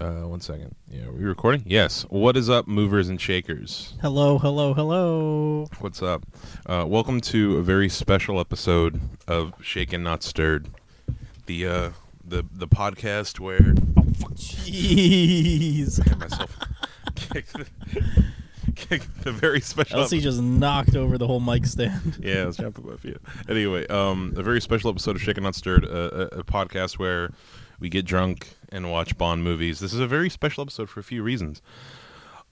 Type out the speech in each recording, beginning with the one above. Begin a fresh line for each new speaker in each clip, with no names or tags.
Uh, one second. Yeah, are we recording? Yes. What is up, movers and shakers?
Hello, hello, hello.
What's up? Uh, welcome to a very special episode of Shaken Not Stirred, the uh, the the podcast where
Jeez.
I myself kicked the, kicked the very special.
Elsie just knocked over the whole mic stand.
Yeah, it's jumping my feet. Anyway, um, a very special episode of Shaken Not Stirred, a, a, a podcast where we get drunk and watch Bond movies. This is a very special episode for a few reasons.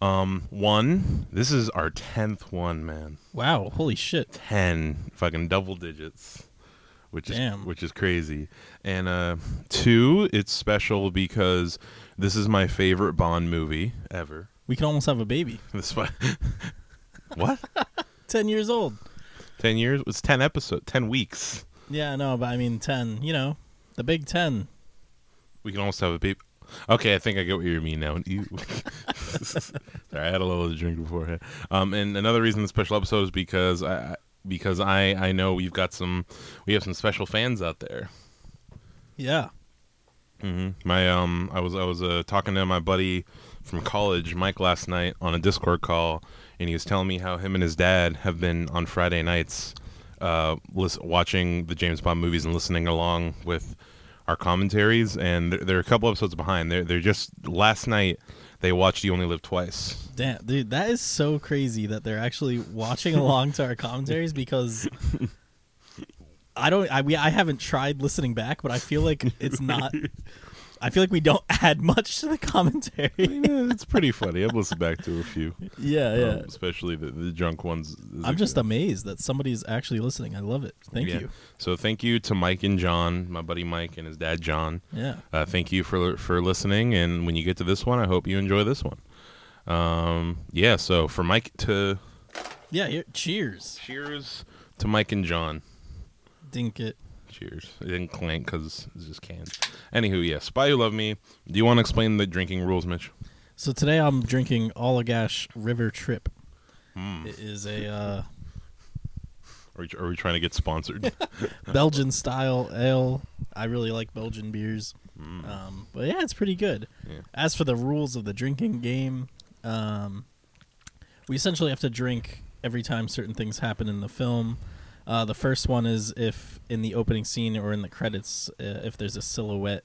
Um, one, this is our tenth one, man.
Wow, holy shit.
Ten fucking double digits, which
Damn.
is which is crazy. And uh, two, it's special because this is my favorite Bond movie ever.
We could almost have a baby.
This one. what?
10 years old.
Ten years? It's ten episode. Ten weeks.
Yeah, I know, but I mean 10, you know, the big 10.
We can almost have a peep. Okay, I think I get what you mean now. Ew. Sorry, I had a little drink beforehand. Um, and another reason the special episode is because I I- because I I know we've got some we have some special fans out there.
Yeah.
hmm My um, I was I was uh, talking to my buddy from college, Mike, last night on a Discord call, and he was telling me how him and his dad have been on Friday nights, uh, lis- watching the James Bond movies and listening along with our commentaries. And they're, they're a couple episodes behind. They're they're just last night they watched You Only Live Twice.
Damn, dude, that is so crazy that they're actually watching along to our commentaries because I don't I we I haven't tried listening back, but I feel like it's not I feel like we don't add much to the commentary.
it's pretty funny. I've listened back to a few,
yeah, yeah.
um, especially the, the drunk ones.
I'm just amazed that somebody's actually listening. I love it. Thank
Yeah.
you.
So thank you to Mike and John, my buddy Mike and his dad John.
Yeah.
Uh, thank you for for listening, and when you get to this one, I hope you enjoy this one. Um, yeah. So for Mike to
Yeah, here, cheers.
cheers to Mike and John.
Dink it.
Cheers. It didn't clank because it's just cans. Anywho, yeah. Spy Who Loved Me. Do you want to explain the drinking rules, Mitch?
So today I'm drinking Allagash River Trip. It is a uh,
Or are we- are we trying to get sponsored?
Belgian style ale. I really like Belgian beers. Um, but yeah, it's pretty good.
Yeah.
As for the rules of the drinking game, um, we essentially have to drink every time certain things happen in the film. Uh, the first one is if in the opening scene or in the credits, uh, if there's a silhouette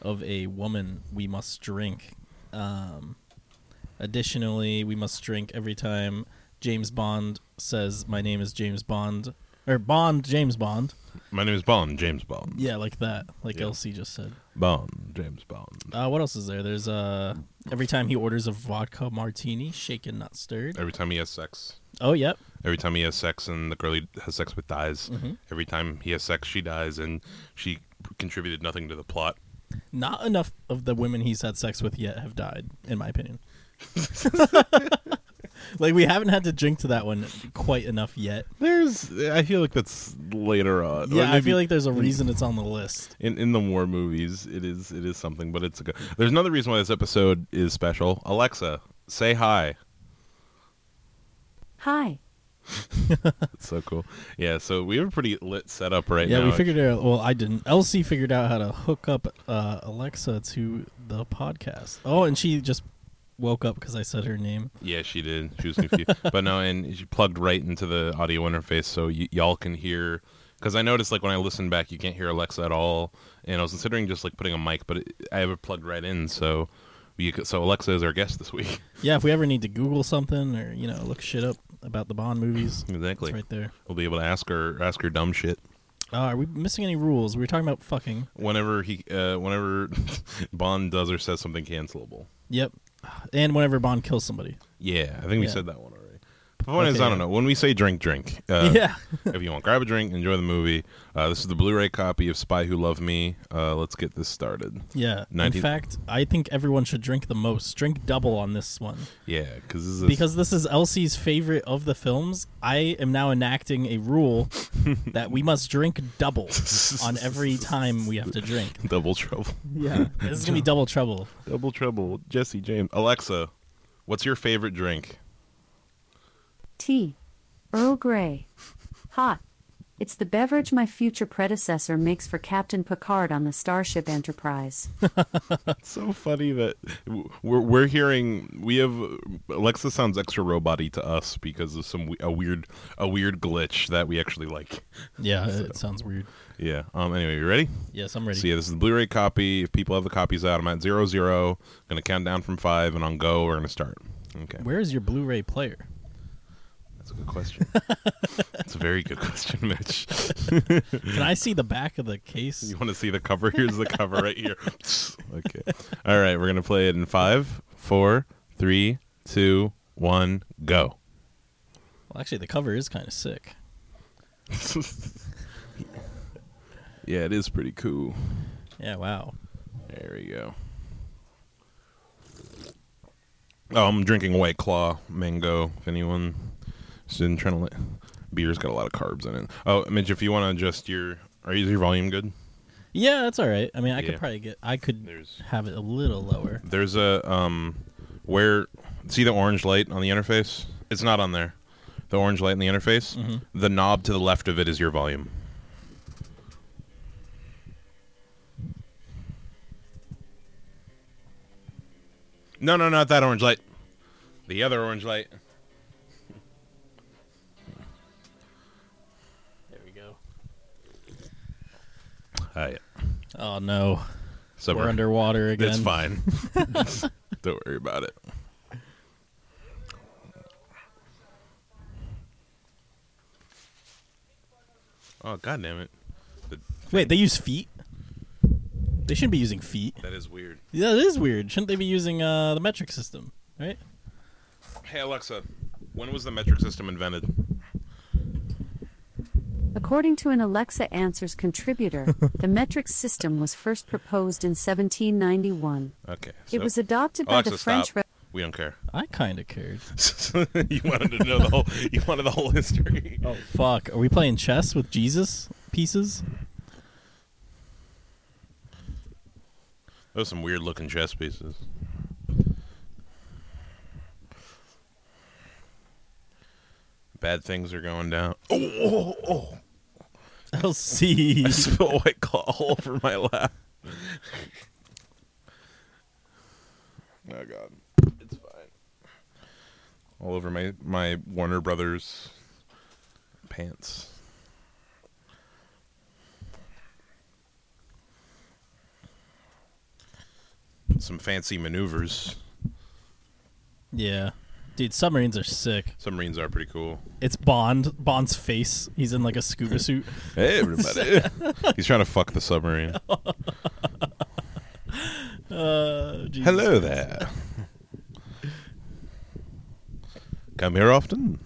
of a woman, we must drink. Um, additionally, we must drink every time James Bond says, "My name is James Bond," or "Bond James Bond."
My name is Bond. James Bond.
Yeah, like that, like
Yeah.
Elsie just said.
Bond. James Bond.
Uh, what else is there? There's uh every time he orders a vodka martini, shaken not stirred.
Every time he has sex.
Oh yep,
Every time he has sex and the girl he has sex with dies.
Mhm.
Every time he has sex, she dies, and she contributed nothing to the plot.
not enough of the women he's had sex with yet have died, in my opinion. like we haven't had to drink to that one quite enough yet.
There's, I feel like that's later on.
Yeah, I feel like there's a reason it's on the list.
in, in the war movies, it is it is something, but it's a good. There's another reason why this episode is special. Alexa, say hi.
Hi.
It's so cool. Yeah, so we have a pretty lit setup right
yeah,
now.
we figured out. Well, I didn't. Elsie figured out how to hook up uh, Alexa to the podcast. Oh, and she just woke up because I said her name.
Yeah, she did. She was confused, but no, and she plugged right into the audio interface, so y- y'all can hear. Because I noticed, like when I listen back, you can't hear Alexa at all, and I was considering just like putting a mic, but it, I have it plugged right in, so you could, so Alexa is our guest this week.
Yeah, if we ever need to Google something or you know look shit up about the Bond movies,
Exactly,
it's right there.
we'll be able to ask her ask her dumb shit.
Uh, are we missing any rules? We were talking about fucking.
Whenever he, uh, whenever Bond does or says something cancelable.
Yep. And whenever Bond kills somebody.
Yeah, I think we
Yeah.
said that one already. The point is,
Okay,
I don't
yeah.
know. When we say drink, drink. Uh,
yeah.
if you want, grab a drink, enjoy the movie. Uh, this is the Blu-ray copy of Spy Who Loved Me. Uh, let's get this started.
Yeah.
19
In fact, I think everyone should drink the most. Drink double on this one
Yeah, because this is
because this is Elsie's favorite of the films. I am now enacting a rule that we must drink double on every time we have to drink.
double trouble.
Yeah. This is gonna be double trouble.
Double trouble. Jesse James. Alexa, what's your favorite drink?
T. Earl Grey. Hot. It's the beverage my future predecessor makes for Captain Picard on the Starship Enterprise.
It's so funny that w- we're we're hearing we have Alexa sounds extra roboty to us because of some we- a weird a weird glitch that we actually like.
Yeah, it sounds weird.
Yeah. Um. Anyway, you ready?
Yes, I'm ready.
So yeah, this is the Blu-ray copy. If people have the copies out, I'm at zero zero. Gonna count down from five, and on go, we're gonna start. Okay.
Where is your Blu-ray player?
That's a good question. It's a very good question, Mitch.
Can I see the back of the case?
You want to see the cover? Here's the cover right here. okay. All right, we're gonna play it in five, four, three, two, one, go.
Well, actually, the cover is kind of sick.
yeah, it is pretty cool.
Yeah, wow.
There we go. Oh, I'm drinking White Claw mango. If anyone is in trying to, li- beer's got a lot of carbs in it. Oh, Mitch, if you want to adjust your, are is your volume good?
Yeah, that's all right. I mean, I
Yeah.
could probably get. I could
There's-
have it a little lower.
There's a um, where see the orange light on the interface? It's not on there. The orange light in the interface. The knob to the left of it is your volume. No, no, not that orange light. The other orange light.
There we go.
Hi.
Oh no,
So
we're underwater again.
It's fine. Don't worry about it. Oh god damn it. The-
Wait, they use feet. They shouldn't be using feet.
That is weird.
Yeah, that is weird. Shouldn't they be using uh, the metric system? Right?
Hey Alexa, when was the metric system invented?
According to an Alexa Answers contributor, the metric system was first proposed in 1791.
Okay.
It
so-
was adopted by
Alexa,
the French.
stop. we don't care.
I kind of cared.
you wanted to know the whole you wanted the whole history.
Oh fuck! Are we playing chess with Jesus pieces?
Those are some weird looking chess pieces. Bad things are going down. Oh, oh, oh.
I'll see.
I spilled white claw all over my lap. oh god, it's fine. All over my my Warner Brothers pants. Some fancy maneuvers.
Yeah, dude, submarines are sick.
Submarines are pretty cool.
It's Bond. Bond's face. He's in like a scuba suit.
Hey, everybody. He's trying to fuck the submarine.
Uh, Jesus.
Hello there. Come here often.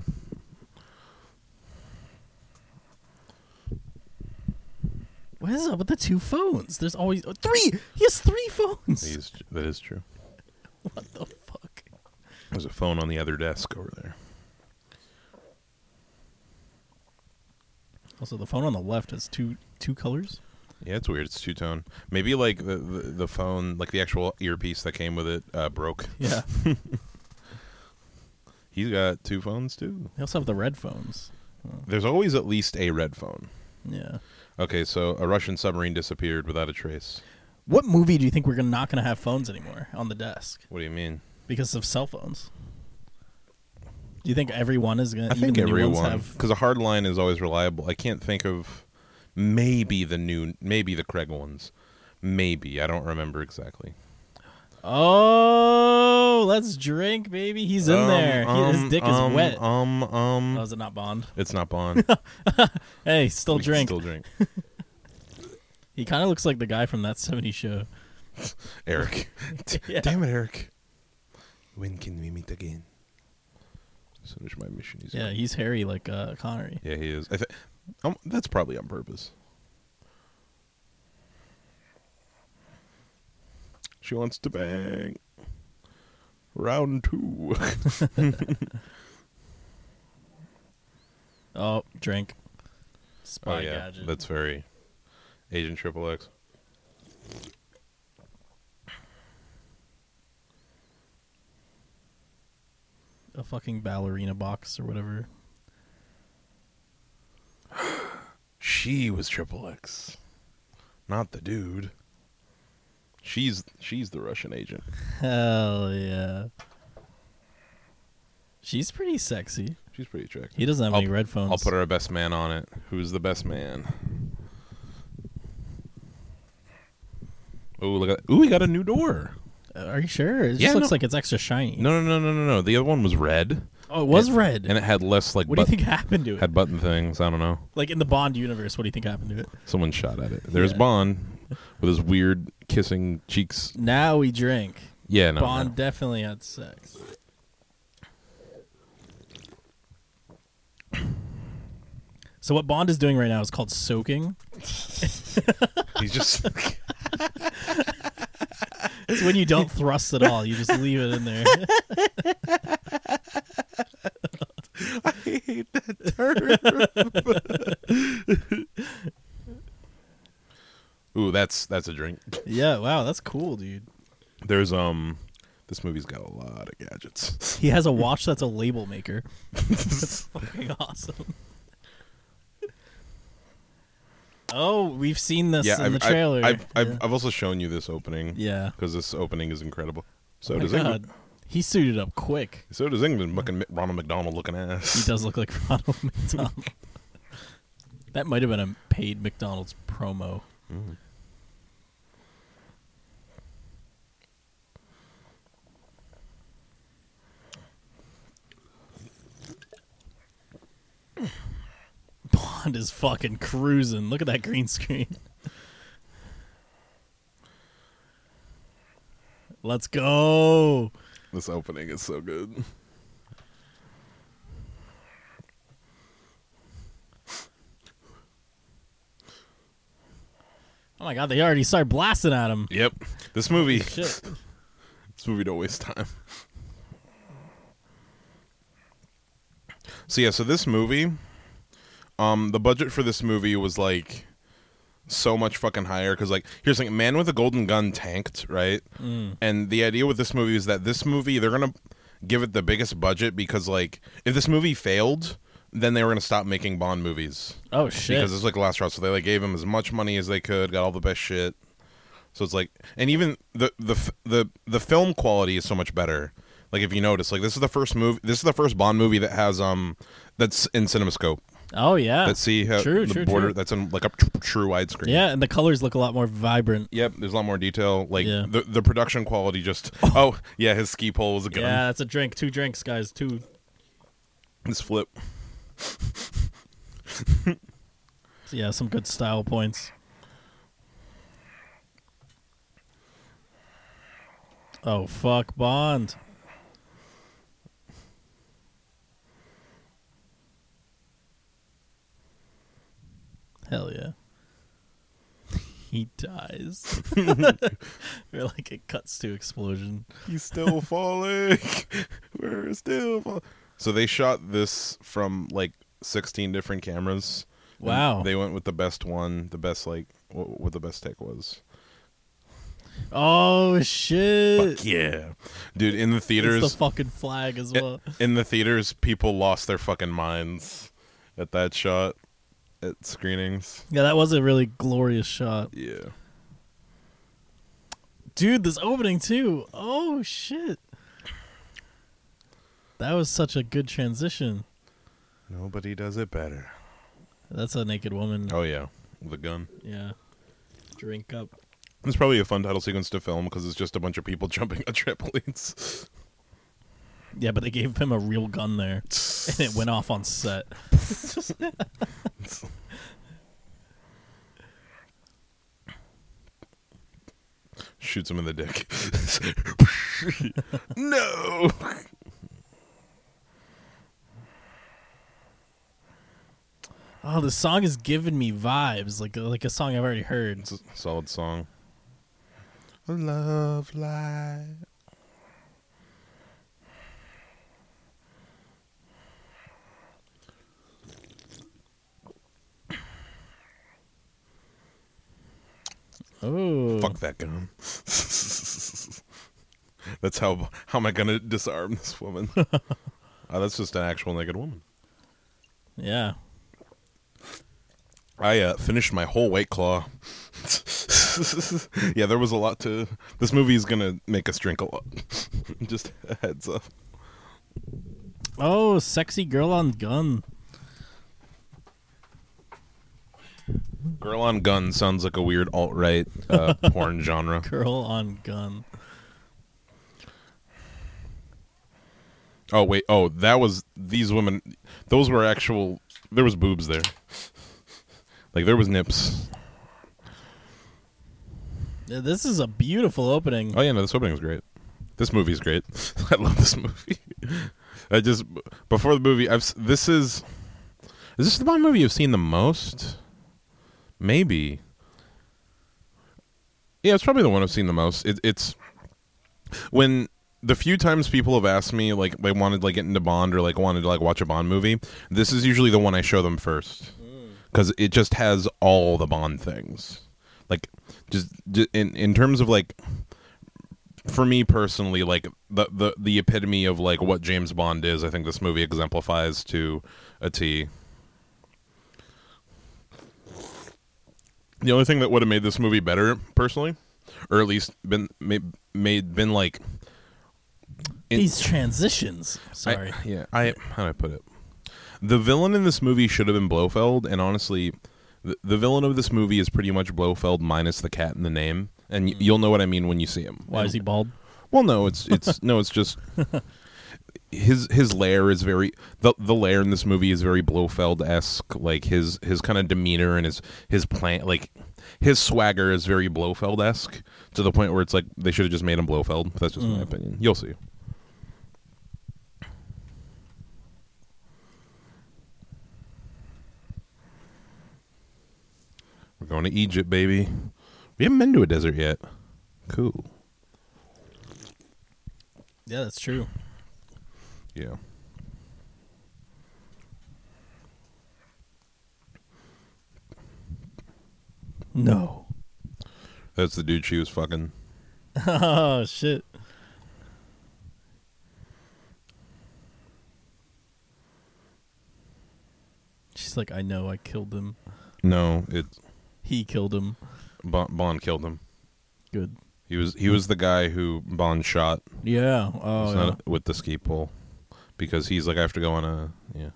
What is up with the two phones? There's always oh, three. He has three phones.
That is, that is true.
What the fuck?
There's a phone on the other desk over there.
Also, the phone on the left has two two colors.
Yeah, it's weird. It's two tone. Maybe like the, the the phone, like the actual earpiece that came with it, uh, broke.
Yeah.
He's got two phones too.
they also have the red phones.
There's always at least a red phone.
Yeah.
Okay, so a Russian submarine disappeared without a trace.
What movie do you think we're gonna, not going to have phones anymore on the desk
What do you mean?
because of cell phones? Do you think everyone is going to?
I think
the new ones
everyone,
have-
because a hard line is always reliable. I can't think of maybe the new, maybe the Craig ones, maybe I don't remember exactly.
Oh, let's drink, baby. He's in
Um,
there. He-
um,
His dick
um,
is wet.
Um, um,
oh, is it not Bond?
it's not Bond.
Hey, still
We can
drink.
Still drink.
he kind of looks like the guy from that '70s show.
Eric.
Yeah.
Damn it, Eric. When can we meet again? As soon as my mission is
Yeah,
up.
he's hairy like uh, Connery.
yeah, he is. I th- um, that's probably on purpose. She wants to bang. Round two.
Oh, drink. Spy
oh yeah,
gadget.
that's very Agent Triple X.
a fucking ballerina box or whatever.
she was triple X, not the dude. She's she's the Russian agent.
Hell yeah. She's pretty sexy.
She's pretty attractive.
He doesn't have
I'll-
any red phones.
I'll put our best man on it. Who's the best man? Oh, look at Ooh, we got a new door.
Are you sure? It just
Yeah,
looks
no.
like it's extra shiny.
No, no, no, no, no, no. The other one was red.
Oh, it was
And-
red.
And it had less like
what
but-
do you think happened to it?
had button things. I don't know.
like in the Bond universe, what do you think happened to it?
Someone shot at it. There's
Yeah.
Bond with his weird kissing cheeks.
Now we drink.
Yeah, no.
Bond
no.
definitely had sex. So what Bond is doing right now is called soaking.
He's just
It's when you don't thrust at all; you just leave it in there.
hate that term. Ooh, that's that's a drink.
yeah, wow, that's cool, dude.
There's um this movie's got a lot of gadgets.
He has a watch that's a label maker. that's fucking awesome. Oh, we've seen this in the trailer.
I've I've, I've,
yeah.
I've also shown you this opening.
Yeah.
Because this opening is incredible. So
Oh my
does
God.
England.
He suited up quick.
So does England. Fucking Ronald McDonald looking
He
ass.
does look like Ronald McDonald. that might have been a paid McDonald's promo. Bond is fucking cruising. Look at that green screen. Let's go. Oh
This opening is so good.
Oh my god, they already started blasting at him.
Yep. This movie.
Shit.
This movie don't waste time. So yeah, so this movie, um, the budget for this movie was like so much fucking higher because like here's like Man with a Golden Gun tanked right, and the idea with this movie is that this movie they're gonna give it the biggest budget because like if this movie failed, then they were gonna stop making Bond movies
Oh shit.
because it's like the last route. So they like gave him as much money as they could, got all the best shit. So it's like, and even the the f- the the film quality is so much better. Like if you notice, like this is the first movie, this is the first Bond movie that has um that's in CinemaScope.
Oh yeah.
That see how
True,
the
true,
border
true.
that's in like a tr- true widescreen.
Yeah, and the colors look a lot more vibrant.
Yep, there's a lot more detail. Like
Yeah.
the the production quality just oh yeah, his ski pole was a gun.
Yeah, that's a drink. Two drinks, guys. Two.
His flip.
So, yeah, some good style points. Oh fuck, Bond. Hell yeah. He dies. or like it cuts to explosion.
He's still falling. We're still falling. So they shot this from like 16 different cameras. and
Wow.
They went with the best one, the best like what, what the best take was.
Oh shit!
Fuck yeah, dude! In the theaters,
It's the fucking flag as well.
in the theaters, people lost their fucking minds at that shot at screenings.
yeah, that was a really glorious shot,
Yeah.
dude. This opening too. Oh shit! That was such a good transition.
Nobody does it better.
That's a naked woman.
Oh yeah, with a gun.
Yeah, drink up.
It's probably a fun title sequence to film because it's just a bunch of people jumping on trampolines.
Yeah, but they gave him a real gun there, and it went off on set.
shoots him in the dick. no.
Oh, the song is giving me vibes like like a song I've already heard.
It's a solid song. Love life.
Oh,
Fuck that gun. that's how. How am I gonna disarm this woman? Uh, oh, that's just an actual naked woman.
yeah.
I uh, finished my whole White Claw. yeah, there was a lot to. This movie is gonna make us drink a lot. Just a heads up.
Oh, sexy girl on gun.
Girl on Gun sounds like a weird alt right uh, porn genre.
Girl on gun.
Oh wait, oh that was these women. Those were actual. There was boobs there. Like there was nips.
Yeah, This is a beautiful opening.
Oh yeah, no, this opening was great. This movie's great. I love this movie. I just before the movie, I've s- this is is this the Bond movie you've seen the most? Maybe. Yeah, it's probably the one I've seen the most. It, it's when the few times people have asked me like they wanted like get into Bond or like wanted to like watch a Bond movie, this is usually the one I show them first because it just has all the Bond things. Like just, just in in terms of like for me personally, like the, the the epitome of like what James Bond is, I think this movie exemplifies to a T. The only thing that would have made this movie better, personally, or at least been made, made been like it-
These transitions.
I-
Sorry.
yeah, I how do I put it? The villain in this movie should have been Blofeld, and honestly, the, the villain of this movie is pretty much Blofeld minus the cat in the name, and y- you'll know what I mean when you see him.
Mm. Why
And-
is he bald?
well, no, it's it's no, it's just his his lair is very the the lair in this movie is very Blofeld esque. Like his his kind of demeanor and his his plan, like his swagger is very Blofeld esque to the point where it's like they should have just made him Blofeld. but That's just my opinion. You'll see. We're going to Egypt, baby. We haven't been to a desert yet. Cool.
Yeah, that's true.
Yeah.
No.
That's the dude she was fucking.
oh shit. She's like, I know I killed him.
No, it
He killed him.
Bond, Bond killed him.
Good.
He was he was the guy who Bond shot
Yeah. Oh
It's
yeah.
not- with the ski pole because he's like I have to go on a yeah.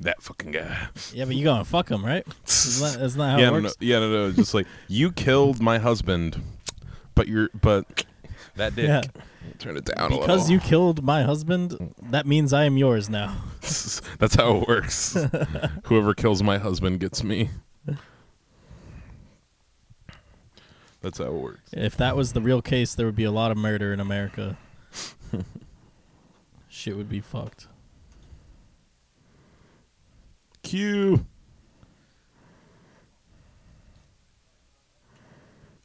That fucking guy.
yeah, but you gonna fuck him, right? Isn't that- That's not how
yeah,
it
no,
works.
no, yeah, no, no. Just like you killed my husband, but you're but that dick.
Yeah.
Turn it down a little.
Because you killed my husband, that means I am yours now.
That's how it works. Whoever kills my husband gets me. That's how it works.
If that was the real case, there would be a lot of murder in America. Shit would be fucked.
Q.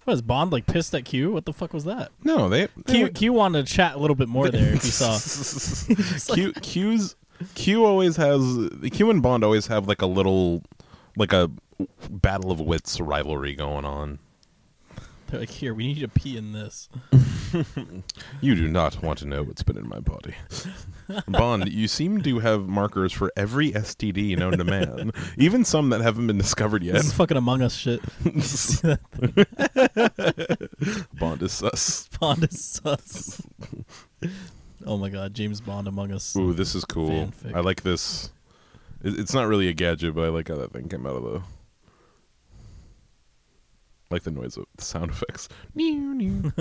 What is Bond like pissed at Q? What the fuck was that?
No, they. they
Q Q wanted to chat a little bit more there if you saw.
Q Q's Q always has Q and Bond always have like a little like a battle of wits rivalry going on.
They're like, here, we need you to pee in this.
You do not want to know what's been in my body. Bond, you seem to have markers for every STD known to man, even some that haven't been discovered yet.
This is fucking Among Us shit.
Bond is sus.
Bond is sus. oh my god, James Bond Among Us.
Ooh, this is cool.
Fanfic.
I like this. It- It's not really a gadget, but I like how that thing came out of the. Like the noise of the sound effects. Meow, meow.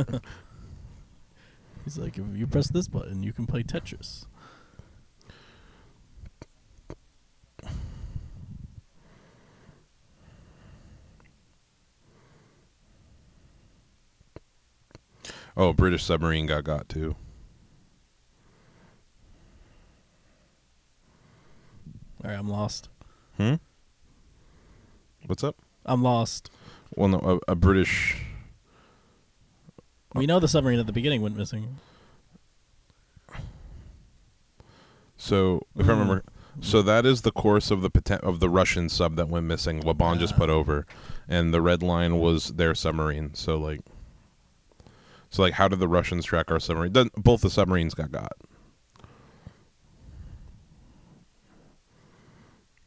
He's like, if you press this button, you can play Tetris.
oh, British submarine got got too.
All right, I'm lost.
Hmm. What's up?
I'm lost.
Well, no, a, a British.
We know the submarine at the beginning went missing.
So if I remember, so that is the course of the poten- of the Russian sub that went missing. Laban just put over, and the red line was their submarine. So like, So like, how did the Russians track our submarine? Doesn't- Both the submarines got got.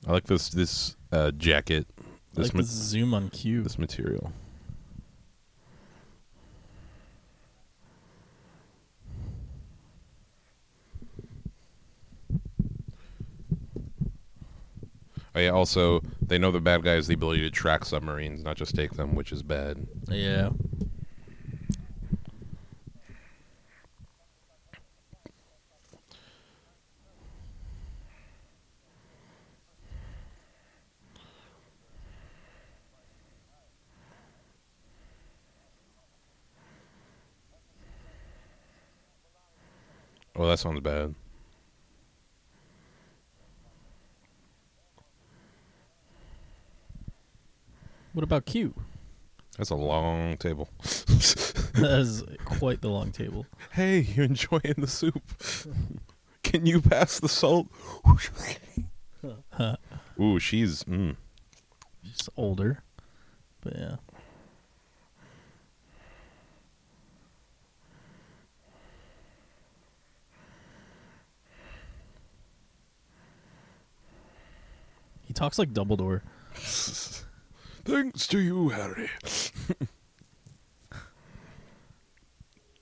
I like this this uh, jacket, this
like
ma-
this zoom on cue.
this material. Oh yeah, also they know the bad guy has the ability to track submarines, not just take them, which is bad.
Yeah.
Well, that sounds bad.
What about Q?
That's a long table.
that is quite the long table.
hey, you enjoying the soup? Can you pass the salt? Ooh, she's mm.
She's older, but yeah. He talks like Dumbledore.
Thanks to you, Harry.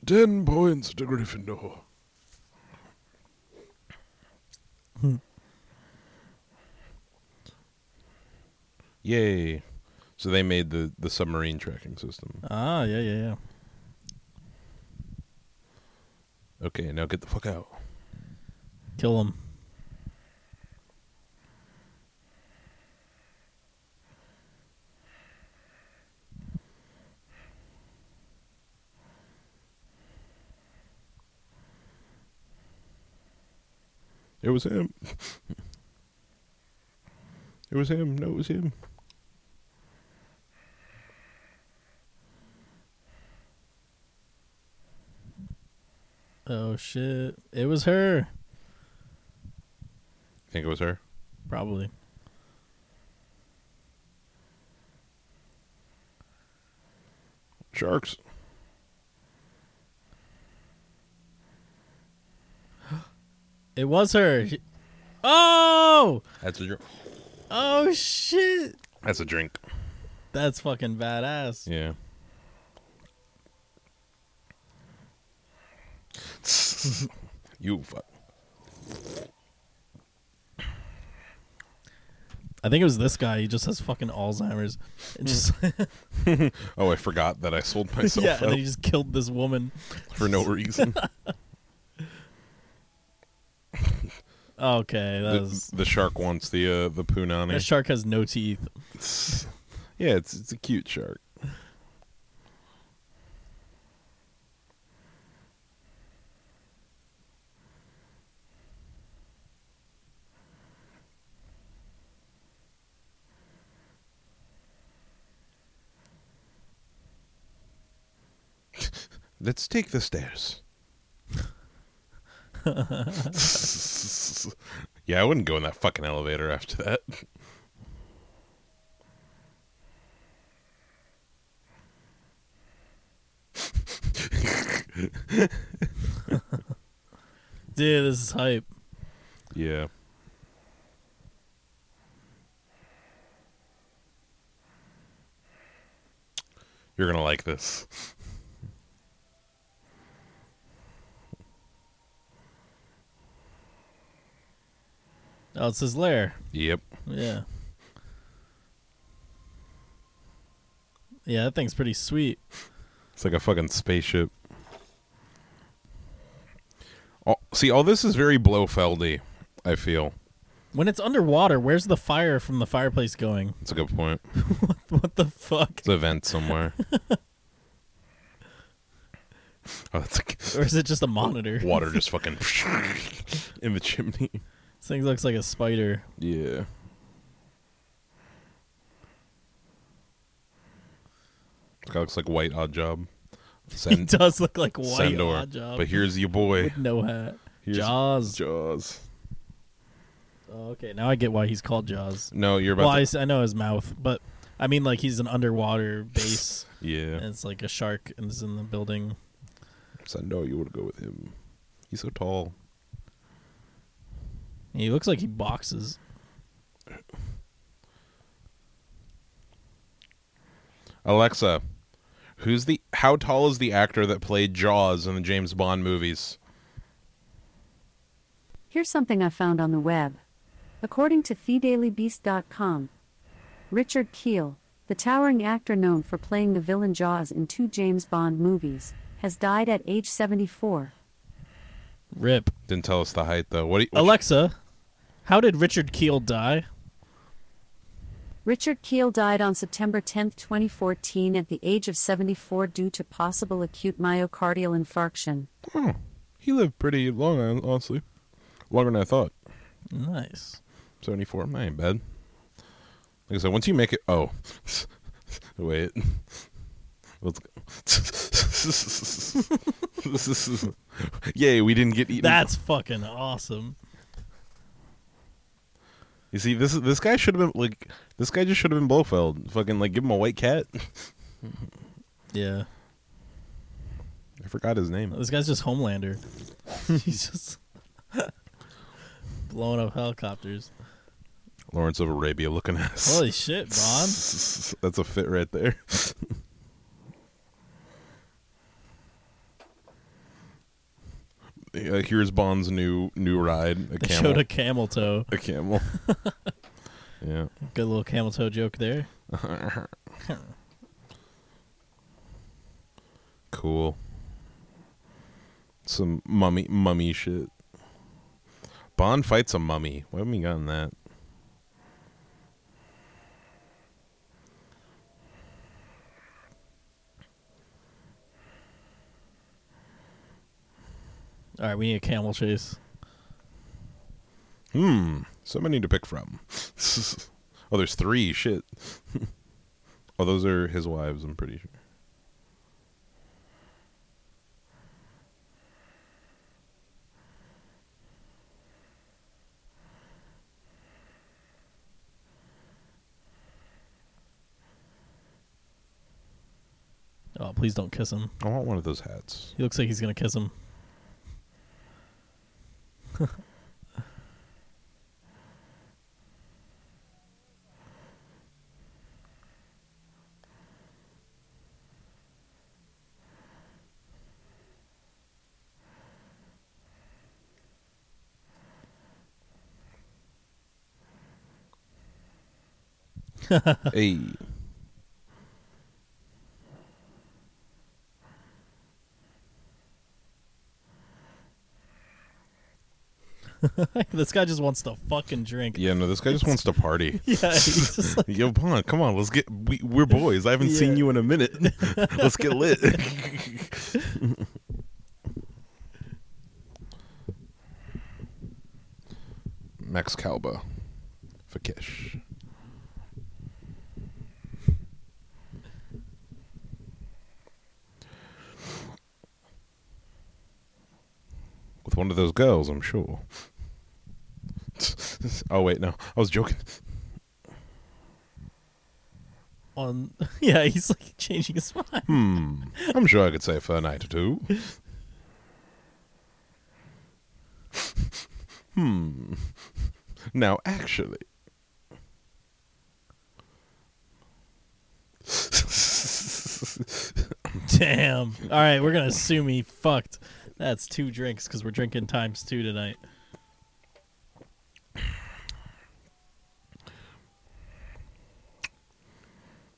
Ten points to Gryffindor. Yay. So they made the, the submarine tracking system.
Ah, yeah, yeah, yeah.
Okay, now get the fuck out.
Kill him.
It was him. It was him. No, it was him.
Oh shit! It was her,
Think it was her?
probably.
Sharks.
It was her. She- Oh,
That's a drink.
oh shit!
That's a drink.
That's fucking badass.
Yeah. you fuck.
I think it was this guy. He just has fucking Alzheimer's. It just
Oh, I forgot that I sold myself
yeah, and
out
then he just killed this woman.
for no reason.
Okay, that
the,
was
the shark wants the uh, the
that
punani.
shark has no teeth.
yeah, it's it's a cute shark. Let's take the stairs. yeah, I wouldn't go in that fucking elevator after that.
Dude, this is hype.
Yeah. You're going to like this.
Oh, it's his lair.
Yep.
Yeah. Yeah, that thing's pretty sweet.
It's like a fucking spaceship. Oh, see, all this is very Blofeldy, I feel.
When it's underwater, where's the fire from the fireplace going?
That's a good point.
What the fuck?
It's a vent somewhere. oh, that's a
Or is it just a monitor?
water just fucking in the chimney.
This thing looks like a spider.
Yeah. This guy looks like white odd job.
he
Send,
does look like white
Sandor.
odd job.
But here's your boy.
with no hat.
Here's
Jaws.
Jaws.
Oh, okay, now I get why he's called Jaws.
No, you're about
Well, I,
to.
s- I know his mouth, but I mean, like he's an underwater base,
yeah.
and it's like a shark and is in the building.
So I know you would go with him. He's so tall.
He looks like he boxes.
Alexa, who's the how tall is the actor that played Jaws in the James Bond movies?
Here's something I found on the web. According to TheDailyBeast.com, Richard Keel, the towering actor known for playing the villain Jaws in two James Bond movies, has died at age 74.
Rip.
Didn't tell us the height though. What? Do you,
Alexa, how did Richard Keel die?
Richard Keel died on September 10, 2014, at the age of 74 due to possible acute myocardial infarction.
oh, he lived pretty long, honestly, longer than I thought.
Nice.
Seventy-four. I ain't bad. Like I said, once you make it. Oh, wait. Let's. go. Yay! We didn't get eaten.
That's fucking awesome.
You see, this is this guy should have been like this guy just should have been Blofeld. Fucking like give him a white cat.
Yeah.
I forgot his name.
This guy's just Homelander. He's just blowing up helicopters.
Lawrence of Arabia looking ass.
Holy shit, Bond.
That's a fit right there. Yeah, here's Bond's new new ride. A
They
camel.
showed a camel toe.
a camel. yeah.
Good little camel toe joke there.
Cool. Some mummy mummy shit. Bond fights a mummy. Why haven't we gotten that?
All right, we need a camel chase.
Hmm. So many to pick from. oh, there's three. Shit. oh, those are his wives. I'm pretty sure.
Oh, please don't kiss him.
I want one of those hats.
He looks like he's gonna kiss him.
hey.
this guy just wants to fucking drink.
Yeah, no, this guy just wants to party.
Yeah, he's just like,
Yo, Bond, come on, let's get. We, we're boys. I haven't seen
Yeah.
you in a minute. let's get lit. Max Calba, Fakish. With one of those girls, I'm sure. oh wait, no, I was joking.
on. Yeah, he's like changing his mind.
Hmm. I'm sure I could say for a night or two. hmm. Now, actually.
Damn. All right, we're gonna assume he fucked. That's two drinks because we're drinking times two tonight.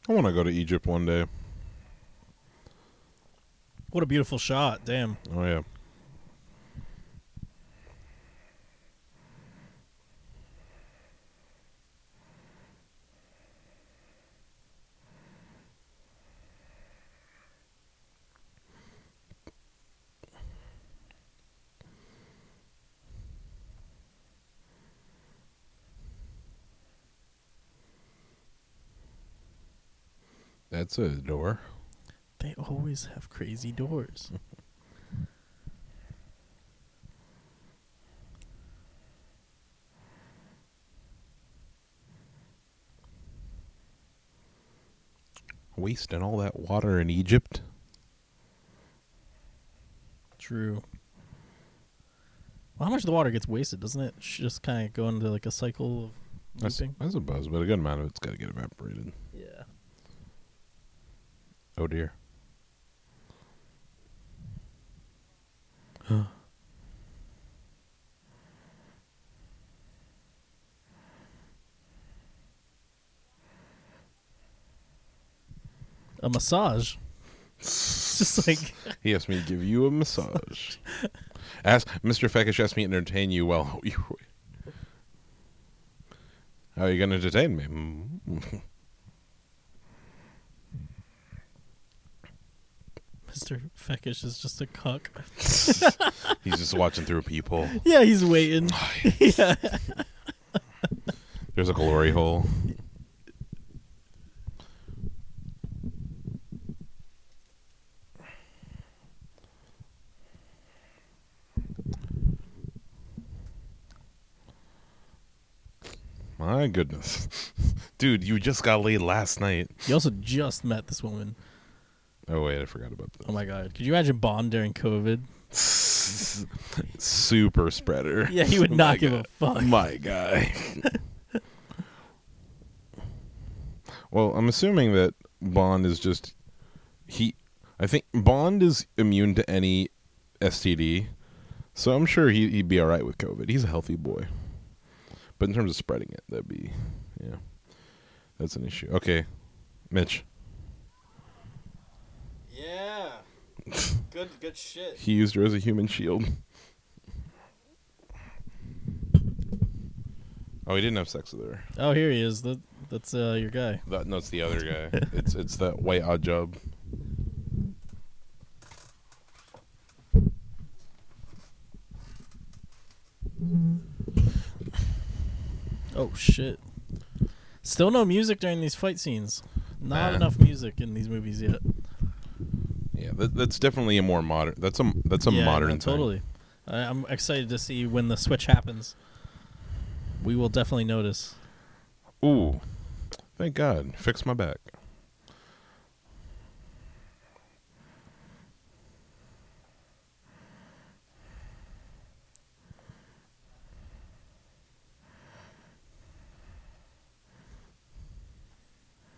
I want to go to Egypt one day.
What a beautiful shot. Damn.
Oh, yeah. That's a door.
They always have crazy doors.
Wasting all that water in Egypt.
True. Well, how much of the water gets wasted, doesn't it? Sh- Just kind of go into like a cycle of
That's,
looping.
that's a buzz, but a good amount of it's got to get evaporated.
Yeah.
Oh dear.
A massage. It's just like
He asked me to give you a massage. Ask Mr. Feckish asked me to entertain you while you. How are you going to entertain me? Mm.
Mr. Feckish is just a cuck.
He's just watching through a peephole.
Yeah, he's waiting. yeah.
There's a glory hole. My goodness. Dude, you just got laid last night.
You also just met this woman.
Oh wait, I forgot about this.
Oh my god. Could you imagine Bond during COVID?
Super spreader.
Yeah, he would not
Oh My
give a
guy.
fuck.
My guy. well, I'm assuming that Bond is just he. I think Bond is immune to any STD, so I'm sure he, he'd be all right with COVID. He's a healthy boy, but in terms of spreading it, that'd be yeah, that's an issue. Okay, Mitch.
Yeah. Good good shit.
He used her as a human shield. Oh, he didn't have sex with her.
Oh, here he is. That that's uh, your guy.
That no, it's the other guy. it's it's that white odd job.
Oh shit. Still no music during these fight scenes. Not
Nah.
enough music in these movies yet.
Yeah, that, that's definitely a more modern. That's a that's a
Yeah,
modern
no,
thing.
Totally. I, I'm excited to see when the switch happens. We will definitely notice.
Ooh, thank God, fix my back.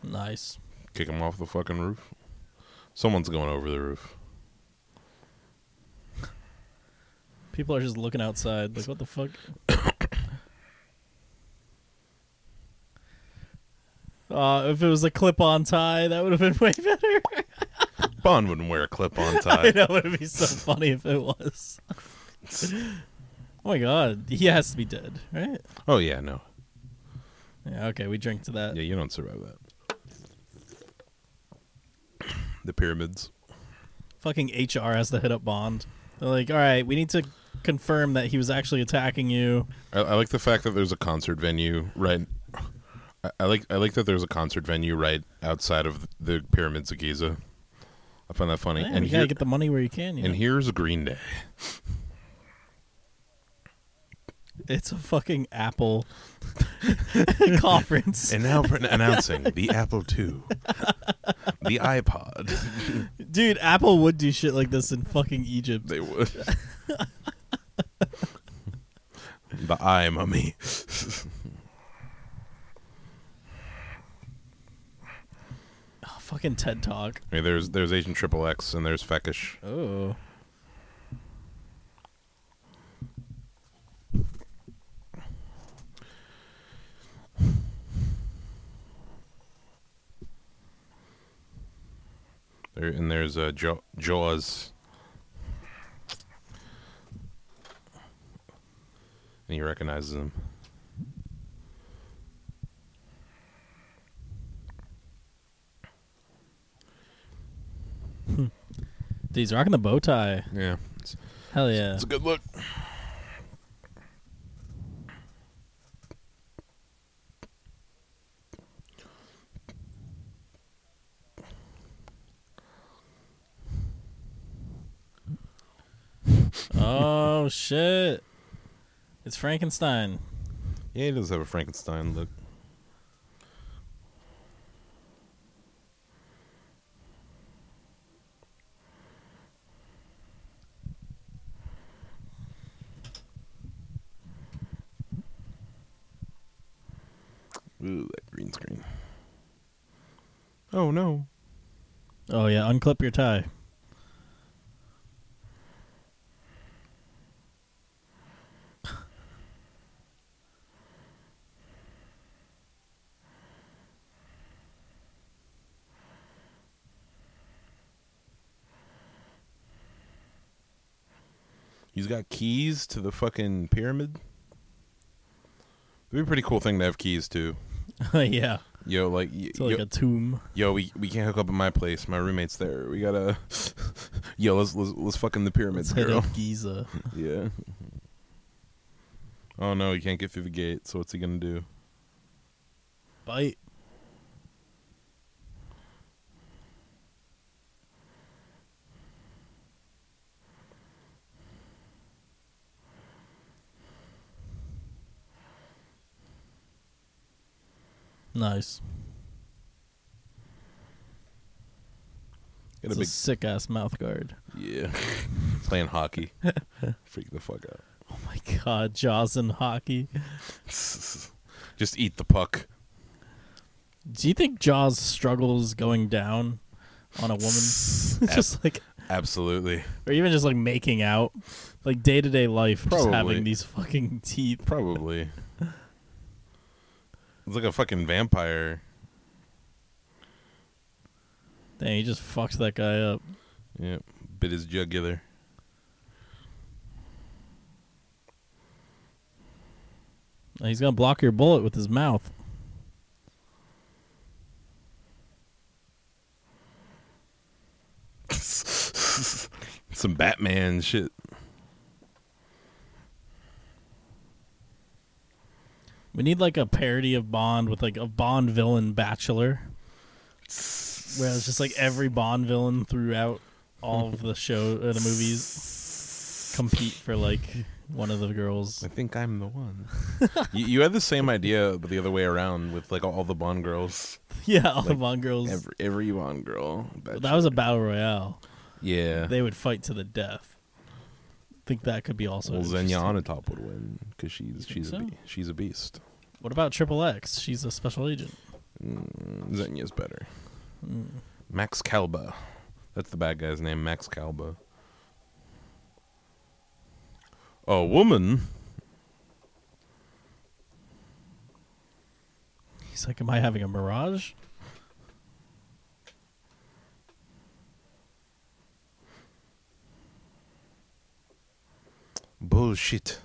Nice.
Kick him off the fucking roof. Someone's going over the roof.
People are just looking outside. Like, what the fuck? Uh, if it was a clip-on tie, that would have been way better.
Bond wouldn't wear a clip-on
I
tie.
know it would be so funny if it was. oh my god, he has to be dead, right?
oh yeah, no.
Yeah. Okay, we drink to that.
Yeah, you don't survive that. The pyramids.
Fucking HR has to hit up Bond. They're like, all right, we need to confirm that he was actually attacking you.
I, I like the fact that there's a concert venue right. I, I like I like that there's a concert venue right outside of the pyramids of Giza. I find that funny.
Man,
and
you gotta
here,
get the money where you can. You
and
know?
here's Green Day.
it's a fucking Apple conference.
And now pr- announcing the Apple II, the iPod.
Dude, Apple would do shit like this in fucking Egypt.
They would. the eye mummy.
Oh, fucking TED Talk.
Hey, there's there's Asian Triple X and there's Feckish.
Oh.
There and there's uh, Jaw Jaws. And he recognizes him.
Dude, he's rocking the bow tie.
Yeah, it's,
Hell yeah.
it's a good look.
oh, shit. It's Frankenstein.
Yeah, he does have a Frankenstein look. Ooh, that green screen. Oh no.
Oh yeah, unclip your tie.
He's got keys to the fucking pyramid. It'd be a pretty cool thing to have keys to.
yeah,
Yo, like, y-
it's like
yo,
a tomb.
yo, we we can't hook up at my place. My roommate's there. We gotta. yo, let's let's let's fuck in the pyramids,
Let's head
girl.
up Giza.
yeah. Oh no, he can't get through the gate. So what's he gonna do?
Bite. Nice.
Got
It's a, sick ass mouth guard.
Yeah. Playing hockey. Freak the fuck out.
Oh my god, Jaws and hockey.
Just eat the puck.
Do you think Jaws struggles going down on a woman? just like
Absolutely.
or even just like making out, like day to day life, just
Probably.
having these fucking teeth.
Probably. It's like a fucking vampire.
Dang, he just fucked that guy up.
Yep. Bit his jugular.
Now He's gonna block your bullet with his mouth.
Some Batman shit.
We need like a parody of Bond with like a Bond villain bachelor, where it's just like every Bond villain throughout all of the show or the movies compete for like one of the girls.
I think I'm the one. you, you had the same idea, but the other way around with like all the Bond girls.
Yeah, all the Bond girls.
Every, every Bond girl.
But that was a battle royale.
yeah.
They would fight to the death. Think that could be also.
well,
interesting.
Xenia Onatopp would win because she's
think
she's a
so?
be- she's a beast.
What about Triple X? She's a special agent. Hmm.
Xenia's better. Max Calba. That's the bad guy's name, Max Calba. A woman?
He's like, "Am I having a mirage?"
Bullshit.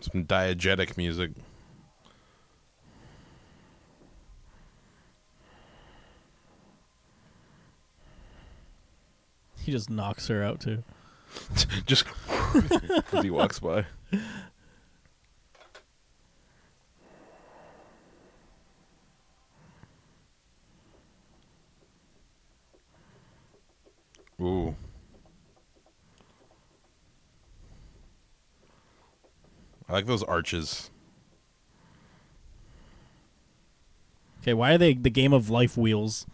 Some diegetic music.
He just knocks her out too.
Just as he walks by. Ooh. I like those arches.
Okay, why are they the game of life wheels?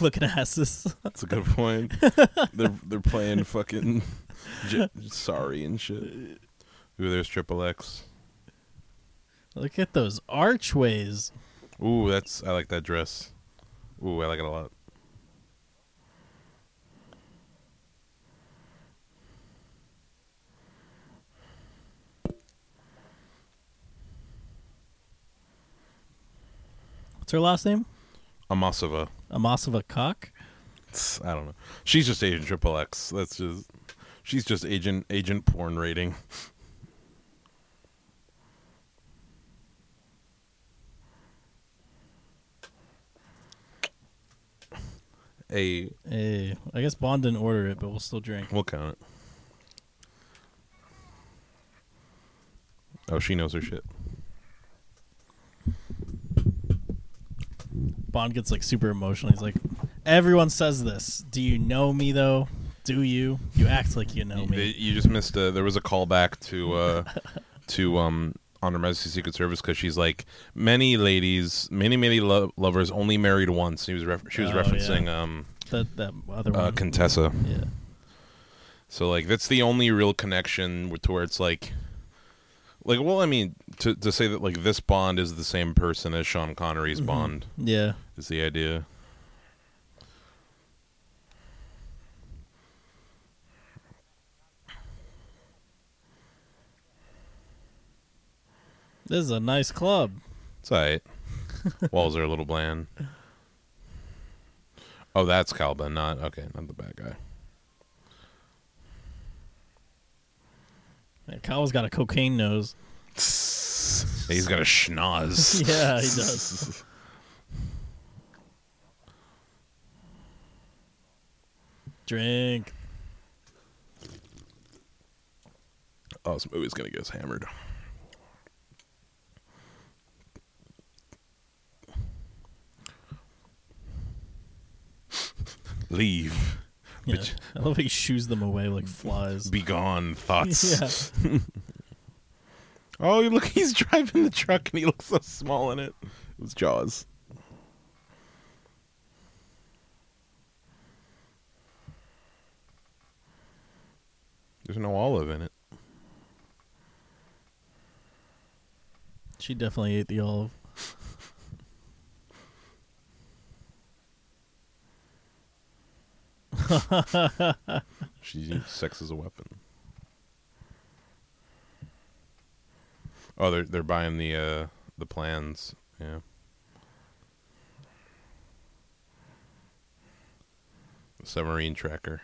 Looking at this.
That's a good point. they're they're playing fucking j- sorry and shit. Ooh, there's triple X.
Look at those archways.
Ooh, that's I like that dress. Ooh, I like it a lot.
What's her last name?
Amasova.
Amasova Cock.
It's- I don't know. She's just Agent Triple X. That's just she's just agent agent porn rating. A
Hey, I guess Bond didn't order it, but we'll still drink.
we'll count it. Oh, she knows her shit.
Bond gets like super emotional. He's like, "Everyone says this. Do you know me though? Do you? You act like you know
You,
me."
you just missed. A, there was a callback uh, to uh, to um, on Her Majesty's Secret Service because she's like many ladies, many many lo- lovers only married once. He was ref- she was
Oh, yeah.
referencing um,
That that other one.
uh, Contessa.
yeah.
So like that's the only real connection with- to where it's like, like well, I mean to to say that like this Bond is the same person as Sean Connery's
Mm-hmm.
Bond
Yeah.
is the idea.
This is a nice club.
It's alright. Walls are a little bland. Oh, that's Calvin, not okay, not the bad guy.
Yeah, Kyle's got a cocaine nose.
He's got a schnoz.
Yeah, he does. Drink.
Oh, this movie's gonna get us hammered. Leave.
Yeah.
Bitch.
I love how he shoos them away like flies.
Be gone,
yeah.
thoughts. Oh, look, he's driving the truck and he looks so small in it. It was Jaws. There's no olive in it.
She definitely ate the olive.
She's used sex as a weapon. Oh, they're they're buying the uh the plans. Yeah. The submarine tracker.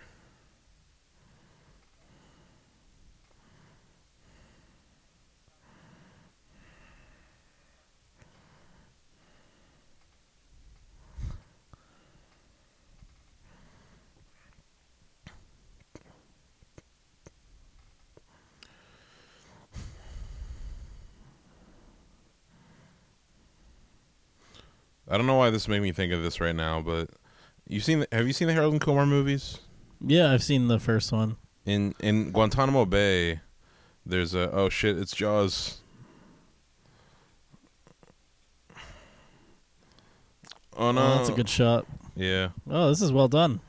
I don't know why this made me think of this right now, but you seen the, have you seen the Harold and Kumar movies?
Yeah, I've seen the first one.
In in Guantanamo Bay, there's a oh shit, it's Jaws. Oh no,
Oh, that's a good shot.
yeah.
Oh, this is well done.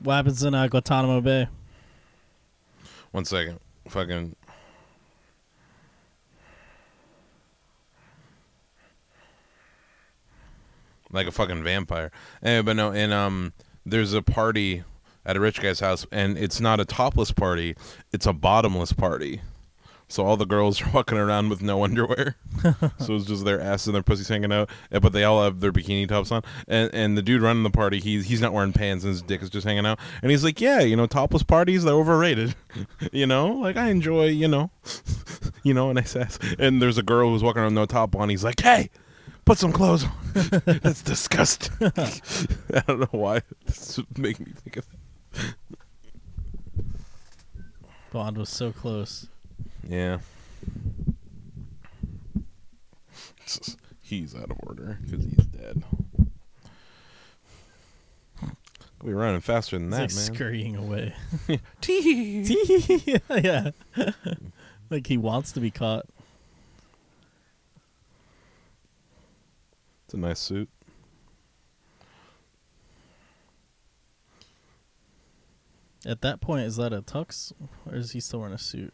What happens in uh, Guantanamo Bay?
One second, fucking. Like a fucking vampire. Eh, but no, and um, there's a party at a rich guy's house, and it's not a topless party; it's a bottomless party. So all the girls are walking around with no underwear. so it's just their ass and their pussies hanging out, eh, but they all have their bikini tops on. And and the dude running the party, he's he's not wearing pants and his dick is just hanging out. And he's like, yeah, you know, topless parties they're overrated. you know, like I enjoy, you know, you know, a nice ass. And there's a girl who's walking around with no top on. He's like, hey, put some clothes on. That's disgusting. I don't know why this would make me think of. That.
Bond was so close.
Yeah. It's just- He's out of order because he's dead. We are running faster than
He's like
that, man.
scurrying away.
Tee.
yeah. like he wants to be caught.
It's a nice suit.
At that point, is that a tux? Or is he still wearing a suit?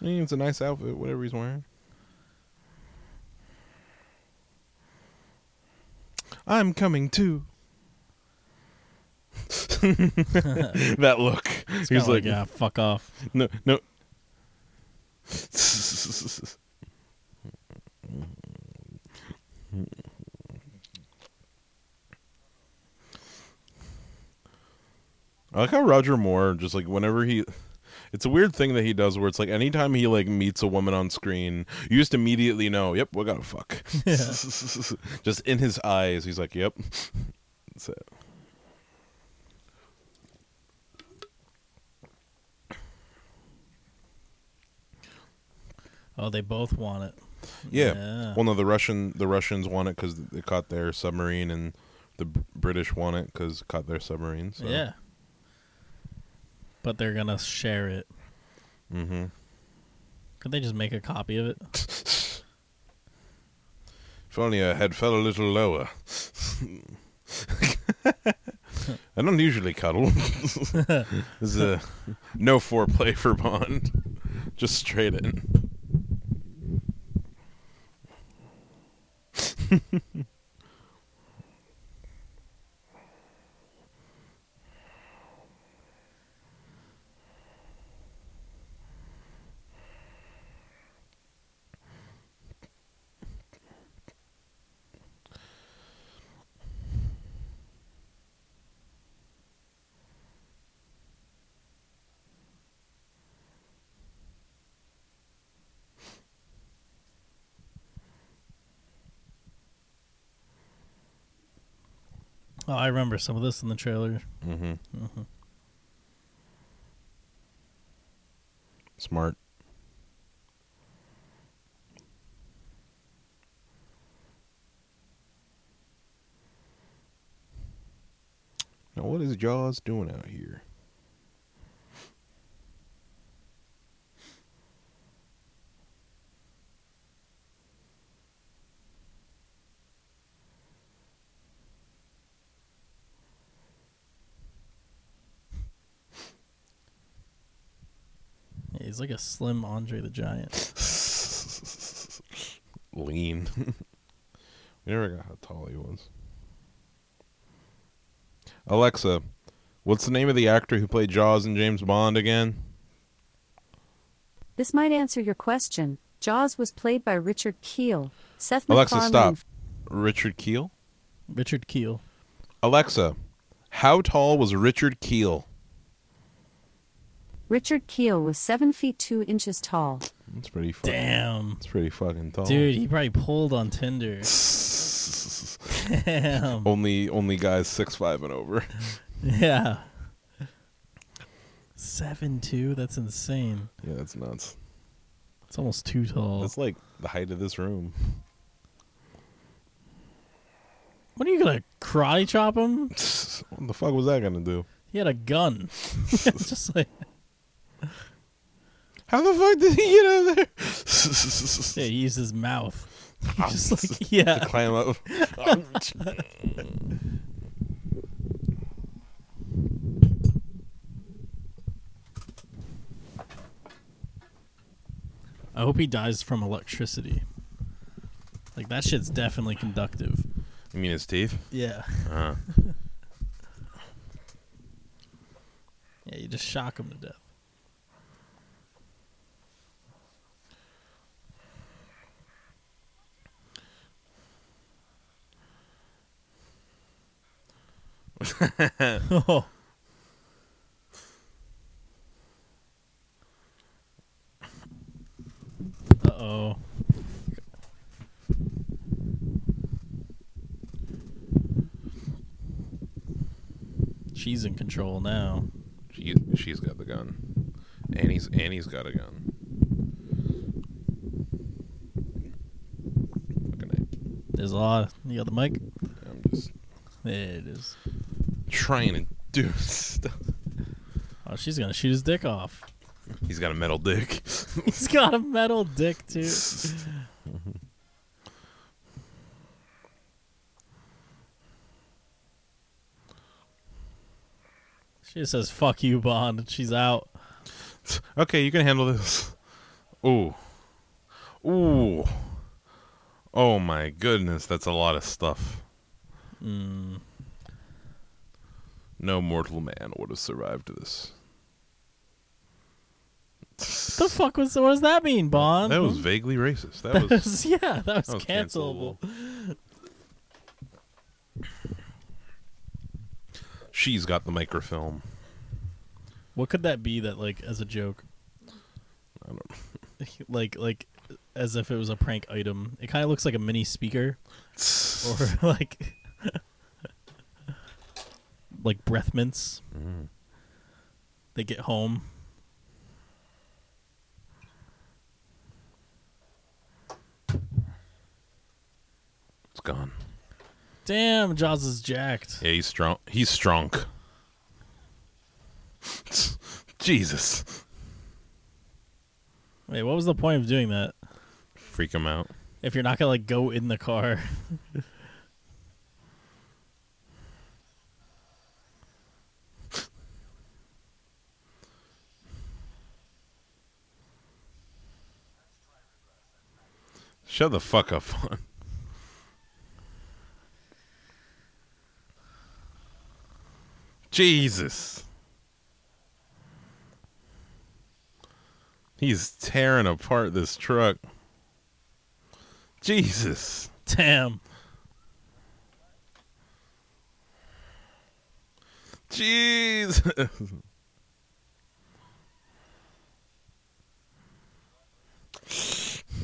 I mean, it's a nice outfit, whatever he's wearing. I'm coming too. that look.
Kinda
he's like,
yeah, fuck off.
no, no. I like how Roger Moore just like whenever he it's a weird thing that he does where it's like anytime he like meets a woman on screen, you just immediately know, yep, we gotta fuck.
Yeah.
just in his eyes, he's like, Yep. That's it.
Oh, they both want it.
Yeah.
Yeah.
Well, no, the Russian the Russians won it because they caught their submarine, and the B- British won it because caught their submarine. So.
Yeah. but they're gonna share it.
Mm-hmm.
Could they just make a copy of it?
If only I had fell a little lower. I don't usually cuddle. this is a no foreplay for Bond. Just straight in.
Oh, I remember some of this in the trailer.
Mm-hmm. Smart. Now, what is Jaws doing out here?
Yeah, he's like a slim Andre the Giant.
Lean. we never got how tall he was. Alexa, what's the name of the actor who played Jaws and James Bond again?
This might answer your question. Jaws was played by Richard Keel. Seth
Alexa,
MacFarlane.
stop. Richard Keel?
Richard Keel.
Alexa, how tall was Richard Keel?
Richard Keel was seven feet two inches tall.
That's pretty fucking
Damn.
That's pretty fucking tall.
Dude, he probably pulled on Tinder. Damn.
only only guys six five and over.
Yeah. Seven two? That's insane.
yeah, that's nuts.
It's almost too tall.
That's like the height of this room.
What are you gonna karate chop him?
what the fuck was that gonna do?
He had a gun. It's just like
How the fuck did he get out of there?
yeah, he used his mouth. He's just like yeah.
To climb up.
I hope he dies from electricity. Like that shit's definitely conductive.
I mean his teeth.
Yeah.
Uh,
Yeah, you just shock him to death. oh. Uh oh. She's in control now.
she, she's got the gun. Annie's Annie's got a gun. Fucking
There's a lot. You got the mic?
A. I'm just
There it is.
trying to do stuff.
Oh, she's gonna shoot his dick off.
He's got a metal dick.
He's got a metal dick too. She just says "fuck you, Bond," and she's out.
Okay, you can handle this. Ooh. Ooh. Oh my goodness, that's a lot of stuff.
Mm.
No mortal man would have survived this.
The fuck was? What does that mean, Bond?
That was vaguely racist. That
That
was
was- yeah, that was,
that was
cancelable.
cancelable. She's got the microfilm.
What could that be? That like as a joke,
I don't
like like as if it was a prank item. It kind of looks like a mini speaker. or like like breath mints.
Mm.
They get home.
It's gone.
Damn, Jaws is jacked.
Yeah, he's strong. He's strong. Jesus.
Wait, what was the point of doing that?
Freak him out.
If you're not gonna like go in the car,
Shut the fuck up, Fawn. Jesus. He's tearing apart this truck. Jesus.
damn.
Jesus.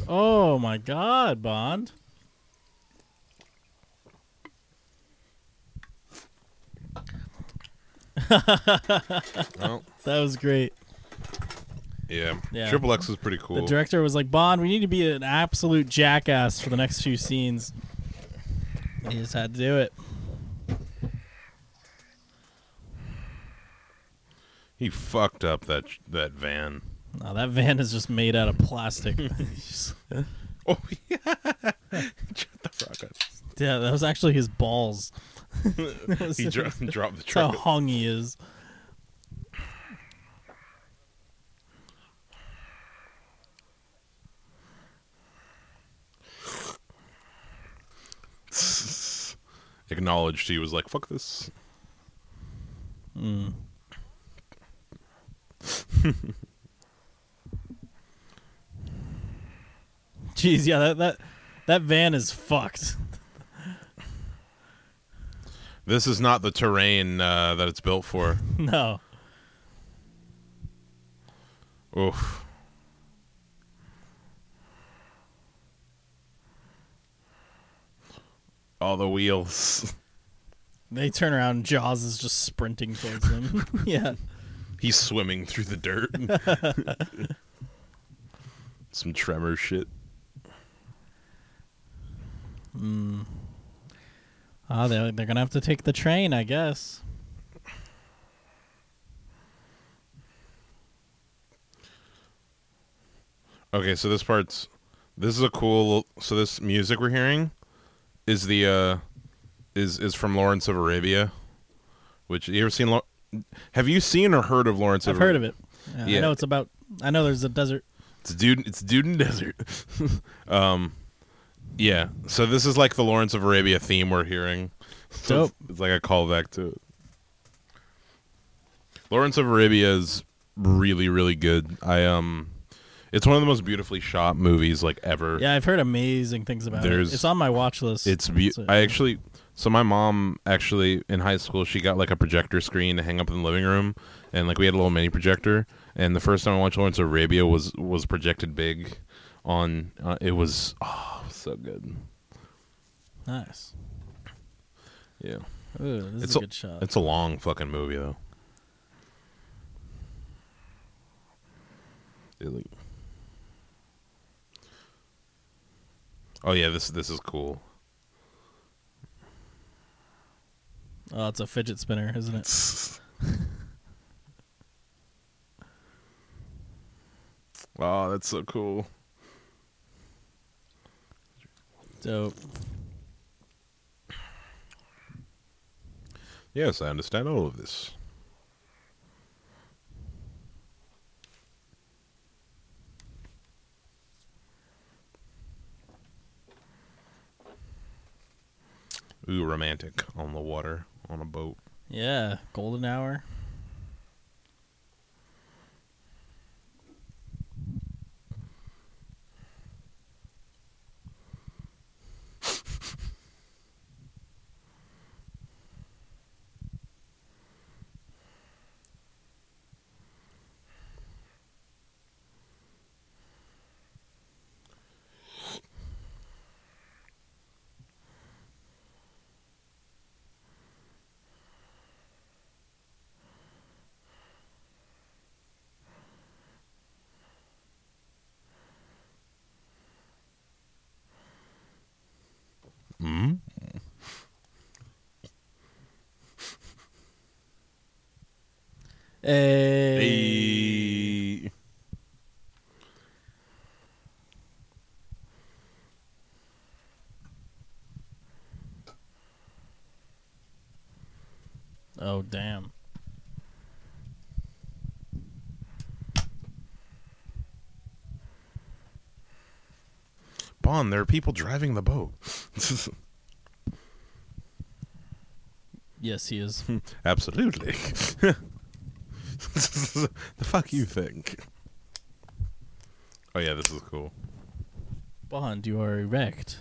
Oh my God, Bond.
well,
That was great.
Oh, yeah.
Yeah.
Triple X was pretty cool.
The director was like, Bond, we need to be an absolute jackass for the next few scenes. He just had to do it.
he fucked up that that van.
Now that van is just made out of plastic. yeah,
Oh yeah. Shut the fuck up.
that was actually his balls.
He dro- dropped the
That's how
truck.
hung he is.
Acknowledged he was like, "Fuck this."
Mm. Jeez, yeah, that, that that van is fucked.
This is not the terrain uh, that it's built for.
no.
Oof. All the wheels.
They turn around and Jaws is just sprinting towards them. yeah.
He's swimming through the dirt. Some tremor shit.
Ah, they're, they're gonna have to take the train, I guess.
Okay, so this part's this is a cool so this music we're hearing is the uh is is from Lawrence of Arabia, which you ever seen Lau- have you seen or heard of Lawrence
I've
of
heard
Arabia?
of it. Yeah,
Yeah.
I know it's about. I know there's a desert.
It's dude. It's dude in desert. um, yeah. So this is like the Lawrence of Arabia theme we're hearing. So it's- It's, like a callback to it. Lawrence of Arabia is really, really good. I um, it's one of the most beautifully shot movies like ever.
Yeah, I've heard amazing things about
There's-
it. It's on my watch list.
It's be-
So-
I actually so my mom actually in high school she got like a projector screen to hang up in the living room and like we had a little mini projector and the first time I watched Lawrence of Arabia was was projected big on uh, it was oh it was so good.
nice.
Yeah.
Ooh, this
It's
is a
a-
good shot.
It's a long fucking movie though. It, like- Oh yeah, this this is cool.
Oh, it's a fidget spinner, isn't it?
wow, Ah, that's so cool.
Dope.
Yes, I understand all of this. Ooh, romantic on the water, on a boat.
Yeah, golden hour.
Mm?
Hey. Oh damn.
Bond, there are people driving the boat.
Yes, he
Hmm.
is.
Absolutely. the fuck you think? Oh yeah, this is cool.
Bond, you are erect.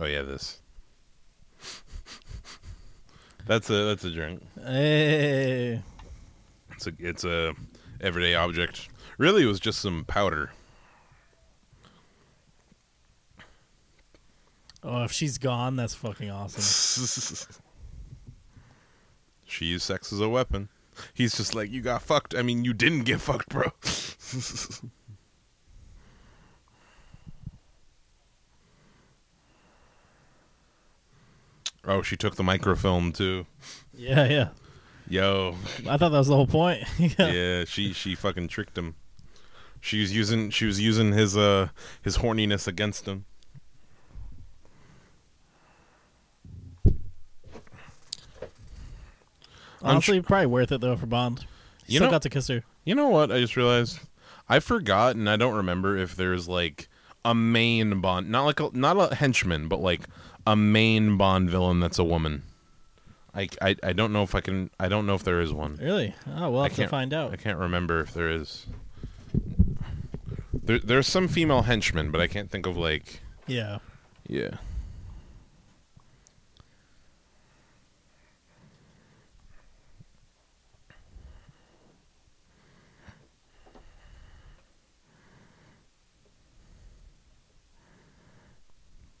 Oh yeah, this. That's a that's a drink.
Hey.
It's a it's a everyday object. Really, it was just some powder.
Oh, if she's gone, that's fucking awesome.
she used sex as a weapon. He's just like, you got fucked. I mean, you didn't get fucked, bro. oh, she took the microfilm too.
Yeah, yeah.
Yo,
I thought that was the whole point. yeah.
yeah, she she fucking tricked him. She was using she was using his uh his horniness against him.
Honestly, probably worth it though for Bond. He
You
still
know-
got to kiss her.
You know what? I just realized I forgot, and I don't remember if there's like a main Bond, not like a, not a henchman, but like a main Bond villain that's a woman. I, I I don't know if I can. I don't know if there is one.
Really? Oh, we'll
I
have to
can't
find out.
I can't remember if there is. There, there's some female henchmen, but I can't think of like.
Yeah.
Yeah.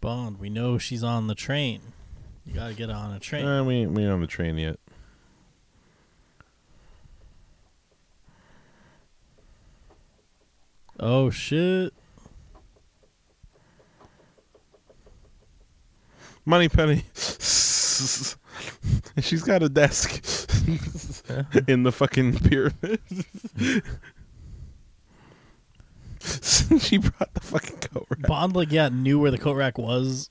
Bond, we know she's on the train. You gotta get on a train.
Eh, we ain't- we ain't on the train yet.
oh shit.
Money Penny. She's got a desk in the fucking pyramid. she brought the fucking coat rack.
Bond like yeah knew where the coat rack was.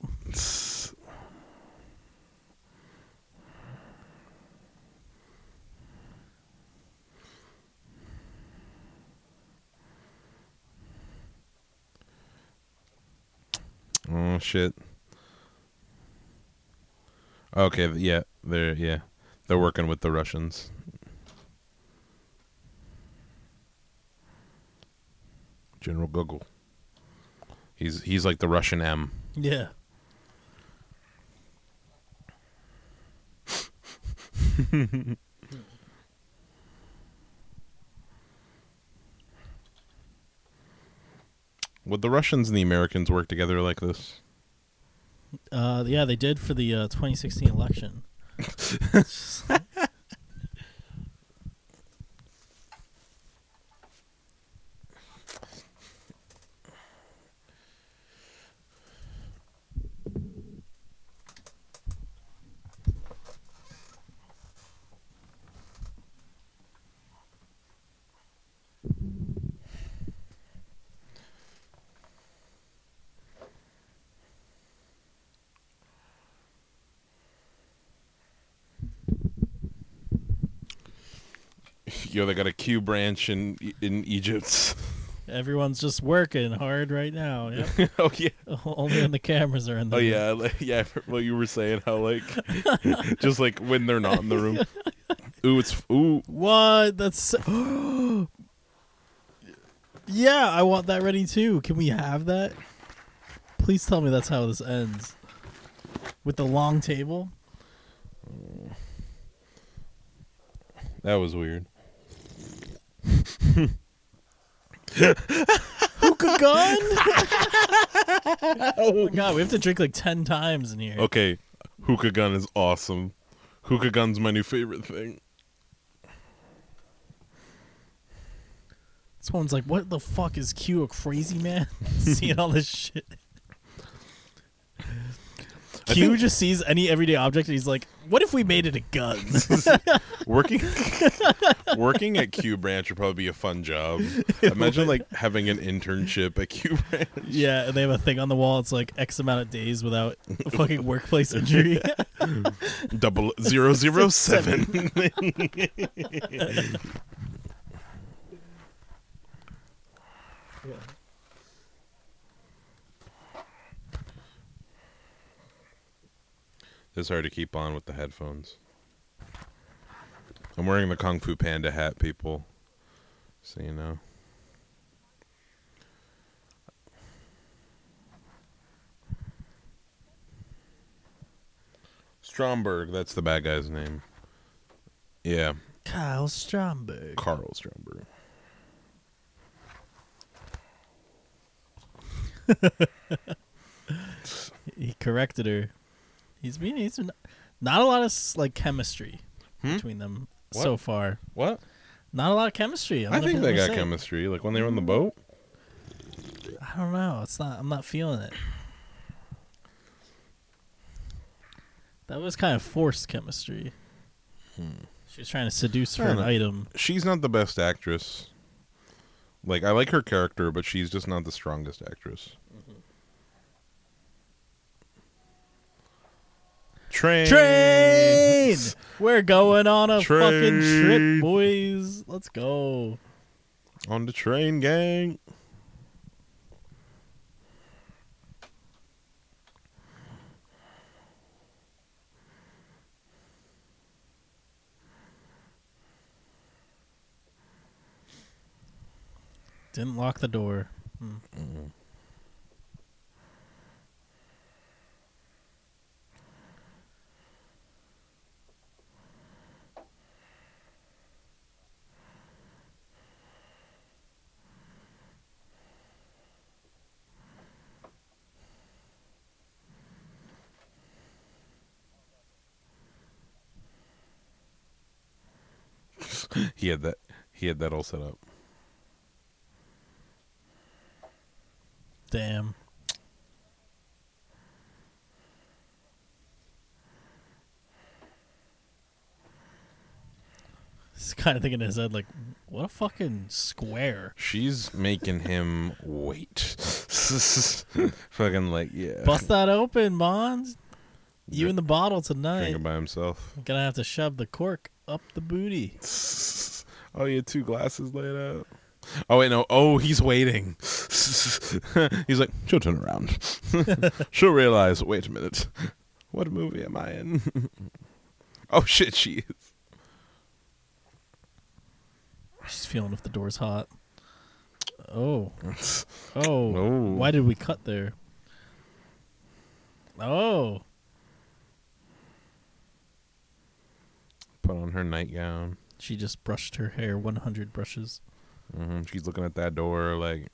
Oh shit. Okay, th- yeah, they're yeah, they're working with the Russians. General Gogol. He's he's like the Russian M.
Yeah.
Would the Russians and the Americans work together like this?
Uh, yeah, they did for the uh, 2016 election.
Yo, they got a Q branch in in Egypt.
Everyone's just working hard right now. Yep.
oh yeah.
Only when the cameras are in the
Oh yeah, like, yeah. Well, you were saying how like, just like when they're not in the room. Ooh, it's ooh.
What? That's so- Yeah, I want that ready too. Can we have that? Please tell me that's how this ends. With the long table?
That was weird.
Hookah gun? oh
Oh.
my god, we have to drink like 10 times in here.
Okay, hookah gun is awesome. Hookah gun's my new favorite thing.
Someone's like, what the fuck is Q a crazy man? Seeing all this shit. Q just sees any everyday object and he's like, "What if we made it a gun?"
working working at Q Branch would probably be a fun job. Imagine like having an internship at Q Branch.
yeah, and they have a thing on the wall. It's like X amount of days without a fucking workplace injury.
Double zero zero seven. It's hard to keep on with the headphones. I'm wearing the Kung Fu Panda hat, people. So you know. Stromberg, that's the bad guy's name. Yeah,
Kyle Stromberg.
Carl Stromberg.
He corrected her. He's been he's been- not a lot of s- like chemistry
Hmm?
between them
What?
so far.
What?
Not a lot of chemistry. I'm
I
gonna
think
be
they
honest
got
with you.
chemistry. Like when they were on the boat.
I don't know. It's not. I'm not feeling it. That was kind of forced chemistry.
Hmm.
She was trying to seduce for
I
an
don't know.
item.
She's not the best actress. Like I like her character, but she's just not the strongest actress. Train.
Train! We're going on a fucking
Train!
trip, boys. Let's go.
On the train, gang.
Didn't lock the door.
He had that. He had that all set up.
Damn. He's kind of thinking in his head, like, what a fucking square.
She's making him wait. Fucking like yeah.
Bust that open, Mons. You
Dri-
in the bottle tonight.
drinking by himself.
Gonna have to shove the cork up the booty.
Oh, you had two glasses laid out. Oh wait, no. Oh, he's waiting. he's like, she'll turn around. she'll realize. Wait a minute. What movie am I in? oh shit, she is.
She's feeling if the door's hot. Oh. Oh.
Oh.
Why did we cut there? Oh.
Put on her nightgown.
She just brushed her hair 100 brushes.
hmm She's looking at that door like,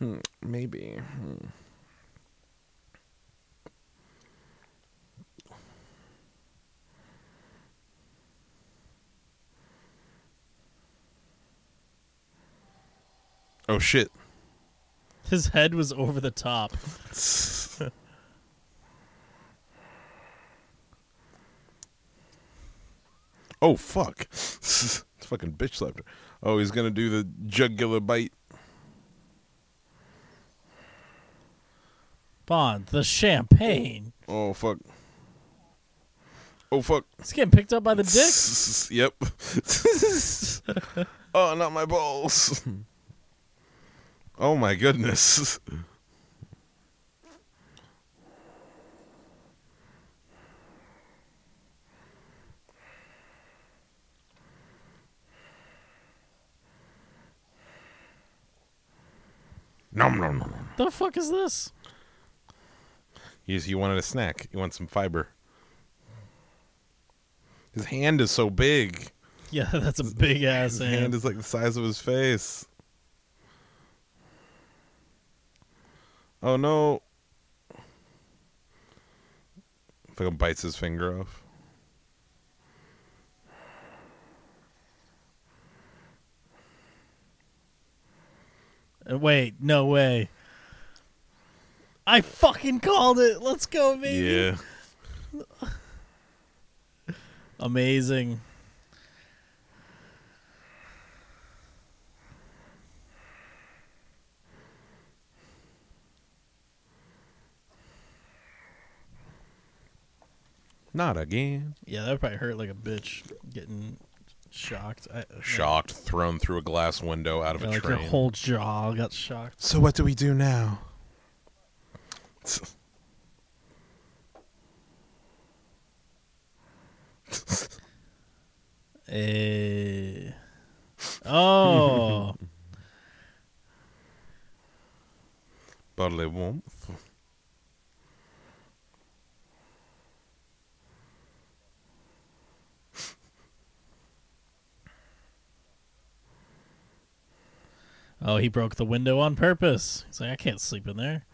hmm, maybe. hmm. Oh shit.
His head was over the top.
oh fuck! This fucking bitch slapped her. Oh, he's gonna do the jugular bite.
Bond, the champagne.
Oh fuck! Oh fuck!
It's getting picked up by the dick.
Yep. oh, not my balls. Oh my goodness. Nom nom nom. nom.
The fuck is this?
He's, he wanted a snack. He wants some fiber. His hand is so big.
Yeah, that's a big ass
His hand
hand.
is like the size of his face. Oh no. Fucking bites his finger off.
Uh, Wait, no way. I fucking called it. Let's go, baby.
Yeah.
Amazing.
Not again.
Yeah, that probably hurt like a bitch getting shocked. I, uh,
Shocked, thrown through a glass window out of
Yeah,
a
like your
train.
whole jaw got shocked.
so what do we do now?
Eh. Oh.
Bodily warmth.
oh, he broke the window on purpose. He's like, I can't sleep in there.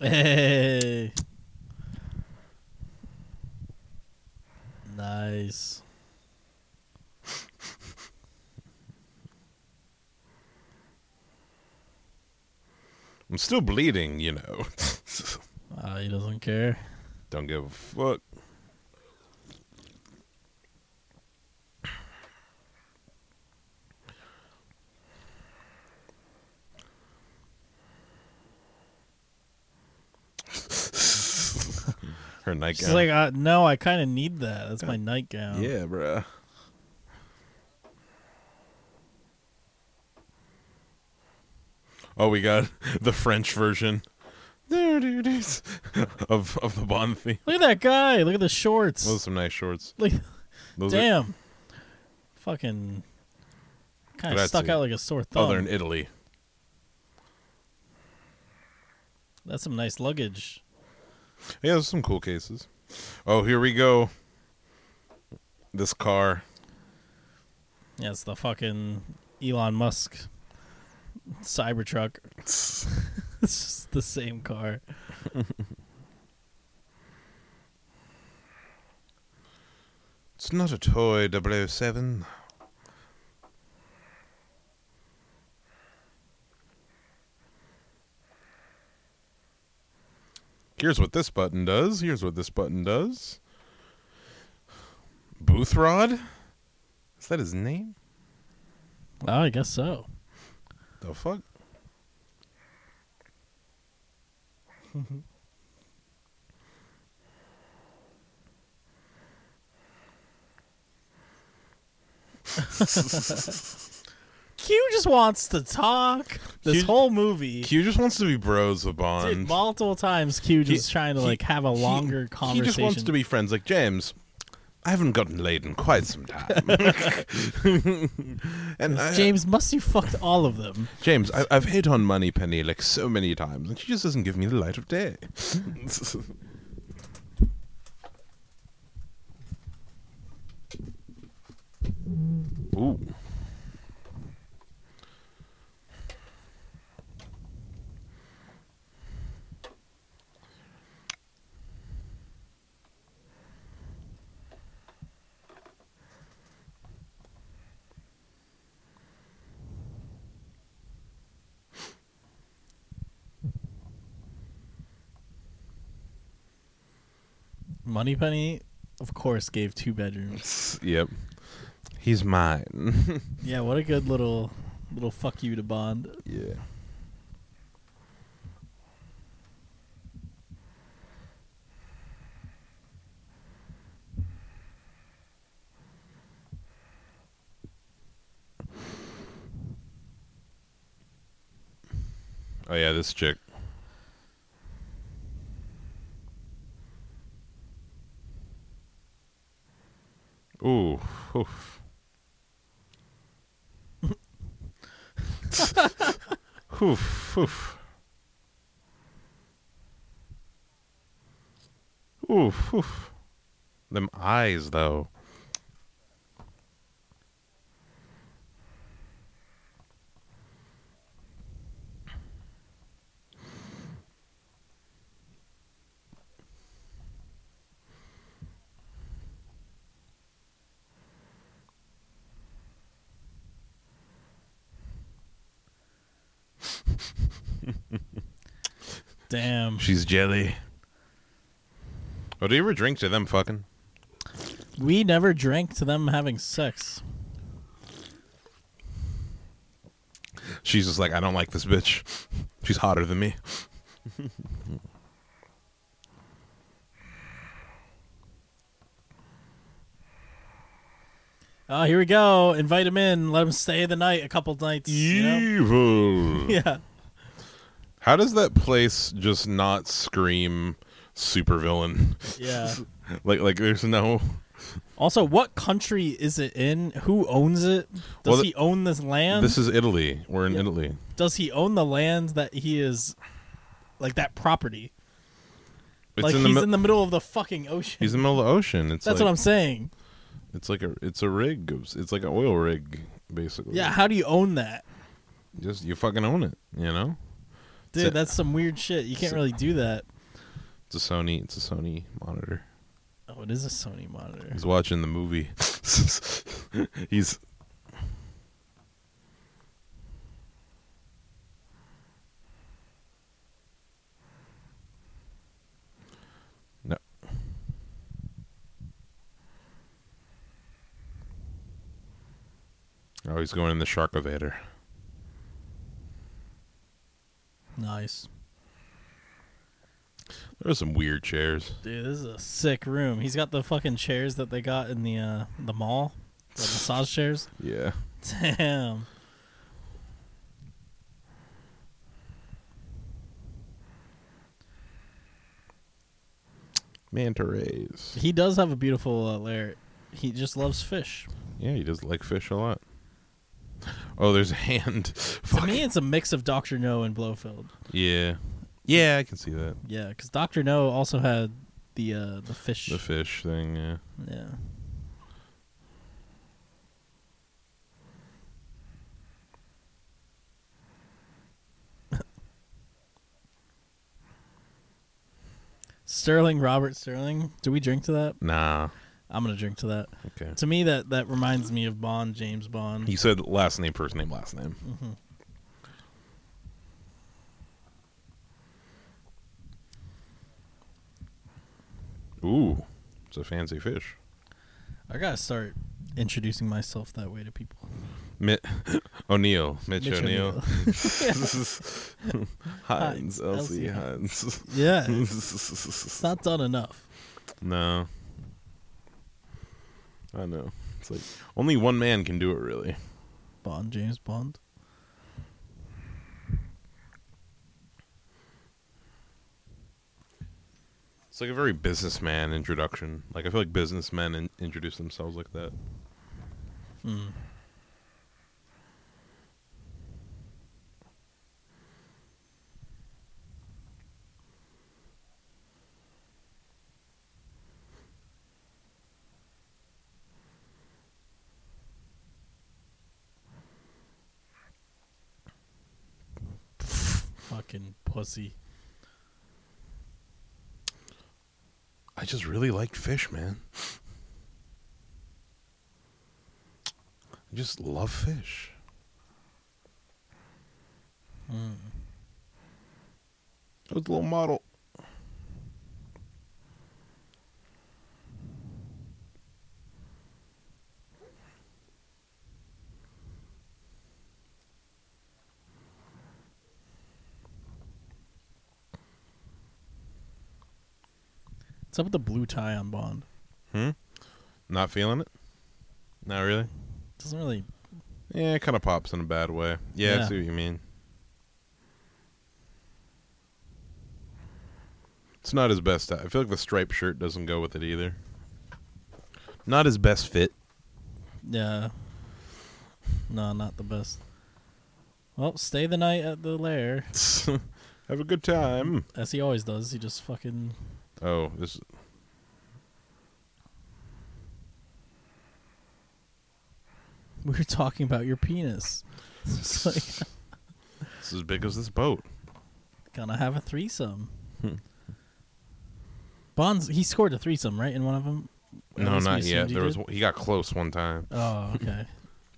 Hey. Nice.
I'm still bleeding, you know.
Uh, he doesn't care.
Don't give a fuck. Her
She's
nightgown.
like, um, uh, no, I kind of need that. That's my nightgown.
yeah, bruh. Oh, we got the French version of of the Bond theme.
Look at that guy. Look at the shorts.
Those are some nice shorts.
Like,
Those Are,
damn. Fucking. Kind of
Grazie.
stuck out like a sore
oh, they're
thumb.
in Italy.
That's some nice luggage.
Yeah, there's some cool cases. Oh, here we go. This car.
Yeah, it's the fucking Elon Musk Cybertruck. it's just the same car.
It's not a toy 007. Here's what this button does. Here's what this button does. Boothrod? Is that his name?
Oh, I guess so.
The fuck?
Q just wants to talk this
Q-
whole movie.
Q just wants to be bros with Bond.
Dude, multiple times Q
He-
just trying to
he-
like have a
he-
longer conversation.
He just wants to be friends. Like James, I haven't gotten laid in quite some time. and I, James,
James, must you fucked all of them?
James, I, I've hit on Money Penny like so many times, and she just doesn't give me the light of day. Ooh.
Moneypenny, of course, gave two bedrooms.
Yep. He's mine.
Yeah, what a good little little fuck you to Bond.
yeah. Oh yeah, this chick. Ooh, oof. oof, oof. Oof, oof. Them eyes, though.
Damn.
She's jelly. Oh, do you ever drink to them fucking?
We never drank to them having sex.
She's just like, I don't like this bitch. She's hotter than me.
Oh, here we go. Invite him in. Let him stay the night a couple nights. you know?
Evil.
Yeah.
How does that place just not scream supervillain?
Yeah.
like, like there's no.
Also, what country is it in? Who owns it? Does
Well, th-
he own this land?
This is Italy. We're in
Um, Yeah.
Italy.
Does he own the land that he is, like that property?
It's
like
in the.
he's
mi-
in the middle of the fucking ocean.
He's in the middle of the ocean. It's
That's
like,
what I'm saying.
It's like a. It's a rig. It's- It's like an oil rig, basically.
Yeah. How do you own that,
Just you fucking own it. You know.
dude?
So-
that's some weird shit. You can't
so-
really do that.
It's a Sony. It's a Sony monitor.
Oh, it is a Sony monitor.
He's watching the movie. He's. No. Oh, he's going in the shark evader.
Nice,
There are some weird chairs.
dude. This is a sick room. He's got the fucking chairs that they got in the uh the mall, the massage chairs.
Yeah.
Damn.
Manta rays.
He does have a beautiful uh, lair. He just loves fish.
Yeah, he does like fish a lot. Oh, there's a hand.
To
Fuck.
me, it's a mix of Doctor No and Blowfield.
Yeah. Yeah, I can see that.
Yeah, because Doctor No also had the uh, the fish.
The fish thing, yeah.
yeah. Sterling, Robert Sterling. Do we drink to that?
Nah.
I'm gonna drink to that.
Okay.
To me, that that reminds me of Bond, James Bond. Mm-hmm.
You said last name, first name, last name. Ooh, it's a fancy fish.
I gotta start introducing myself that way to people.
Mi- O'Neill, Mitch,
Mitch
O'Neill.
O'Neill.
Heinz,
Heinz,
Elsie
Elsie
Heinz.
Yeah, it's not done enough.
No. I know. It's like only one man can do it really.
Bond, James Bond.
It's like a very businessman introduction. Like I feel like businessmen in- introduce themselves like that.
Fucking pussy.
I just really like fish, man. I just love fish. Hmm. That was a little model.
What's up with the blue tie on Bond?
Hmm? Not feeling it? Not really?
Doesn't really.
Yeah, it kind of pops in a bad way. Yeah, I
Yeah.
see what you mean. It's not his best. I feel like the striped shirt doesn't go with it either. Not his best fit.
Yeah. No, not the best. Well, stay the night at the lair,
Have a good time.
as he always does. He just fucking.
Oh, this.
We were talking about your penis. It's like
It's as big as this boat.
gonna have a threesome.
Hmm.
Bonds. He scored a threesome, right? In one of them. At
No,
least we
not
assumed
yet.
he
There was
did?
one- he got close one time,
Oh, okay.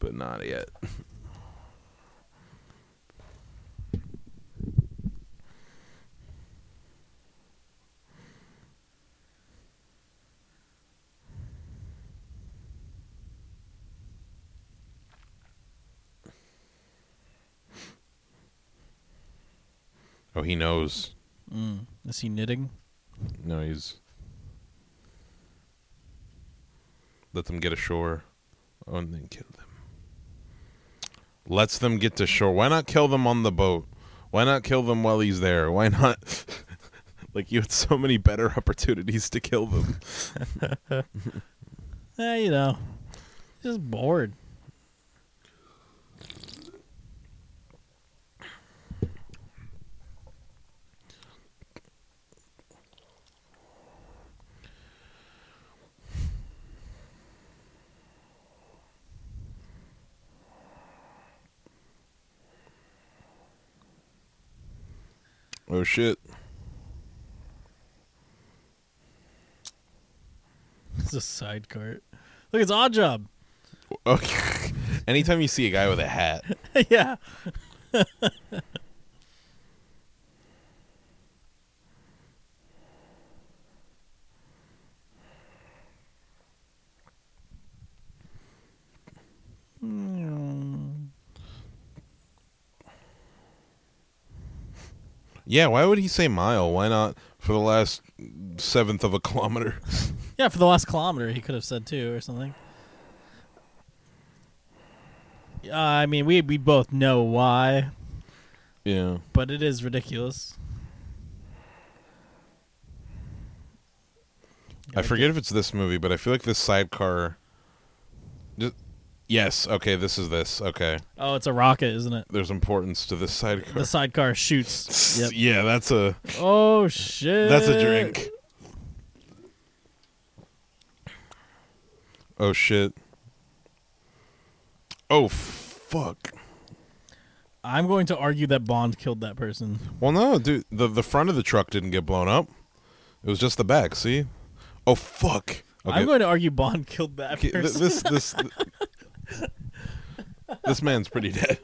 but not yet. Oh, he knows.
Mm. Is he knitting?
No, he's. Let them get ashore. Oh, and then kill them. Lets them get to shore. Why not kill them on the boat? Why not kill them while he's there? Why not? like, you had so many better opportunities to kill them.
Eh, you know, just bored.
Oh, shit.
It's a side cart. Look, it's odd job.
Okay. Anytime you see a guy with a hat,
yeah. Mm.
yeah, why would he say mile? Why not for the last seventh of a kilometer?
Yeah, for the last kilometer, he could have said two or something. Uh, I mean, we we both know why,
Yeah.
but it is ridiculous.
I forget if it's this movie, but I feel like this sidecar. Ju- Yes. Okay. This is this. Okay.
Oh, it's a rocket, isn't it?
There's importance to this sidecar.
The sidecar shoots. Yep.
Yeah. That's a
Oh shit.
that's a drink. Oh shit. Oh fuck.
I'm going to argue that Bond killed that person.
Well, no, dude. The the front of the truck didn't get blown up. It was just the back. See. Oh fuck. Okay.
I'm going to argue Bond killed that
Okay,
person.
th- this this this man's pretty dead.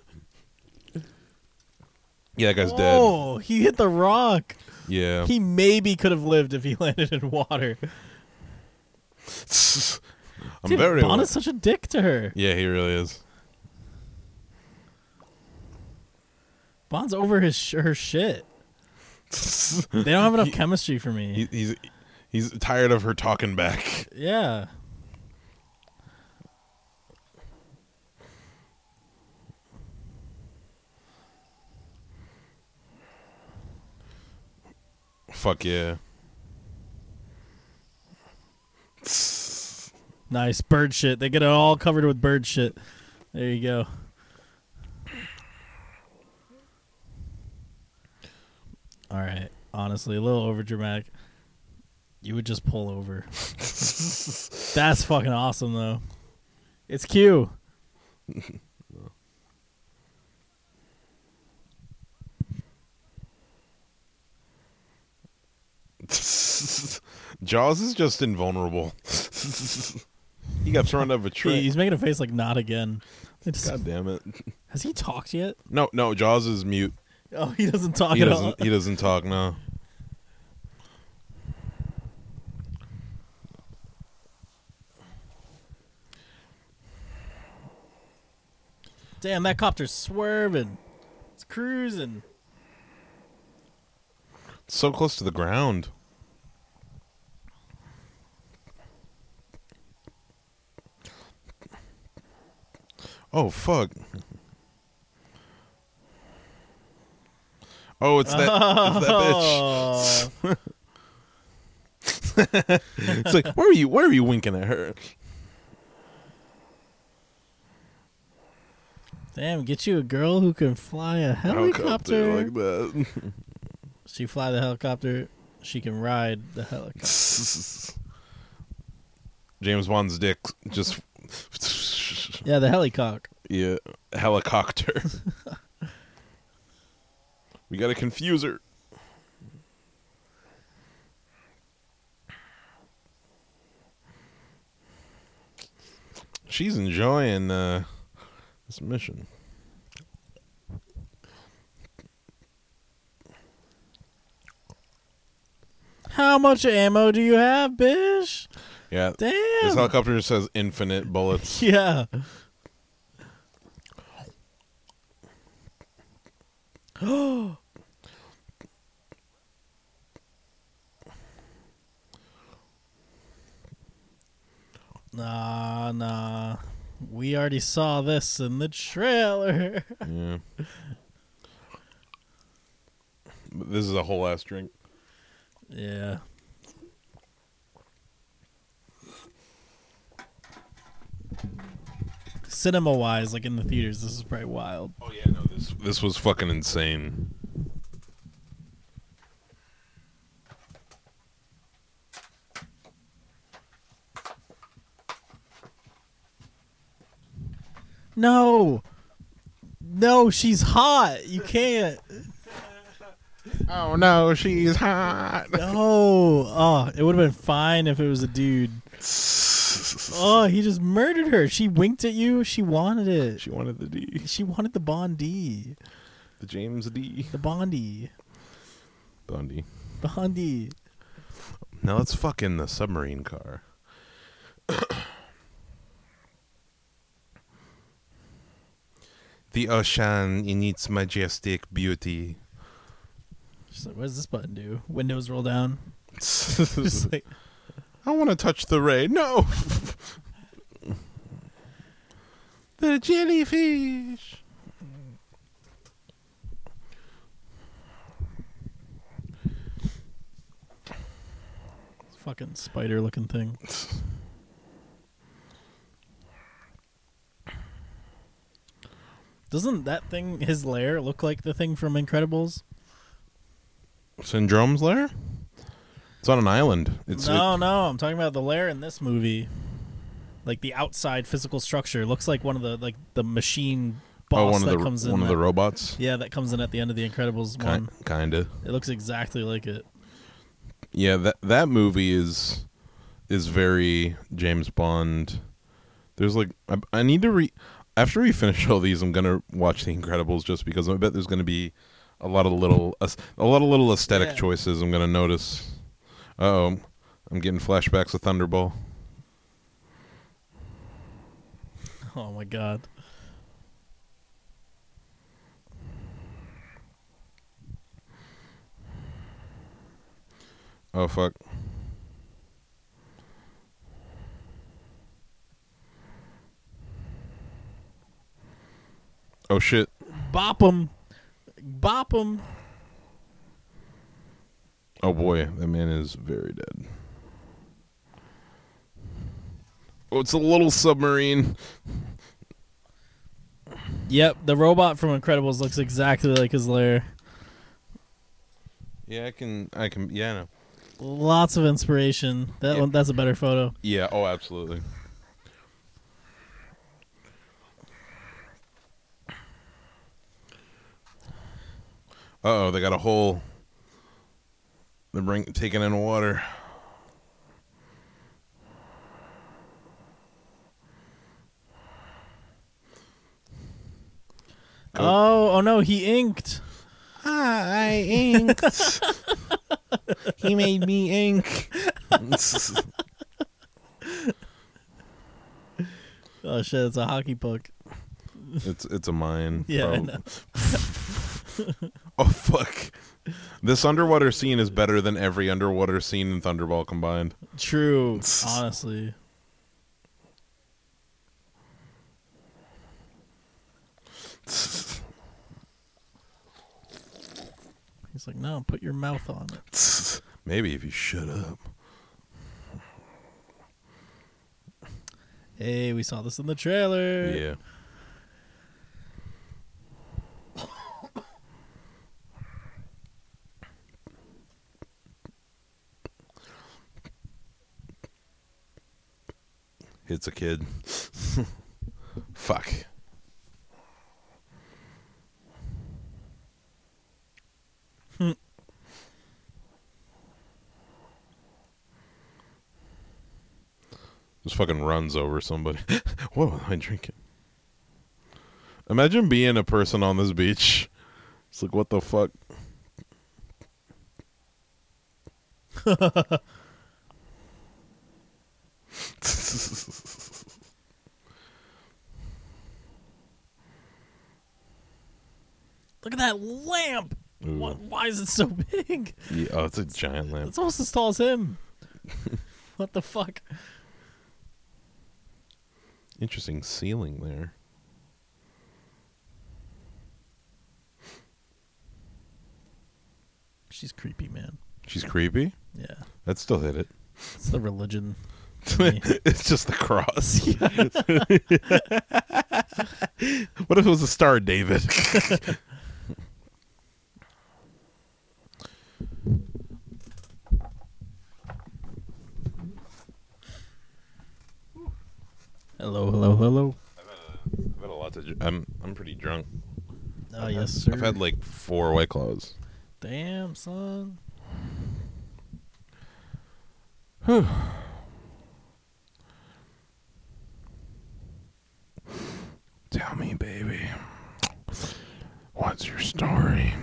Yeah, that guy's dead.
oh, he hit the rock.
Yeah.
He maybe could have lived if he landed in water.
I'm
Dude,
very
Bond
aware-
is such a dick to her.
Yeah, he really is.
Bond's over his sh- her shit. They don't have enough chemistry for me.
He, he's he's tired of her talking back.
yeah.
Fuck yeah.
Nice bird shit. They get it all covered with bird shit. There you go. All right. Honestly, a little over dramatic. You would just pull over. That's fucking awesome though. It's Q.
Jaws is just invulnerable. he got thrown out of a
He-
tree.
He's making a face like not again. They just-
God damn it.
has he talked yet?
No, no, Jaws is mute.
Oh, he doesn't talk
He
at
doesn't
all.
he doesn't talk now.
Damn, that copter's swerving. It's cruising.
So close to the ground. Oh fuck. Oh, it's that, it's that bitch.
Oh.
It's like, where are you? Why are you winking at her?
Damn, get you a girl who can fly a helicopter.
like that.
she fly the helicopter. She can ride the helicopter.
James Bond's dick just
Yeah, the helicock.
yeah helicopter. we got a confuser. She's enjoying uh, this mission.
How much ammo do you have, Bish?
Yeah, this
Damn.
helicopter just has infinite bullets.
Yeah. Nah, nah. We already saw this in the trailer.
Yeah. But this is a whole ass drink.
yeah. Cinema wise, like in the theaters, this is probably wild.
Oh yeah, no, this this was fucking insane.
No. No, she's hot. You can't.
Oh no, she's hot.
No. Oh, it would have been fine if it was a dude. Oh, he just murdered her. She winked at you. She wanted it.
She wanted the D,
She wanted the Bondi.
the James D,
The Bondi.
Bundy.
Bondi.
Now let's fuck in the submarine car. the ocean in its majestic beauty.
She's like, what does this button do? Windows roll down. Just
I
like,
want to touch the ray. No. the jellyfish.
fucking spider looking thing. Doesn't that thing, his lair, look like the thing from Incredibles?
Syndrome's lair. It's on an island. It's oh,
no,
it-
no, I'm talking about the lair in this movie. Like the outside physical structure looks like one of the like the machine boss
oh, one of
that
the
comes in.
one of the
that-
robots.
yeah, that comes in at the end of the Incredibles
Ki-
one.
kinda.
It looks exactly like it.
Yeah, that that movie is is very James Bond. There's like I, I need to re after we finish all these, I'm gonna watch The Incredibles just because I bet there's gonna be a lot of little a lot of little aesthetic
Yeah.
choices I'm gonna notice. Uh oh, I'm getting flashbacks of Thunderball.
Oh my god.
Oh fuck. Oh shit.
Bop 'em. Bop 'em.
Oh boy, that man is very dead. Oh, it's a little submarine.
Yep, the robot from Incredibles looks exactly like his lair.
Yeah, I can. I can. Yeah, I know.
Lots of inspiration. That
Yeah.
one that's a better photo.
Yeah. Oh, absolutely. Uh oh, they got a hole. They're bring taking in water. Go.
Oh, oh no, he inked.
I inked. he made me ink.
Oh shit, it's a hockey puck.
it's it's a mine.
Yeah, I
prob-
know.
oh fuck! This underwater scene is better than every underwater scene in Thunderball combined.
True, honestly. He's like, no, put your mouth on it.
Maybe if you shut up.
Hey, we saw this in the trailer.
Yeah. Hits a kid. Fuck. Just fucking runs over somebody. what am I drinking? Imagine being a person on this beach. It's like, what the fuck?
Look at that lamp.
Ooh.
Why, why is it so big?
Yeah, oh, it's a giant lamp.
It's almost as tall as him. what the fuck?
Interesting ceiling there.
She's creepy, man.
She's creepy.
Yeah,
That still hit it.
it's the religion.
it's just the cross. what if it was a star, David?
Hello, hello, hello.
I've had a lot to. dr- I'm I'm pretty drunk.
Oh yes, sir.
I've had like four white claws.
Damn, son.
Tell me, baby, what's your story?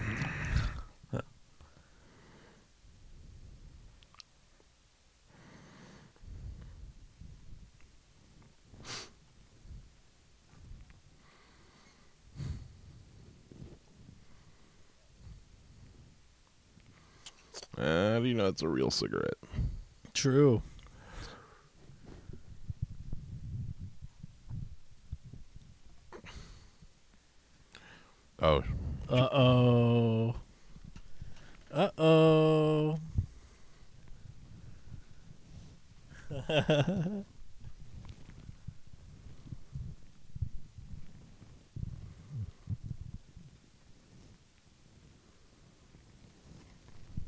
Uh, how do you know it's a real cigarette?
True.
Oh,
Uh oh. Uh oh.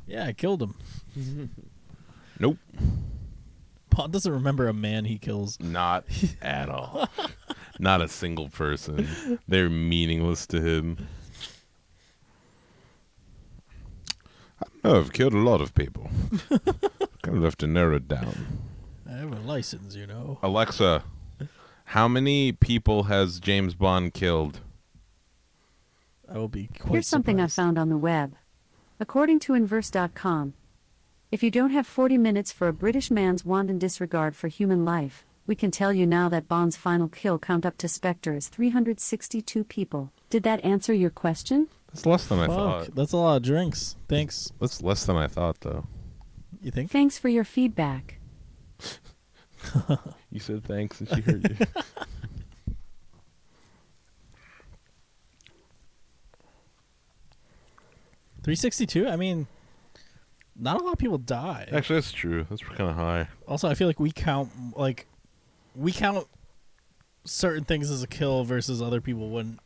yeah, I killed him.
nope,
Paul doesn't remember a man he kills.
not at all. not a single person. They're meaningless to him. I know I've killed a lot of people. kind of have to narrow it down.
I have a license, you know.
Alexa, how many people has James Bond killed?
I will be quite
Here's something
surprised.
I found on the web. According to Inverse.com, if you don't have 40 minutes for a British man's wanton disregard for human life, we can tell you now that Bond's final kill count up to Spectre is 362 people. Did that answer your question?
That's less than I
Fuck,
thought.
that's a lot of drinks. Thanks.
That's less than I thought, though.
You think?
Thanks for your feedback.
You said thanks, and she heard you.
Three sixty two. I mean, not a lot of people die.
Actually, that's true. That's kind of high.
Also, I feel like we count like we count certain things as a kill versus other people wouldn't.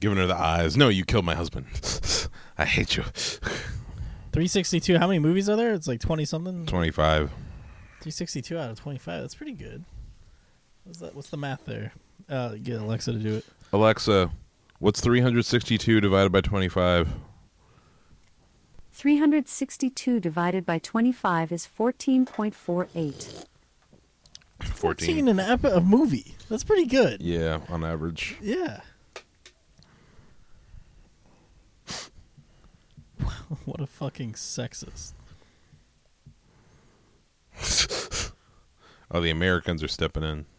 Giving her the eyes. No, you killed my husband. I hate you.
Three sixty two. How many movies are there? It's like twenty something.
25.
Three sixty two out of twenty five. That's pretty good. What's that? What's the math there? Uh, get Alexa to do it.
Alexa, what's 362 divided by 25?
362 divided by 25 is 14.48.
14 in an epi- a movie. That's pretty good.
Yeah, on average.
Yeah. what a fucking sexist.
Oh, the Americans are stepping in.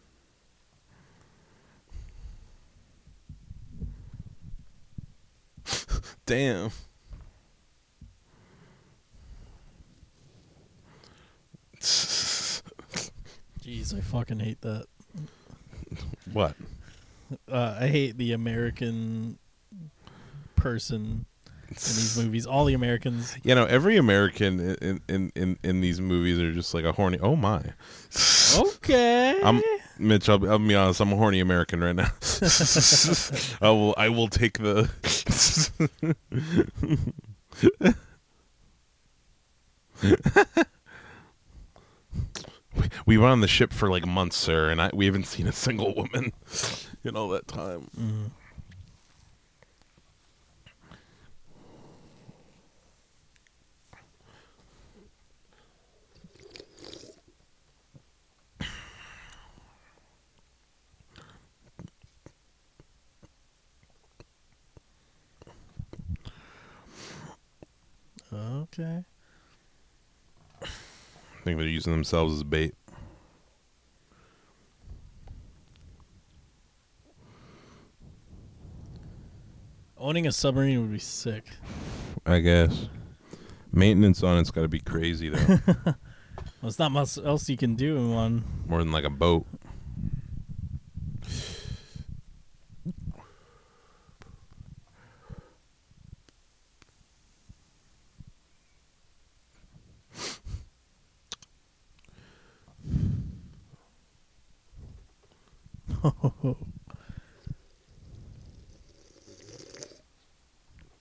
Damn.
Jeez, I fucking hate that.
What?
Uh, I hate the American person in these movies. All the Americans.
You know, every American in- in in in, in these movies are just like a horny. Oh my.
Okay.
I'm Mitch. I'll, be- I'll be honest. I'm a horny American right now. I will. I will take the. We- we were on the ship for like months, sir, and I, we haven't seen a single woman in all that time.
okay.
I think they're using themselves as bait.
Owning a submarine would be sick.
I guess maintenance on it's got to be crazy though.
Well, it's not much else you can do in one.
More than like a boat.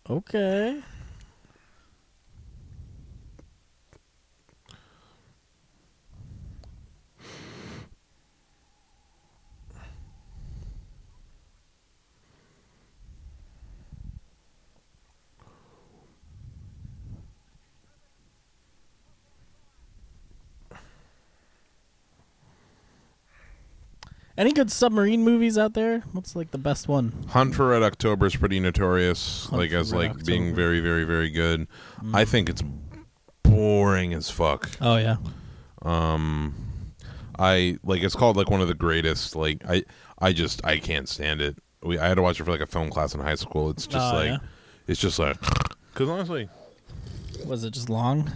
Okay. Any good submarine movies out there? What's like the best one?
Hunt for Red October is pretty notorious,
Hunt
like
for
as
Red
like being
October. Mm.
very, very, very good. I think it's boring as fuck.
Oh yeah.
I like it's called like one of the greatest. Like I, I just I can't stand it. We I had to watch it for like a film class in high school. It's just
Oh,
like,
yeah?
it's just like, because honestly,
Was it just long?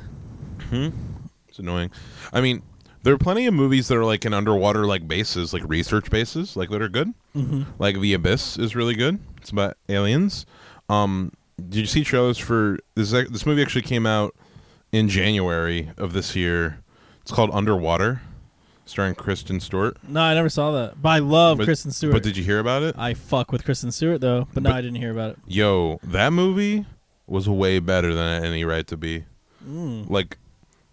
It's annoying. I mean, there are plenty of movies that are like in underwater like bases, like research bases, like that are good. Mm-hmm. Like The Abyss is really good. It's about aliens. Um, did you see trailers for this? This movie actually came out in January of this year. It's called Underwater, starring Kristen Stewart.
No, I never saw that. But I love
But-
Oh, Kristen Stewart.
But did you hear about it?
I fuck with Kristen Stewart though, but, no, I didn't hear about it.
Yo, that movie was way better than any right to be. Like,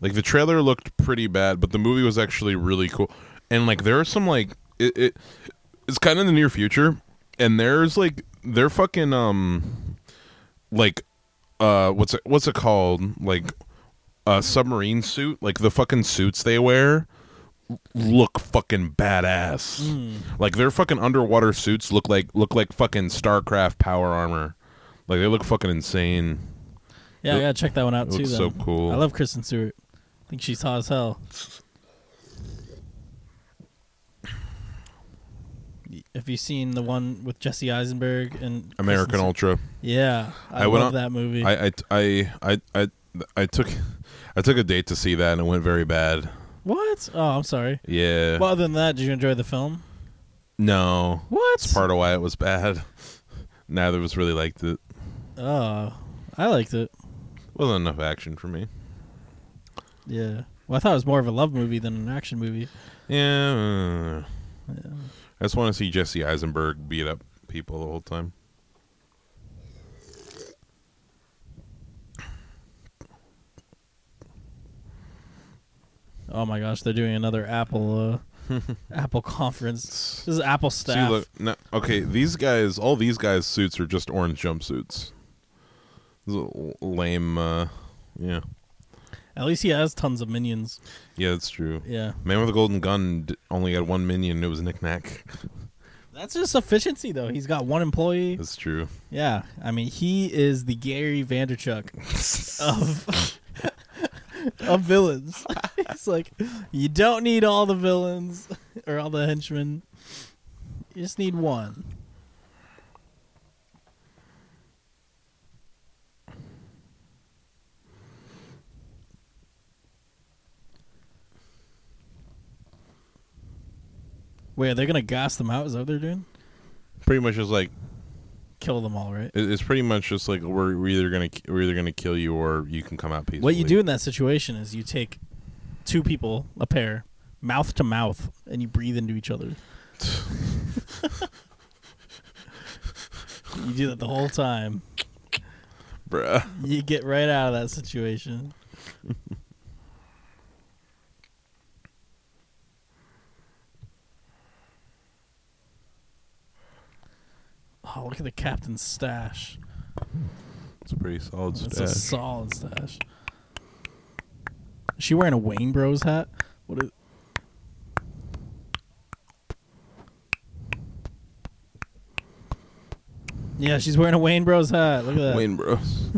like the trailer looked pretty bad, but the movie was actually really cool. And like, there are some like it, it it's kind of in the near future, and there's like they're fucking um, like uh, what's it what's it called like a submarine suit like the fucking suits they wear look fucking badass. Like their fucking underwater suits look like look like fucking StarCraft power armor. Like they look fucking insane.
Yeah, I
It-
gotta check that one out
it
too.
looks
then.
so cool.
I love Kristen Stewart. I think she's hot as hell. Have you seen the one with Jesse Eisenberg and
American
Kristen Stewart?
Ultra.
Yeah, I,
I went
love
on-
that movie.
I I, I I I I took I took a date to see that and it went very bad.
what? Oh, I'm sorry.
Yeah.
Well, other than that, did you enjoy the film?
no.
What?
That's part of why it was bad. Neither of us really liked it.
Oh, I liked it.
Wasn't enough action for me.
Yeah. Well, I thought it was more of a love movie than an action movie.
Yeah. I just want to see Jesse Eisenberg beat up people the whole time.
Oh my gosh, they're doing another Apple uh, Apple conference. This is Apple
See,
staff.
look, no, okay, these guys, all these guys' suits are just orange jumpsuits. This is a l- lame, uh, yeah,
At least he has tons of minions.
yeah, that's true.
Yeah.
Man with a golden gun d- only had one minion. It was Knick Knack.
That's just efficiency, though. He's got one employee.
That's true.
Yeah, I mean, he is the Gary Vanderchuck of of villains. He's like, you don't need all the villains or all the henchmen. You just need one. Wait, are they gonna gas them out? Is that what they're doing?
Pretty much just like
Kill them all, right?
it- it's pretty much just like we're, we're either gonna ki- we're either gonna kill you or you can come out peacefully.
What you do in that situation is you take two people, a pair, mouth to mouth, and you breathe into each other. you do that the whole time.
bruh?
You get right out of that situation. Oh, look at the captain's stash.
It's a pretty solid
That's
stash.
a solid stash. Is she wearing a Wayne Bros hat? What is? Yeah, she's wearing a Wayne Bros hat. Look at that.
Wayne Bros.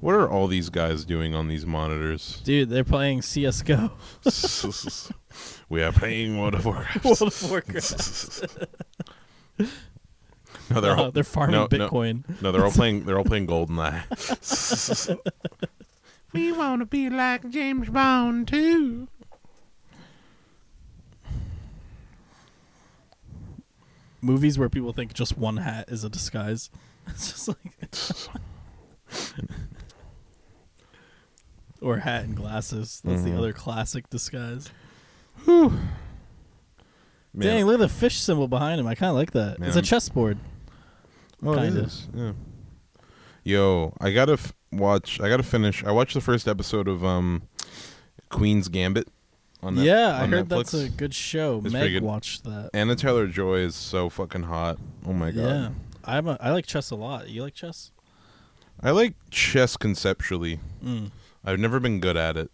what are all these guys doing on these monitors?
Dude, they're playing CS:GO.
we are playing World of Warcraft.
World of Warcraft.
No, they're
Uh,
all-
they're farming
no, no.
Bitcoin.
No, they're all playing. They're all playing Goldeneye. we want to be like James Bond too.
Movies where people think just one hat is a disguise. It's just like Or hat and glasses. That's
Mm-hmm.
the other classic disguise. Dang, look at the fish symbol behind him. I kind of like that. It's a
Man.
chessboard.
Oh, it
Kinda.
is, Yeah. Yo, I gotta f- watch. I gotta finish. I watched the first episode of um, Queen's Gambit. On Net-
yeah, I
on
heard
Netflix.
that's a good show.
It's
Meg
pretty good.
watched that.
Anna Taylor Joy is so fucking hot. Oh my god.
Yeah, I'm a, I like chess a lot. You like chess?
I like chess conceptually.
Mm.
I've never been good at it.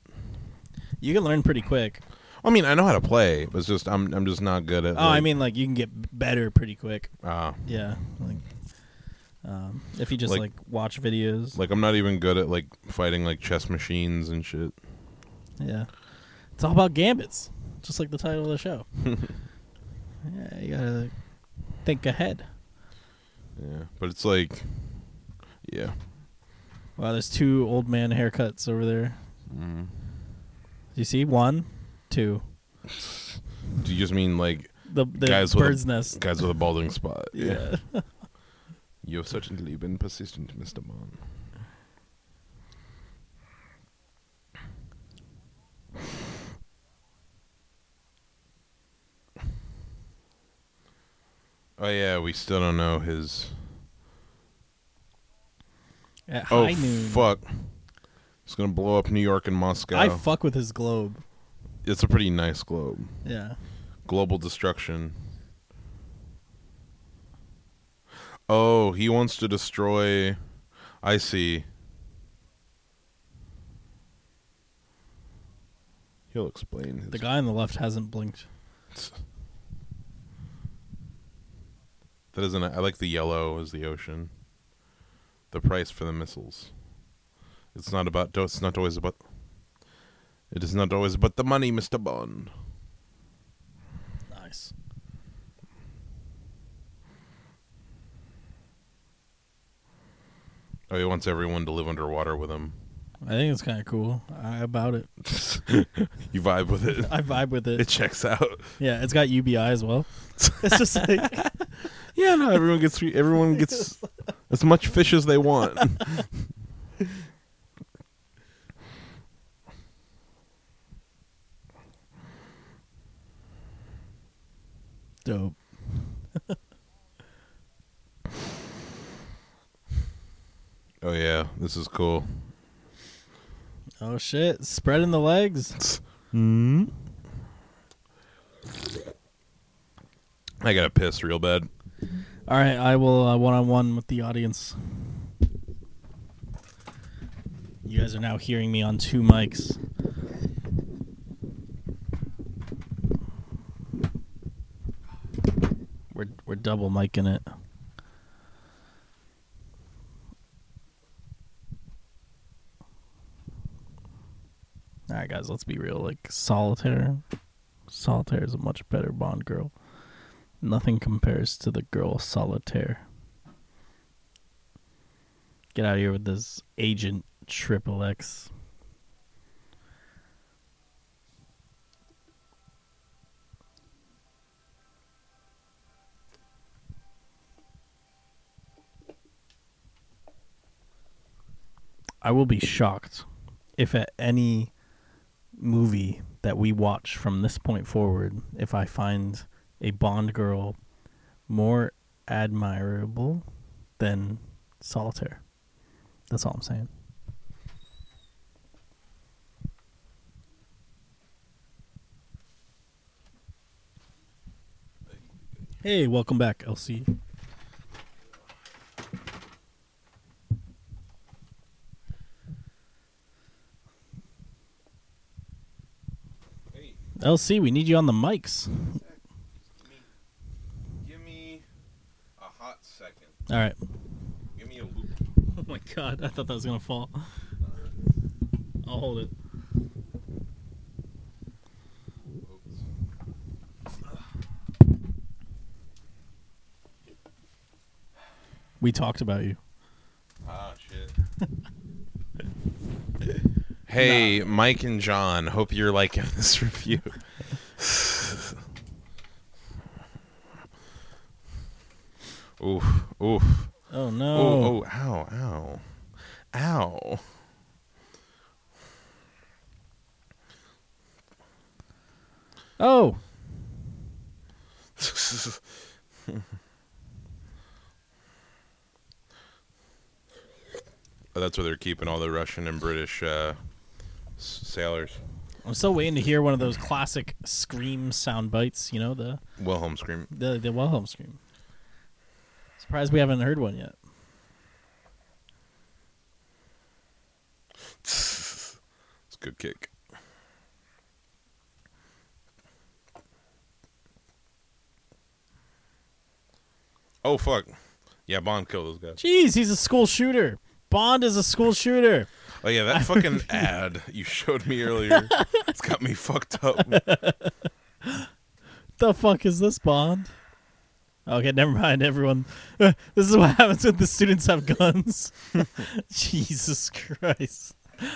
You can learn pretty quick.
I mean, I know how to play. But it's just I'm I'm just not good at.
Oh, I mean, like you can get better pretty quick.
Uh,
Yeah, like um, if you just like,
Like-
watch videos.
like I'm not even good at like fighting like chess machines and shit.
yeah, it's all about gambits, just like the title of the show. yeah, you gotta think ahead.
Yeah, but it's like, yeah.
Wow, there's two old man haircuts over there.
Mm.
Do you see one, two?
Do you just mean like
The, the
guys
bird's
with a,
nest.
guys with a balding spot?
Yeah.
You've certainly been persistent, Mr. Bond. Oh yeah, we still don't know his.
At
Oh
high noon.
fuck! It's gonna blow up New York and Moscow.
I fuck with his globe.
it's a pretty nice globe.
Yeah.
Global destruction. Oh, he wants to destroy. I see. He'll explain. His
The guy on the left hasn't blinked.
That isn't. I like the yellow as the ocean. The price for the missiles. It's not about. It's not always about. It is not always about the money, Mister Bond.
Nice.
Oh, he wants everyone to live underwater with him.
I think it's kind of cool. I about it.
you vibe with it.
I vibe with
It
it.
checks out.
Yeah, it's got UBI as well. It's just like
Yeah, no, everyone gets re- everyone gets as much fish as they want.
dope.
oh yeah, this is cool.
Oh shit, spreading the legs.
I gotta piss real bad.
All right, I will uh, one-on-one with the audience. You guys are now hearing me on two mics. We're we're double micing it. All right, guys, let's be real. Like solitaire, solitaire is a much better Bond girl. Nothing compares to the girl solitaire. Get out of here with this agent triple X. I will be shocked if at any movie that we watch from this point forward, if I find a Bond girl more admirable than Solitaire. That's all I'm saying. Hey, welcome back, LC. LC, we need you on the mics.
Give me a hot second.
All right.
Give me a loop.
Oh my god, I thought that was gonna fall. I'll hold it. We talked about you.
Ah, shit. hey, Mike and John, hope you're liking this review. oof, oof.
Oh
Oh,
no.
oh, ow, ow. Ow.
Oh,
Oh, that's where they're keeping all the Russian and British uh, s- sailors.
I'm still waiting to hear one of those classic scream sound bites. You know the
Wilhelm scream.
the the Wilhelm scream. Surprised we haven't heard one yet.
It's a good kick. Oh fuck! Yeah, Bond killed those guys.
Jeez, he's a school shooter. Bond is a school shooter.
Oh yeah, that fucking ad you showed me earlier. It's got me fucked up.
The fuck is this Bond? Okay, never mind. Everyone, this is what happens when the students have guns. Jesus Christ.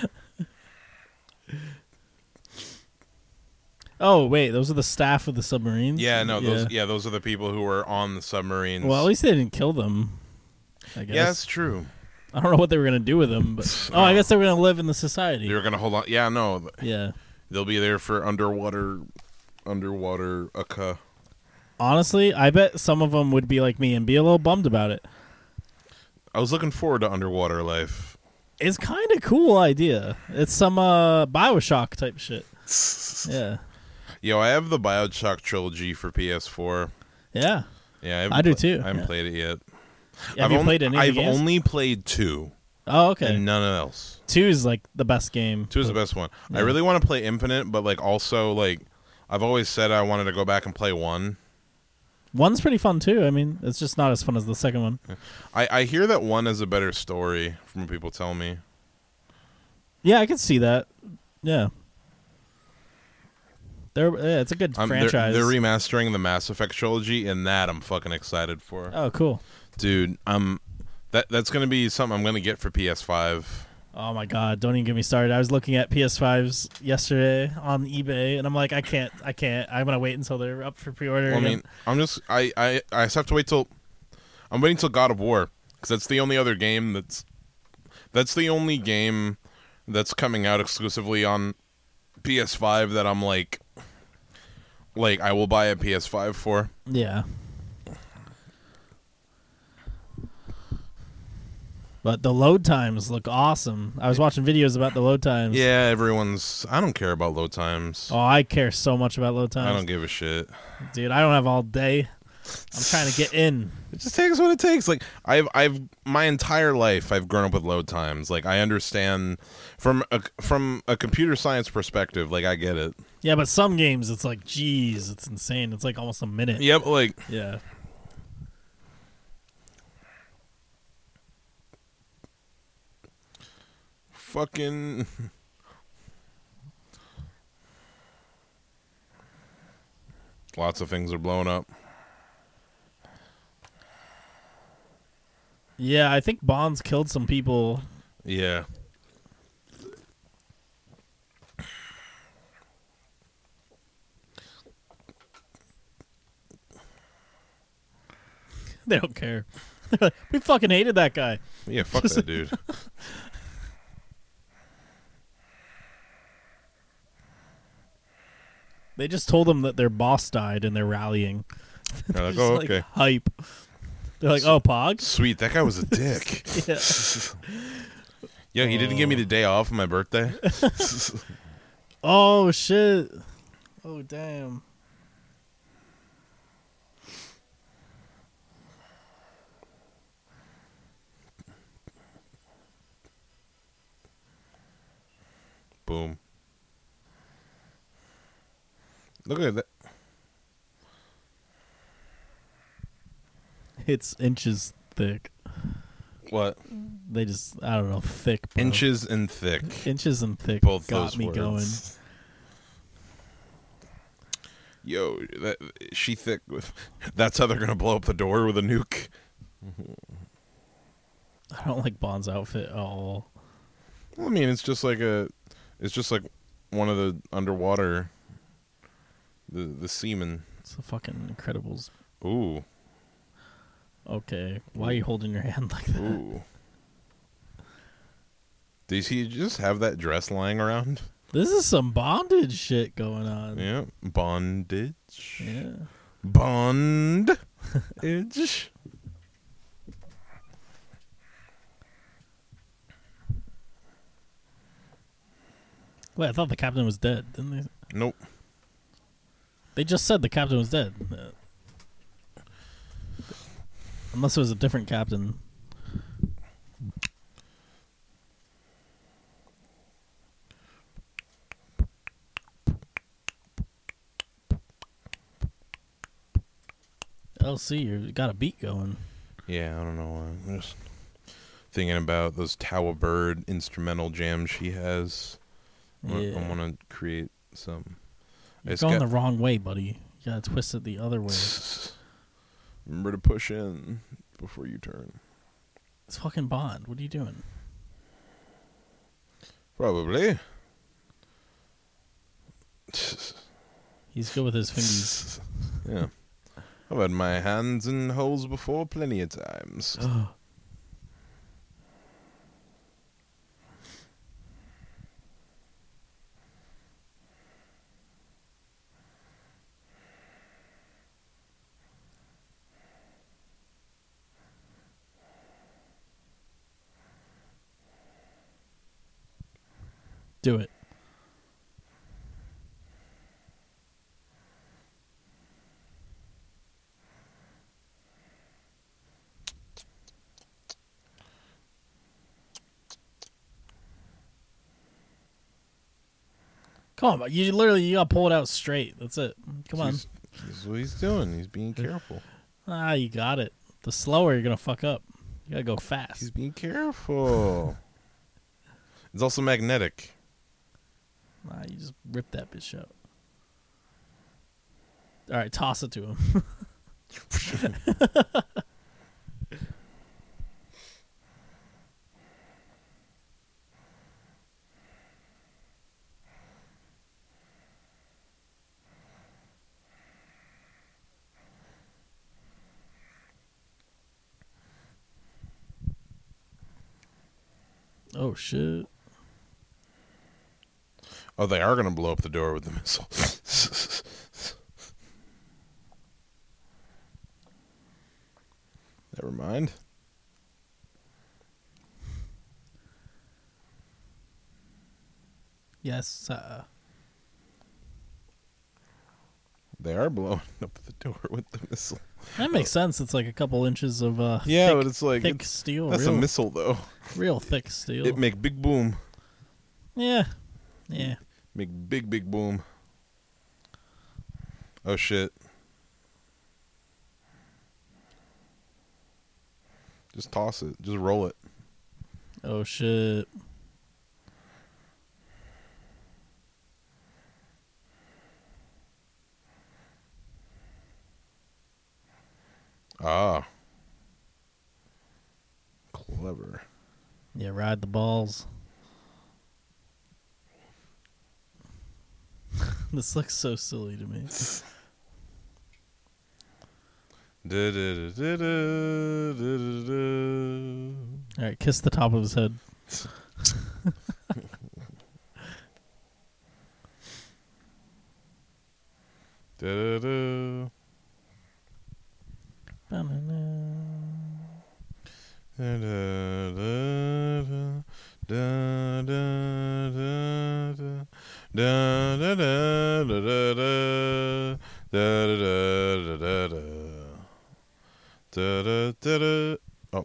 oh wait, those are the staff of the submarines.
Yeah, no, those yeah, those are the people who were on the submarines.
Well, at least they didn't kill them. I guess.
yeah, that's true.
I don't know what they were gonna do with them, but oh, I guess they were gonna live in the society.
They were gonna hold on. Yeah, no,
Yeah.
they'll be there for underwater, underwater. uh, Aka.
Honestly, I bet some of them would be like me and be a little bummed about it.
I was looking forward to underwater life.
It's kind of cool idea. It's some uh BioShock type shit. Yeah.
Yo, I have the Bioshock trilogy for PS4.
Yeah.
Yeah, I, haven't
I do
pla-
too,
I haven't
yeah.
played it yet.
Have
I've
you
only,
played any of the
I've
games?
only played two
oh, okay. Hmm.
and none else.
Two is like the best game.
Two is the best one. I really want to play Infinite, but like also like I've always said I wanted to go back and play one.
One's pretty fun too. I mean, it's just not as fun as the second one.
I I hear that one is a better story from what people tell me.
Yeah, I can see that. Yeah. There, yeah, it's a good
I'm, Um, they're,
franchise.
they're remastering the Mass Effect trilogy, and that I'm fucking excited for,
oh, cool.
dude. Um, that that's gonna be something I'm gonna get for PS5.
Oh my god, don't even get me started. I was looking at PS5s yesterday on eBay and I'm like I can't I can't. I'm going to wait until they're up for pre-order.
Well, I
again.
mean, I'm just I I I just have to wait till I'm waiting till God of War because that's the only other game that's that's the only game that's coming out exclusively on PS5 that I'm like like I will buy a PS5 for.
yeah. But the load times look awesome. I was watching videos about the load times.
Yeah, everyone's I don't care about load times.
Oh, I care so much about load
I don't
times.
give a shit.
Dude, I don't have all day. I'm trying to get in.
It just takes what it takes. Like I've I've my entire life I've grown up with load times. Like I understand from a from a computer science perspective, like I get it.
Yeah, but some games it's like, geez, it's insane. It's like almost a minute.
Yep, like
Yeah.
fucking lots of things are blown up
Yeah, I think Bonds killed some people
yeah
They don't care. we fucking hated that guy.
yeah fuck that dude
They just told them that their boss died and they're rallying.
They're like,
Just,
oh
like,
okay
Hype. They're like, oh, Pog?
sweet that guy was a dick
Yeah.
yeah he didn't give me the day off on my birthday
Oh, shit. Oh, damn.
boom look at that
It's inches thick.
what
They just, I don't know, thick. bro.
inches and thick
Inches and thick
both
got
those
me
words
going.
yo that, she thick with that's how they're gonna blow up the door with a nuke
I don't like Bond's outfit at all.
Well, I mean, it's just like a, it's just like one of the underwater, the the seamen.
It's the fucking Incredibles.
Ooh,
Okay, why are you holding your hand like that?
ooh. Does he just have that dress lying around?
This is some bondage shit going on.
Yeah, bondage.
Yeah.
Bond. Edge.
Wait, I thought the captain was dead. Didn't they?
Nope.
They just said the captain was dead. Uh, Unless it was a different captain. LC, you got a beat going.
Yeah, I don't know. why. I'm just thinking about those Tower Bird instrumental jams she has. I
Yeah.
want to create some. I
You're
just
going
got-
the wrong way, buddy. You gotta twist it the other way.
Remember to push in before you turn.
It's fucking Bond. What are you doing?
Probably.
He's good with his fingers.
yeah. I've had my hands in holes before plenty of times.
Oh, Do it. Come on, you literally you gotta pull it out straight. That's it. Come on.
He's- That's what he's doing. He's being careful.
Ah, you got it. The slower you're gonna fuck up. You gotta go fast.
He's being careful. it's also magnetic.
Nah, you just rip that bitch out. All right, toss it to him. Oh shit.
Oh, they are going to blow up the door with the missile. Never mind.
Yes, uh,
They are blowing up the door with the missile.
that makes sense. It's like a couple inches of uh,
Yeah,
thick,
but it's like
thick
it's-
steel,
that's
real,
a missile though.
real thick steel.
It make big boom,
yeah, yeah.
make big big boom. Oh shit! Just toss it. Just roll it.
Oh shit!
Ah, clever.
Yeah, ride the balls. this looks so silly to me.
Du-du-du-du-du-du-du.
All right, kiss the top of his head.
Du-du-du. Da-da-da-da. Da-da-da-da. Da-da-da-da-da-da. Da-da-da-da-da-da. Da-da-da-da. Oh.
I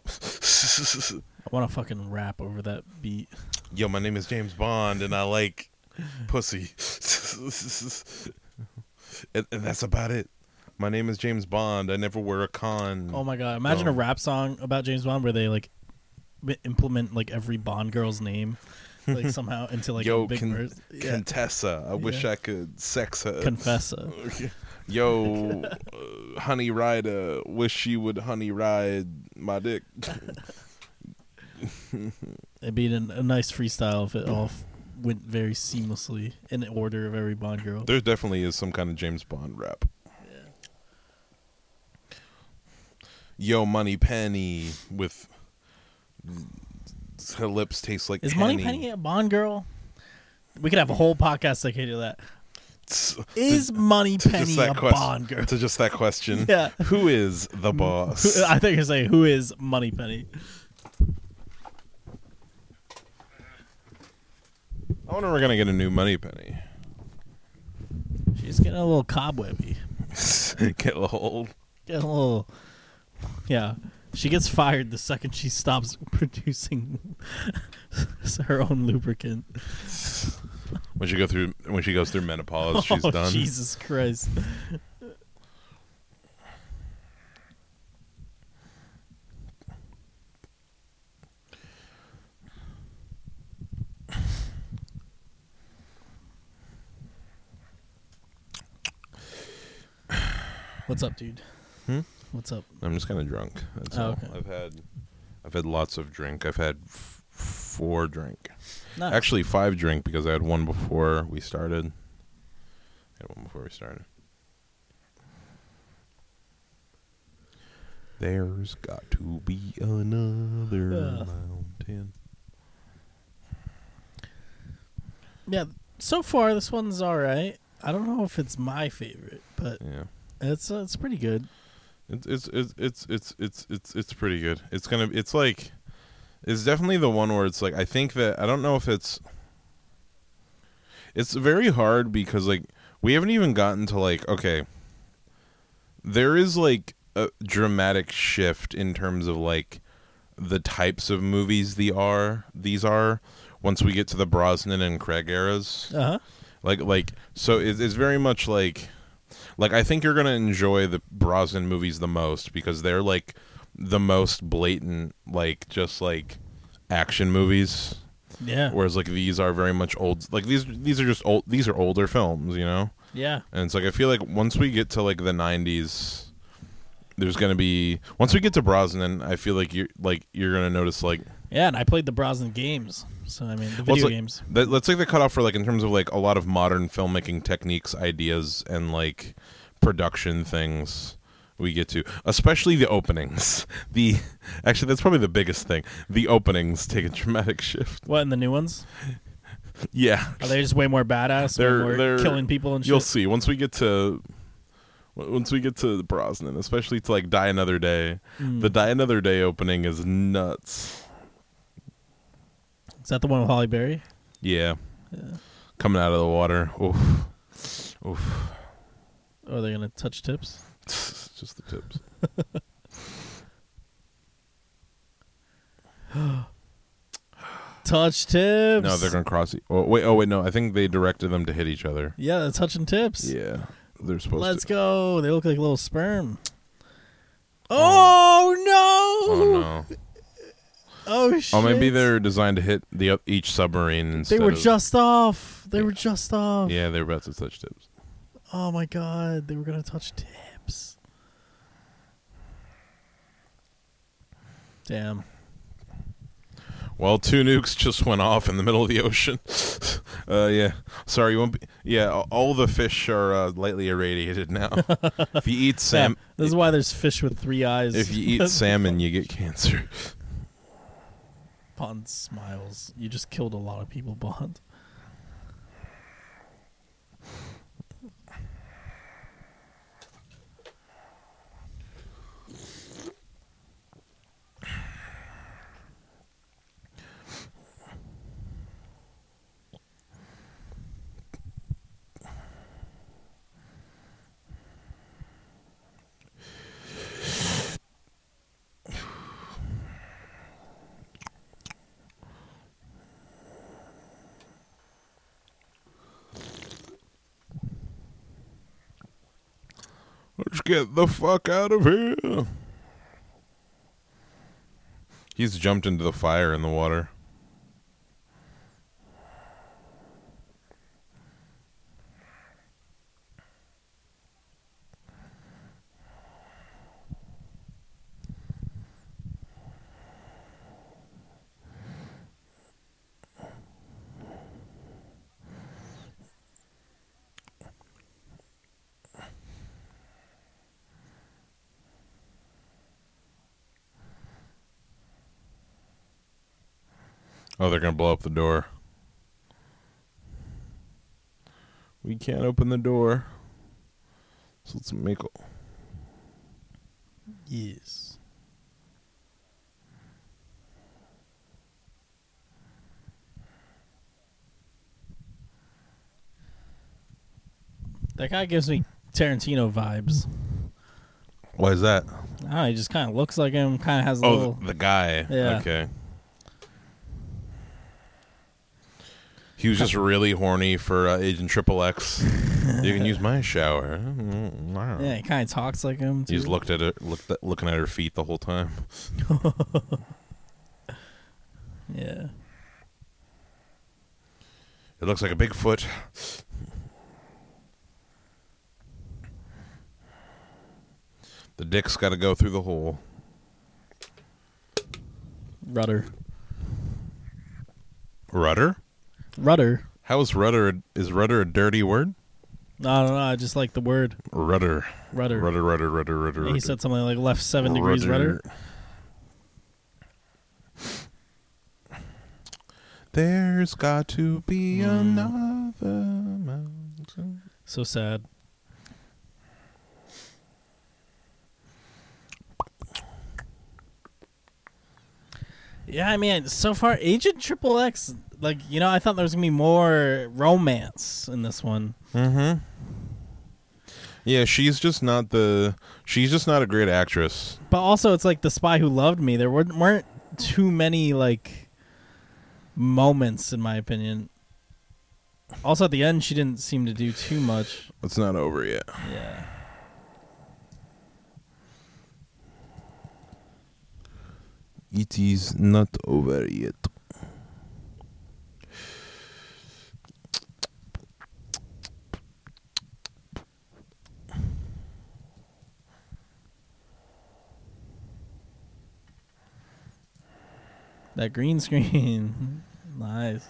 want to fucking rap over that beat.
Yo, my name is James Bond, and I like pussy. and, and that's about it. My name is James Bond. I never wear a con.
Oh my god! Imagine a
Oh.
rap song about James Bond where they like m- implement like every Bond girl's name, like somehow into like
Yo,
a big
con-
verse. Yeah.
Contessa. I wish
Yeah.
I could sex her.
Confessa.
Yo, uh, Honey Rider. Wish she would Honey Ride my dick.
It'd be an, a nice freestyle if it all f- went very seamlessly in the order of every Bond girl.
There definitely is some kind of James Bond rap. Yo, Money Penny with her lips taste like
Is
penny.
Money Penny a Bond girl? We could have a whole podcast dedicated to that.
To
Is Money Penny a
quest-
Bond girl?
To just that question.
Yeah.
Who is the boss?
I think you're saying who is Money Penny?
I wonder if we're gonna get a new Money Penny.
She's getting a little cobwebby.
get a hold.
Getting a little. Yeah. She gets fired the second she stops producing her own lubricant.
When she go through, when she goes through menopause, she's
oh,
done.
Jesus Christ. What's up, dude?
Hmm?
What's up?
I'm just kind of drunk. That's
Oh,
all.
okay.
I've had, I've had lots of drink. I've had f- four drink.
Nice.
Actually, five drink because I had one before we started. I had one before we started. There's got to be another
Ugh.
mountain.
yeah. So far, this one's all right. I don't know if it's my favorite, but
Yeah,
it's uh, it's pretty good.
it's it's it's it's it's it's it's it's pretty good. It's gonna. It's like, it's definitely the one where it's like I think that I don't know if it's. It's very hard because like we haven't even gotten to like okay. There is like a dramatic shift in terms of like the types of movies the are these are once we get to the Brosnan and Craig eras.
Uh huh.
Like like so it's, it's very much like like I think you're gonna enjoy the Brosnan movies the most because they're like the most blatant like just like action movies.
Yeah.
Whereas like these are very much old like these these are just old these are older films, you know?
yeah.
And it's like I feel like once we get to like the nineties there's gonna be once we get to Brosnan, I feel like you're like you're gonna notice like
Yeah, and I played the Brosnan games. So I mean, the
Well,
video
it's like-
games.
That, let's take the cutoff for like in terms of like a lot of modern filmmaking techniques, ideas, and like production things we get to, especially the openings. The actually that's probably the biggest thing. The openings take a dramatic shift.
What in the new ones?
Yeah,
Are they just way more badass? way
They're-
more
they're-
killing people and shit.
you'll see once we get to w- once we get to Brosnan, especially to like Die Another Day.
Mm.
The Die Another Day opening is nuts.
Is that the one with Holly Berry?
Yeah, coming out of the water. Oof, oof.
Or are they Oh, gonna touch tips?
Just the tips.
Touch tips.
No, they're gonna cross. e- Oh wait, oh wait, no. I think they directed them to hit each other.
Yeah, they're touching tips.
Yeah, they're supposed.
Let's
to.
go. They look like little sperm. Oh, no!
Oh no.
Oh shit!
Oh, maybe they're designed to hit the o- each submarine.
They
Instead
were
of-
just off. They
Yeah.
were just off.
Yeah, they were about to touch tips.
Oh my god, they were gonna touch tips. Damn.
Well, two nukes just went off in the middle of the ocean. uh, yeah. Sorry, you won't be. Yeah, a- all the fish are uh, lightly irradiated now. if you eat sam,
Damn. This is why there's fish with three eyes.
if you eat salmon, you get cancer.
Bond smiles. You just killed a lot of people, Bond.
Let's get the fuck out of here. He's jumped into the fire in the water. Oh, they're gonna blow up the door. We can't open the door. So let's make.
Yes. That guy gives me Tarantino vibes.
Why is that?
I don't know, he just kind of looks like him. Kind of has a
Oh,
little.
the, the guy.
Yeah.
Okay. He was just really horny for uh, Agent Triple X. you can use my shower. Mm, wow.
yeah, he kind of talks like him.
He's
too.
looked at her, looked at, looking at her feet the whole time.
Yeah.
It looks like a Bigfoot. The dick's got to go through the hole.
Rudder.
Rudder?
Rudder.
How is rudder? Is rudder a dirty word?
I don't know. I just like the word
Rudder.
rudder.
Rudder, rudder, rudder, rudder.
He
rudder.
said something like left seven degrees rudder.
There's got to be
Hmm.
another mountain.
So sad. Yeah, I mean, so far, Agent Triple X, like, you know, I thought there was going to be more romance in this one.
Mm-hmm. Yeah, she's just not the. She's just not a great actress.
But also, it's like The Spy Who Loved Me. There weren't, weren't too many, like, moments, in my opinion. Also, at the end, she didn't seem to do too much.
It's not over yet.
Yeah.
It is not over yet.
That green screen. nice.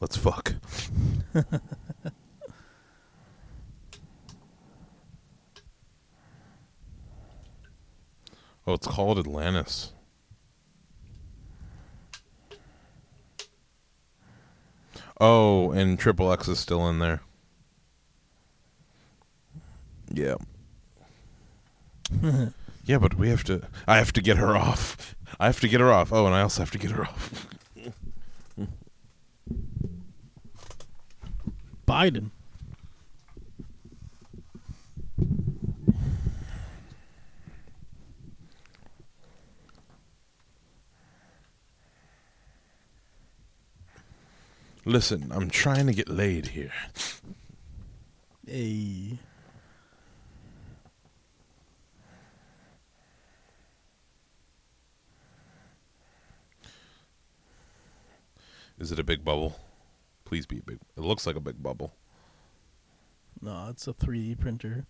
Let's fuck. oh, it's called Atlantis. Oh, and Triple X is still in there. Yeah. yeah, but we have to. I have to get her off. I have to get her off. Oh, and I also have to get her off.
Biden.
Listen, I'm trying to get laid here.
Hey.
Is it a big bubble? Please be a big. It looks like a big bubble.
No, it's a 3D printer.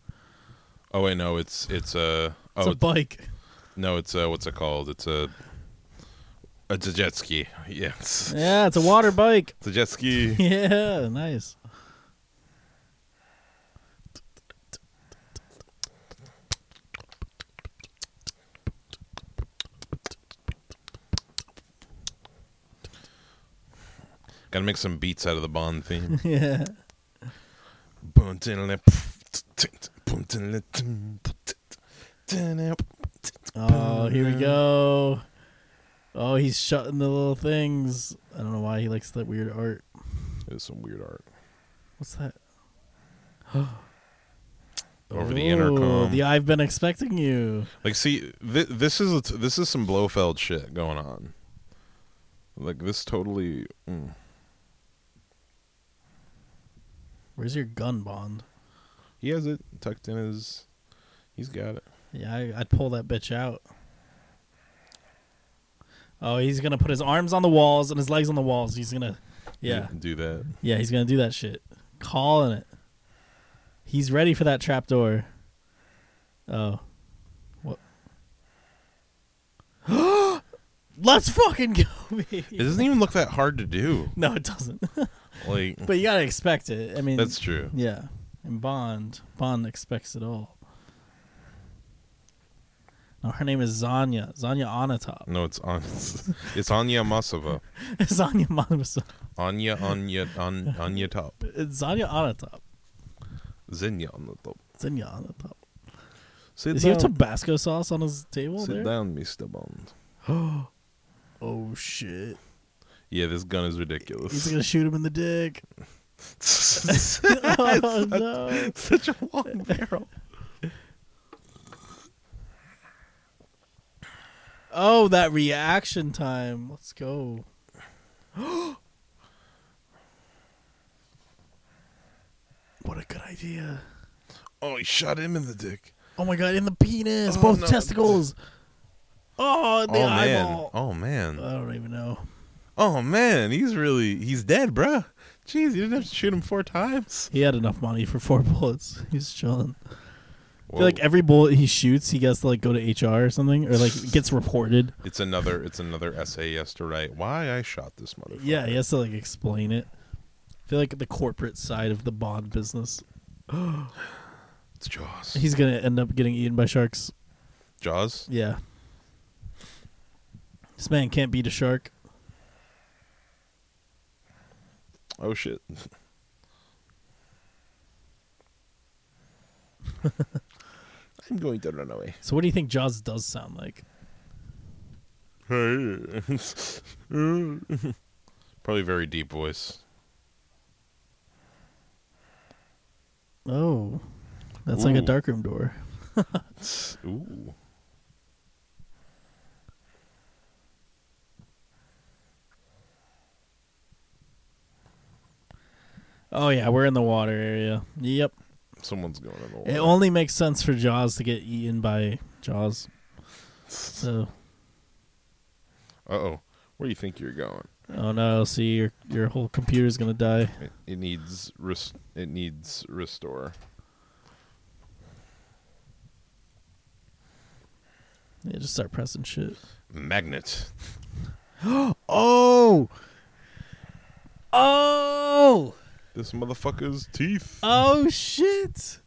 Oh wait, no, it's it's a oh
It's a
it-
bike.
no, it's a what's it called? It's a it's a jet ski. Yes,
Yeah, it's a water bike.
it's a jet ski.
Yeah, nice.
Got to make some beats out of the Bond theme.
Yeah. Oh, here we go. Oh, he's shutting the little things. I don't know why he likes that weird art.
It's some weird art
What's that?
over the
Oh,
intercom.
The I've been expecting you.
Like, see, th- this is this is some Blofeld shit going on. Like this totally. Mm.
Where's your gun bond?
He has it tucked in his. He's got it.
Yeah, I, I'd pull that bitch out. Oh, he's gonna put his arms on the walls and his legs on the walls. He's gonna, yeah,
Do that.
yeah, he's gonna do that shit. Calling it. He's ready for that trap door. Oh, what? Let's fucking go,
It
baby.
doesn't even look that hard to do.
No, it doesn't.
Like
but you gotta expect it. I mean,
that's true.
yeah. And Bond, Bond expects it all. No, her name is Zanya. Zanya Onatop.
No, it's on. It's Anya Masova.
Zanya Monatop.
Anya Anya on Anya top.
It's Zanya Onatop.
Zinya on the top.
Zanya Onatop.
Sit
Does he
down.
have Tabasco sauce on his table
uh, Sit
there?
down, Mister Bond.
Oh shit!
Yeah, this gun is ridiculous.
He's gonna shoot him in the dick.
such,
oh no!
such a long barrel.
Oh, that reaction time. Let's go. what a good idea!
Oh, he shot him in the dick.
Oh my god! In the penis,
Oh,
both
no.
testicles. Oh, the
oh man.
eyeball. Uh.
Oh man.
I don't even know.
oh man. He's really he's dead, bruh. Jeez, you didn't have to shoot him four times.
He had enough money for four bullets. He's chilling. I
Whoa.
feel like every bullet he shoots, he gets to like go to HR or something, or like gets reported.
it's another it's another essay yes to write. Why I shot this motherfucker.
Yeah, he has to like explain it. I feel like the corporate side of the Bond business.
It's Jaws.
He's gonna end up getting eaten by sharks.
Jaws.
Yeah. This man can't beat a shark.
Oh shit. I'm going to run away.
So what do you think Jaws does sound like?
Probably very deep voice.
Oh. That's like a
Ooh.
darkroom door.
Ooh.
Oh yeah, we're in the water area. Yep.
Someone's going in the water.
It only makes sense for Jaws to get eaten by Jaws. So
uh oh. Where do you think you're going?
oh no, see your your whole computer's gonna die.
It, it needs res- it needs restore.
Yeah, just start pressing shit.
Magnet.
Oh. Oh.
This motherfucker's teeth.
Oh shit.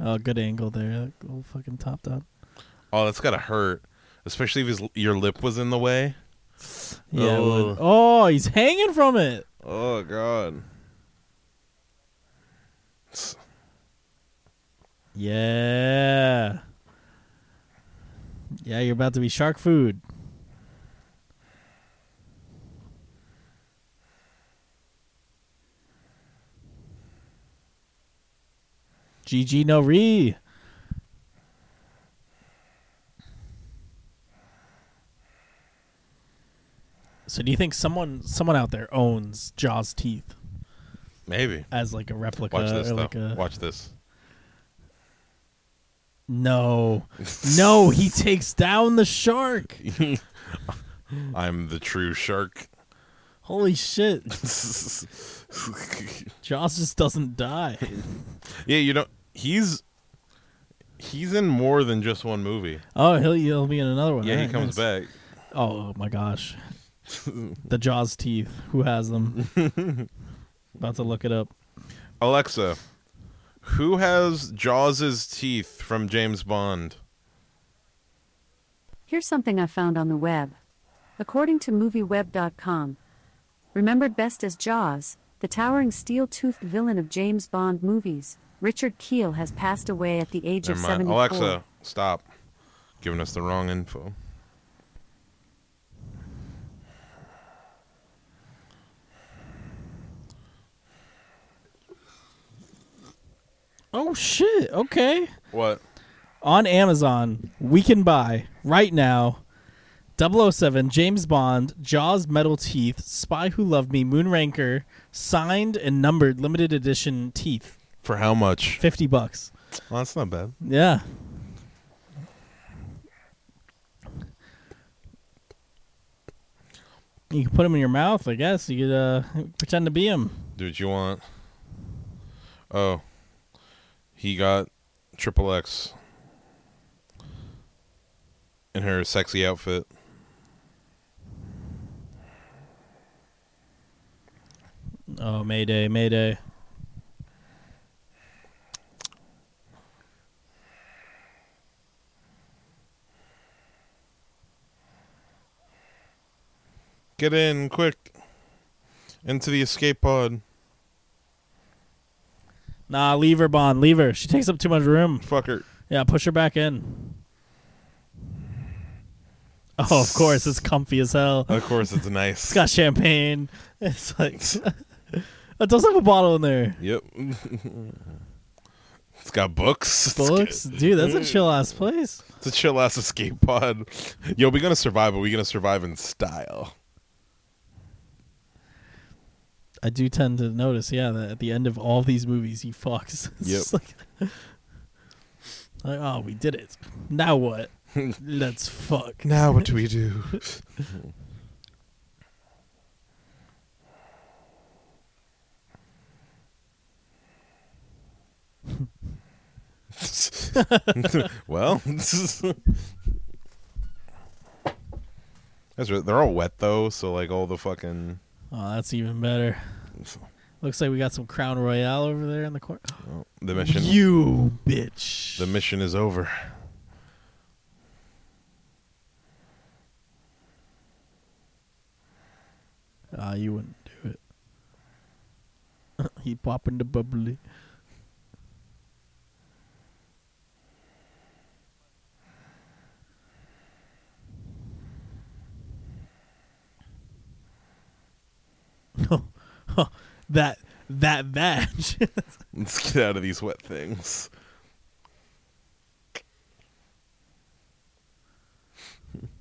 Oh, good angle there. That old fucking top down.
Oh, that's gotta hurt. Especially if his, your lip was in the way.
Yeah. it
Oh.
would. Oh, he's hanging from it.
Oh god.
Yeah. Yeah, you're about to be shark food. GG no re. So do you think someone someone out there owns Jaws teeth
Maybe.
as like a replica
Watch this
or
though.
like a
Watch this.
No. No, he takes down the shark.
I'm the true shark.
Holy shit.
yeah,
Jaws just doesn't die.
you know he's he's in more than just one movie.
Oh, he'll, he'll be in another one.
Yeah, he
Alright,
comes
nice.
back.
Oh, my gosh. the Jaws teeth. Who has them? About to look it up.
Alexa, who has Jaws's teeth from James Bond?
Here's something I found on the web. According to MovieWeb.com, remembered best as Jaws, the towering steel toothed villain of James Bond movies, Richard Keel has passed away at the age
Never
of
mind.
74.
Alexa, stop giving us the wrong info.
Oh, shit. Okay.
What?
On Amazon, we can buy right now 007, James Bond, Jaws Metal Teeth, Spy Who Loved Me, Moonraker, signed and numbered limited edition teeth.
For how much?
Fifty bucks.
Well, that's not bad.
Yeah. You can put them in your mouth, I guess. You could uh, pretend to be him.
Dude, you want? Oh, he got triple X in her sexy outfit.
Oh, Mayday, Mayday.
Get in quick into the escape pod.
Nah, leave her, Bond. Leave her. She takes up too much room.
Fucker.
Yeah, push her back in. Oh, of course. It's comfy as hell.
Of course, it's nice.
It's got champagne. It's like. it does have a bottle in there.
Yep. it's got books. It's
Books?
got-
Dude, that's a chill ass place.
It's a chill ass escape pod. Yo, we're gonna survive, but we're gonna survive in style.
I do tend to notice, yeah, that at the end of all these movies, he fucks. It's
Yep.
just like, like, oh, we did it. Now what? Let's fuck.
Now, what do we do? well, that's right. They're all wet though, so like all the fucking.
Oh, that's even better. Looks like we got some Crown Royale over there in the corner.
Well, the mission.
You bitch.
the mission is over.
Ah, you wouldn't do it. he popping the bubbly. that that badge.
Let's get out of these wet things.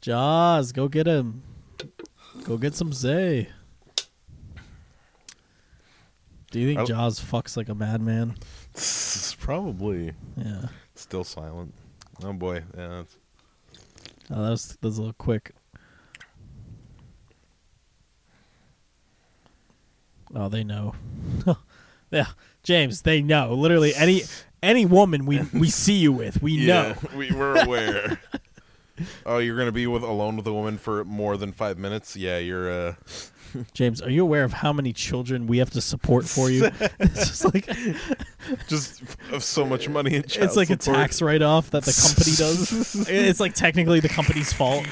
Jaws, go get him. Go get some Zay. Do you
I
think
l-
Jaws fucks like a madman?
Probably
Yeah.
still silent. Oh boy, yeah, that's-
Oh, that was that was a little quick. Oh, they know. yeah, James, they know. Literally, any any woman we we see you with, we know.
we were aware. oh, you're gonna be with alone with a woman for more than five minutes? Yeah, you're. uh
James, are you aware of how many children we have to support for you? it's just like
just of so much money in child
it's like
support.
a tax write off that the company does. it's like technically the company's fault.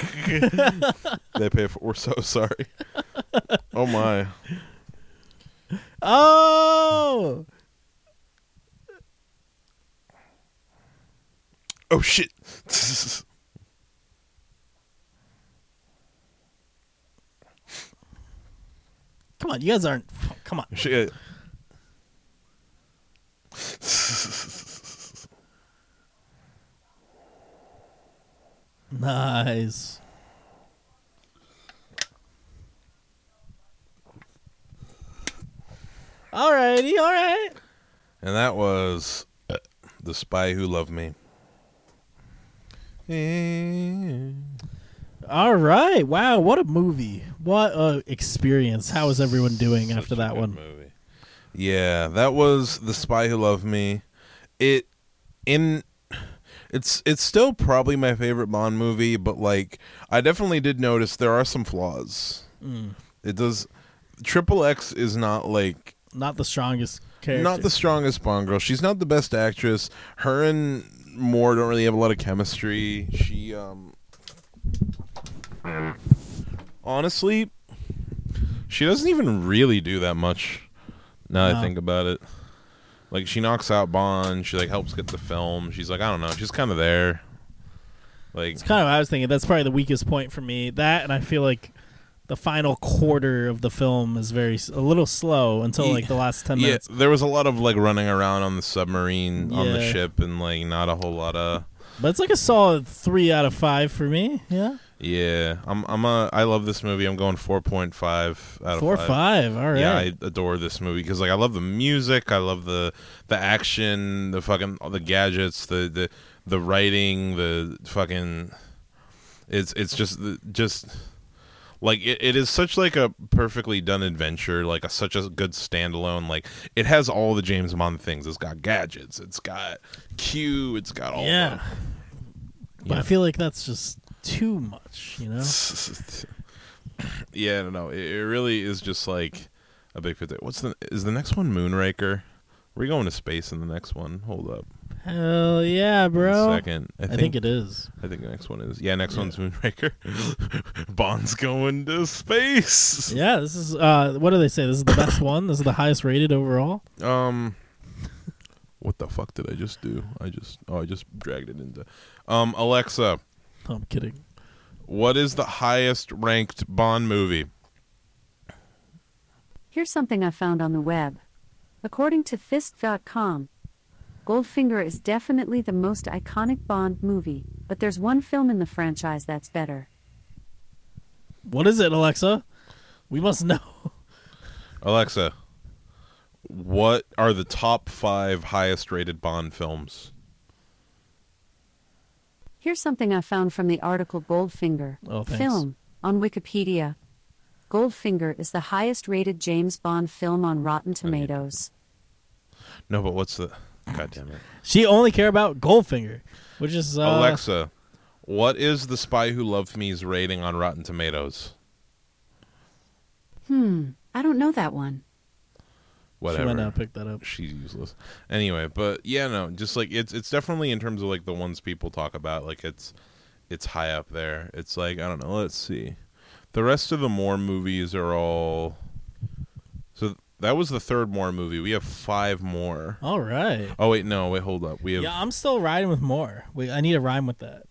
They pay for. We're so sorry. oh my!
Oh,
Oh shit!
come on, you guys aren't. Come on.
shit.
Nice. Alrighty, alright.
And that was uh, the spy who loved me.
Alright. Wow, what a movie. What a experience. How is everyone doing after
Such a
that
good
one?
Movie. Yeah, that was The Spy Who Loved Me. It in it's it's still probably my favorite Bond movie, but like I definitely did notice there are some flaws. It does Triple X is not like
Not the strongest character.
not the strongest Bond girl. She's not the best actress. Her and Moore don't really have a lot of chemistry. She um honestly she doesn't even really do that much now that I
No.
think about it. Like she knocks out Bond, she like helps get the film. She's like I don't know, she's kind of there. Like
It's kind of what I was thinking. That's probably the weakest point for me. That and I feel like the final quarter of the film is very s- a little slow until like the last 10
yeah,
minutes.
there was a lot of like running around on the submarine on the
Yeah.
ship and like not a whole lot of
But it's like a solid 3 out of 5 for me. Yeah.
Yeah, I'm. I'm a. I love this movie. I'm going four point five out of
Four five. All right.
Yeah, I adore this movie because like I love the music, I love the the action, the fucking all the gadgets, the the the writing, the fucking. It's it's just the- just like it, it is such like a perfectly done adventure like a, such a good standalone like it has all the james bond things it's got gadgets it's got q it's got all
yeah. But
Yeah.
I feel like that's just too much. You know.
yeah, I don't know. It, it really is just like a big fit. What's the is the next one Moonraker? We're going to space in the next one. Hold up,
Hell yeah, bro.
One second. I
I
think,
think, it is.
I think the next one is yeah. Next one's Moonraker. Bond's going to space.
Yeah, this is. Uh, what do they say? This is the best one. This is the highest rated overall.
Um, what the fuck did I just do? I just oh I just dragged it into. Um, Alexa,
No, I'm kidding.
what is the highest ranked Bond movie?
Here's something I found on the web. According to Fisk.com, Goldfinger is definitely the most iconic Bond movie, but there's one film in the franchise that's better.
What is it, Alexa? We must know.
Alexa, what are the top five highest rated Bond films?
Here's something I found from the article Goldfinger
Oh, thanks.
Film on Wikipedia. Goldfinger is the highest rated James Bond film on Rotten
Oh,
Tomatoes.
No, but what's the. God damn it.
She only care about Goldfinger, which is uh,
Alexa, what is The Spy Who Loved Me's rating on Rotten Tomatoes?
Hmm, I don't know that one.
Whatever.
She went out and picked that up.
She's useless. Anyway, but yeah, no, just like it's it's definitely in terms of like the ones people talk about, like it's it's high up there. It's like I don't know. Let's see. The rest of the Moore movies are all. So that was the third Moore movie. We have five more.
All right.
Oh wait, no, wait, hold up. We have
Yeah, I'm still riding with more. Wait, I need a rhyme with that.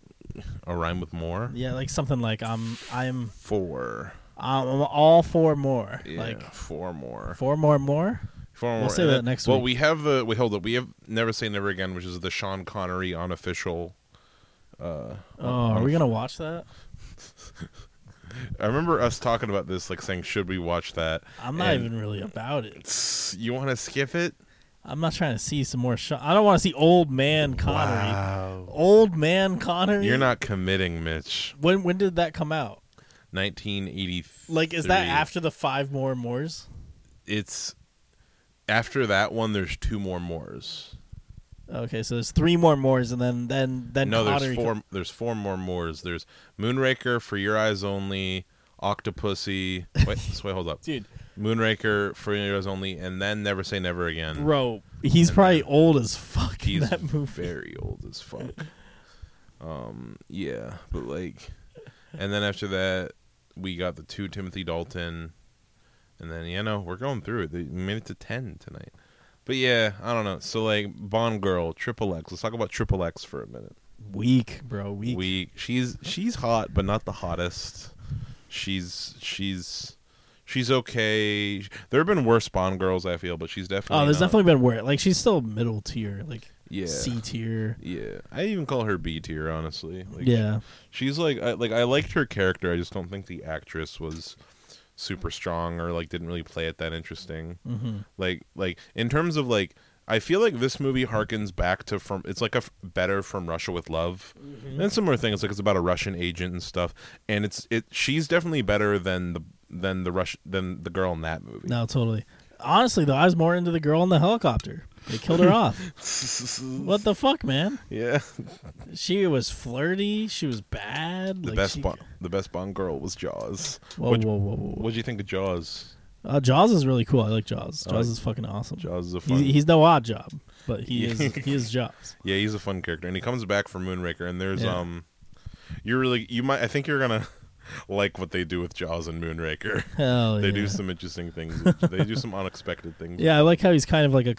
a rhyme with more.
Yeah, like something like I'm I'm
Four.
I'm all for more.
Yeah,
Like
four more.
four more more.
Four more.
say
And
that
then-
next
Well, we
week.
have the wait, hold up. We have Never Say Never Again, which is the Sean Connery unofficial.
Oh, are we gonna watch that?
I remember us talking about this, like saying, "Should we watch that?"
I'm not
And-
even really about it.
You want to skip it?
I'm not trying to see some more. Sh- I don't want to see old man Connery. Old man Connery.
You're not committing, Mitch.
When when did that come out?
1983.
Like, is that after the five more mores?
It's after that one. There's two more Moors.
Okay, so there's three more mores, and then then then
no, there's
Connery
four. There's four more Moors. There's Moonraker for Your Eyes Only, Octopussy. Wait, just wait, hold up.
Dude,
Moonraker for Your Eyes Only, and then Never Say Never Again.
bro, he's probably old as fuck
Mm.
in
He's
that movie.
very old as fuck. um, yeah, but like, and then after that, we got the two Timothy Dalton, and then you know we're going through it. They made it to ten tonight, but yeah, I don't know. So like Bond Girl, Triple X. Let's talk about Triple X for a minute.
Weak, bro. Weak.
We she's she's hot, but not the hottest. She's she's. She's okay. There have been worse Bond girls, I feel, but she's definitely.
Oh, there's
not-
definitely been where like she's still middle tier, like
Yeah.
C tier.
Yeah, I even call her B tier, honestly. Like,
Yeah,
She's like I, like I liked her character. I just don't think the actress was super strong or like didn't really play it that interesting. Mm-hmm. Like like in terms of like I feel like this movie harkens back to from it's like a f- better from Russia with Love
Mm-hmm.
and similar thing. It's like it's about a Russian agent and stuff, and it's it she's definitely better than the than the Rush than the girl in that movie.
no, totally. Honestly, though, I was more into the girl in the helicopter. They killed her off. What the fuck, man?
yeah,
She was flirty. She was bad.
the
like,
best
she-
Bond the best Bond girl was Jaws.
Whoa,
What'd-
whoa, whoa, whoa, whoa.
What'd you think of Jaws?
Uh, Jaws is really cool. I like Jaws. Jaws
I like-
is fucking awesome.
Jaws is a
He's,
fun.
he's no odd job, but he
Yeah.
is he is Jaws.
Yeah, he's a fun character, and he comes back for Moonraker. And there's
Yeah.
um, you're really you might I think you're gonna like what they do with Jaws and Moonraker.
Hell
they
yeah.
do some interesting things. with- they do some unexpected things.
Yeah, I like how he's kind of like a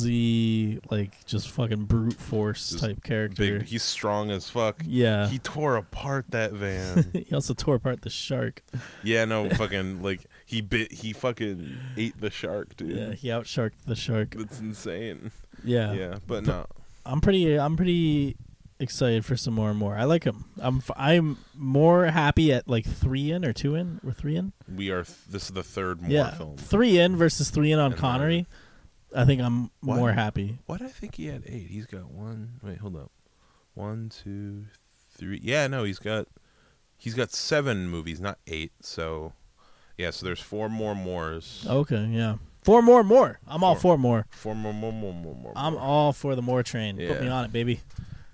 clumsy, like just fucking brute force
Just
type character.
big. He's strong as fuck.
yeah.
He
He,
tore apart that van.
also tore apart the shark.
yeah, no fucking like he bit. He fucking ate the shark, dude.
Yeah, he outsharked the shark.
That's insane.
Yeah.
Yeah, but no.
I'm pretty I'm pretty excited for some more and more. I like him. I'm f- I'm more happy at like three in or two in or three in.
We are. Th- this is the third more
yeah,
film.
three in versus three in on
And
Connery. I think I'm
What?
more happy.
Why did I think he had eight? He's got one. Wait, hold up. One, two, three. Yeah, no, he's got he's got seven movies, not eight. So yeah, so there's four more mores.
Okay, yeah. Four more, more. I'm all
Four.
for more.
Four more, more, more, more, more.
I'm
more.
all for the more train. Put me
Yeah.
on it, baby.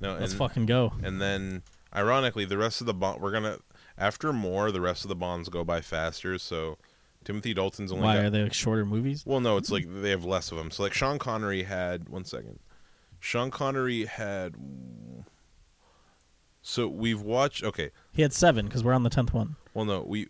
No,
Let's
and,
fucking go.
And then, ironically, the rest of the bond we're gonna after more, the rest of the bonds go by faster. So Timothy Dalton's only
Why
got
are they like shorter movies?
Well, no, it's like they have less of them. So like Sean Connery had one second. Sean Connery had. So we've watched. Okay,
He had seven because we're on the tenth one.
well, no, we.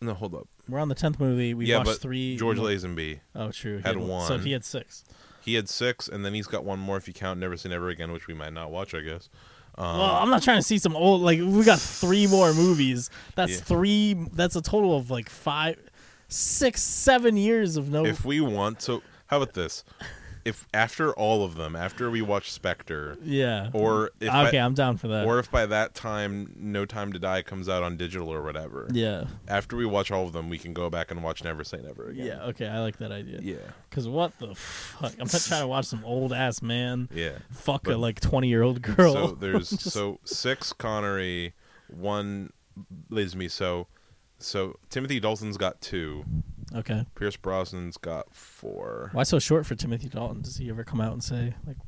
No, hold up.
We're on the tenth movie. We
yeah,
watched
but
three.
George
more-
Lazenby.
Oh, true. He
had
So
one.
he had six.
He had six, and then he's got one more if you count Never Seen Ever Again, which we might not watch, I guess. Um,
well, I'm not trying to see some old like we got three more movies. That's
Yeah.
three. That's a total of like five, six, seven years of no.
if we want to, how about this? If after all of them, after we watch Spectre,
yeah.
or if by-
okay, I'm down for that.
or if by that time No Time to Die comes out on digital or whatever,
yeah.
after we watch all of them, we can go back and watch Never Say Never Again.
Yeah. Okay, I like that idea.
Yeah.
Cause what the fuck? I'm not trying to watch some old ass man
Yeah.
fuck a
But-
like 20 year old girl.
So there's so six Connery, one Lazenby. So so Timothy Dalton's got two.
okay.
Pierce Brosnan's got four.
Why so short for Timothy Dalton? Does he ever come out and say like?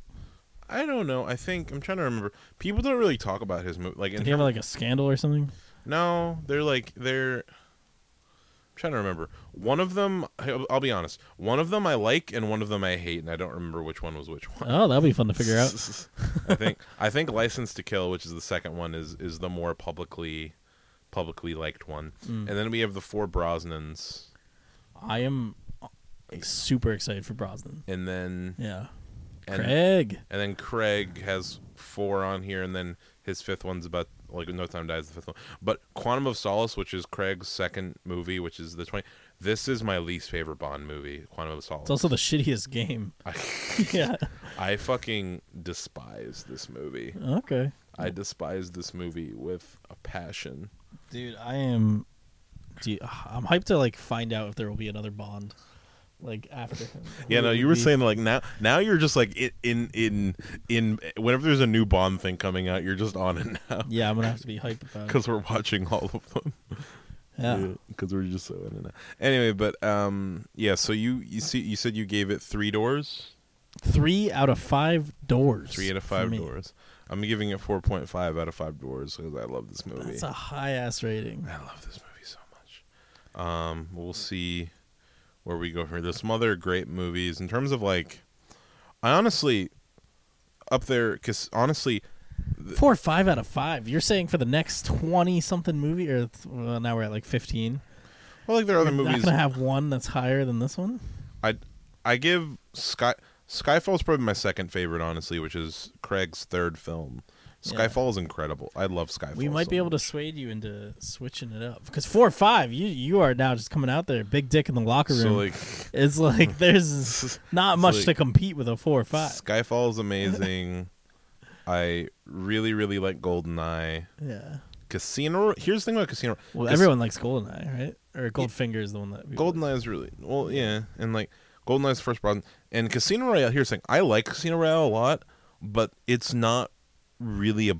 I don't know. I think I'm trying to remember. People don't really talk about his movie. Like, in
Did he have like a scandal or something?
no, they're like they're. I'm trying to remember. One of them, I'll I'll be honest. One of them I like, and one of them I hate, and I don't remember which one was which one.
Oh, that'll be fun to figure out.
I think I think License to Kill, which is the second one, is is the more publicly publicly liked one.
Mm.
And then we have the four Brosnans,
I am uh, super excited for Brosnan.
and then
Yeah.
and,
Craig.
and then Craig has four on here, and then his fifth one's about like No Time Dies the fifth one. But Quantum of Solace, which is Craig's second movie, which is the twenty. This is my least favorite Bond movie, Quantum of Solace.
It's also the shittiest game.
I,
yeah.
I fucking despise this movie.
Okay.
I despise this movie with a passion.
Dude, I am. Dude, I'm hyped to like find out if there will be another Bond, like after him.
Yeah,
Who
no,
would
you were
be-
saying like now, now you're just like i- in in in whenever there's a new Bond thing coming out, you're just on it now
Yeah, I'm gonna have to be hyped about it.
because we're watching all of them.
Yeah.
because we're just so in and out. Anyway, but um, yeah. So you you see, you said you gave it three doors,
Three out of five doors.
three out of
for
five
me.
doors. I'm giving it four point five out of five doors because I love this movie.
That's a
I
high ass rating.
love this movie so much. Um, we'll see where we go from here. There's some other great movies in terms of like, I honestly up there because honestly.
Four or five out of five. You're saying for the next twenty something movie, or th- well, now we're at like fifteen.
Well, like there are other
You're
movies.
Not gonna have one that's higher than this one.
I I give Sky Skyfall's probably my second favorite, honestly, which is Craig's third film.
Yeah.
Skyfall is incredible. I love Skyfall.
We might
so
be able to
much.
sway you into switching it up because four or five, you you are now just coming out there, big dick in the locker room.
So like,
it's like there's not
It's
much
like-
to compete with a four or five.
Skyfall is amazing. I really really like Goldeneye.
Yeah.
Casino. Here's the thing about Casino.
Well,
Cas-
everyone likes Goldeneye, right? Or Goldfinger is the one that. we-
Goldeneye is really well, yeah, and like Goldeneye's the first Brosnan and Casino Royale. Here's the thing: I like Casino Royale a lot, but it's not really a.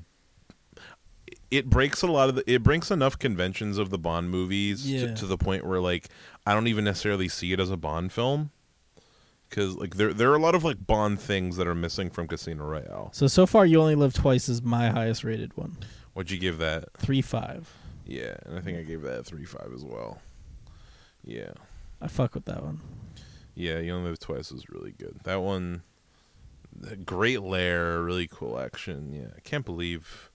It breaks a lot of the. It breaks enough conventions of the Bond movies
Yeah.
to, to the point where like I don't even necessarily see it as a Bond film, because like there there are a lot of like Bond things that are missing from Casino Royale.
So so far, you only live twice is my highest rated one,
What'd you give that?
three five.
Yeah, and I think I gave that a three five as well. Yeah.
I fuck with that one.
Yeah, You Only Live Twice was really good. That one, the Great Lair, really cool action. Yeah, I can't believe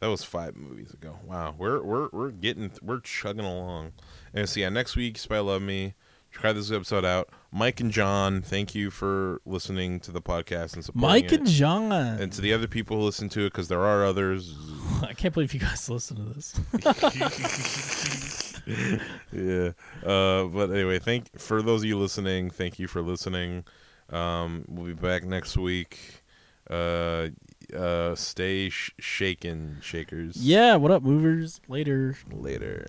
that was five movies ago. Wow, we're we're we're getting we're chugging along. And so yeah, next week, Spy Love Me. Try this episode out. Mike and John, thank you for listening to the podcast and supporting
Mike
it.
and John.
and to the other people who listen to it because there are others.
I can't believe you guys listen to this.
yeah. Uh, but anyway, thank for those of you listening. Thank you for listening. Um, we'll be back next week. Uh,
uh, stay sh- shaken, shakers.
Yeah, what up, movers? Later.
Later.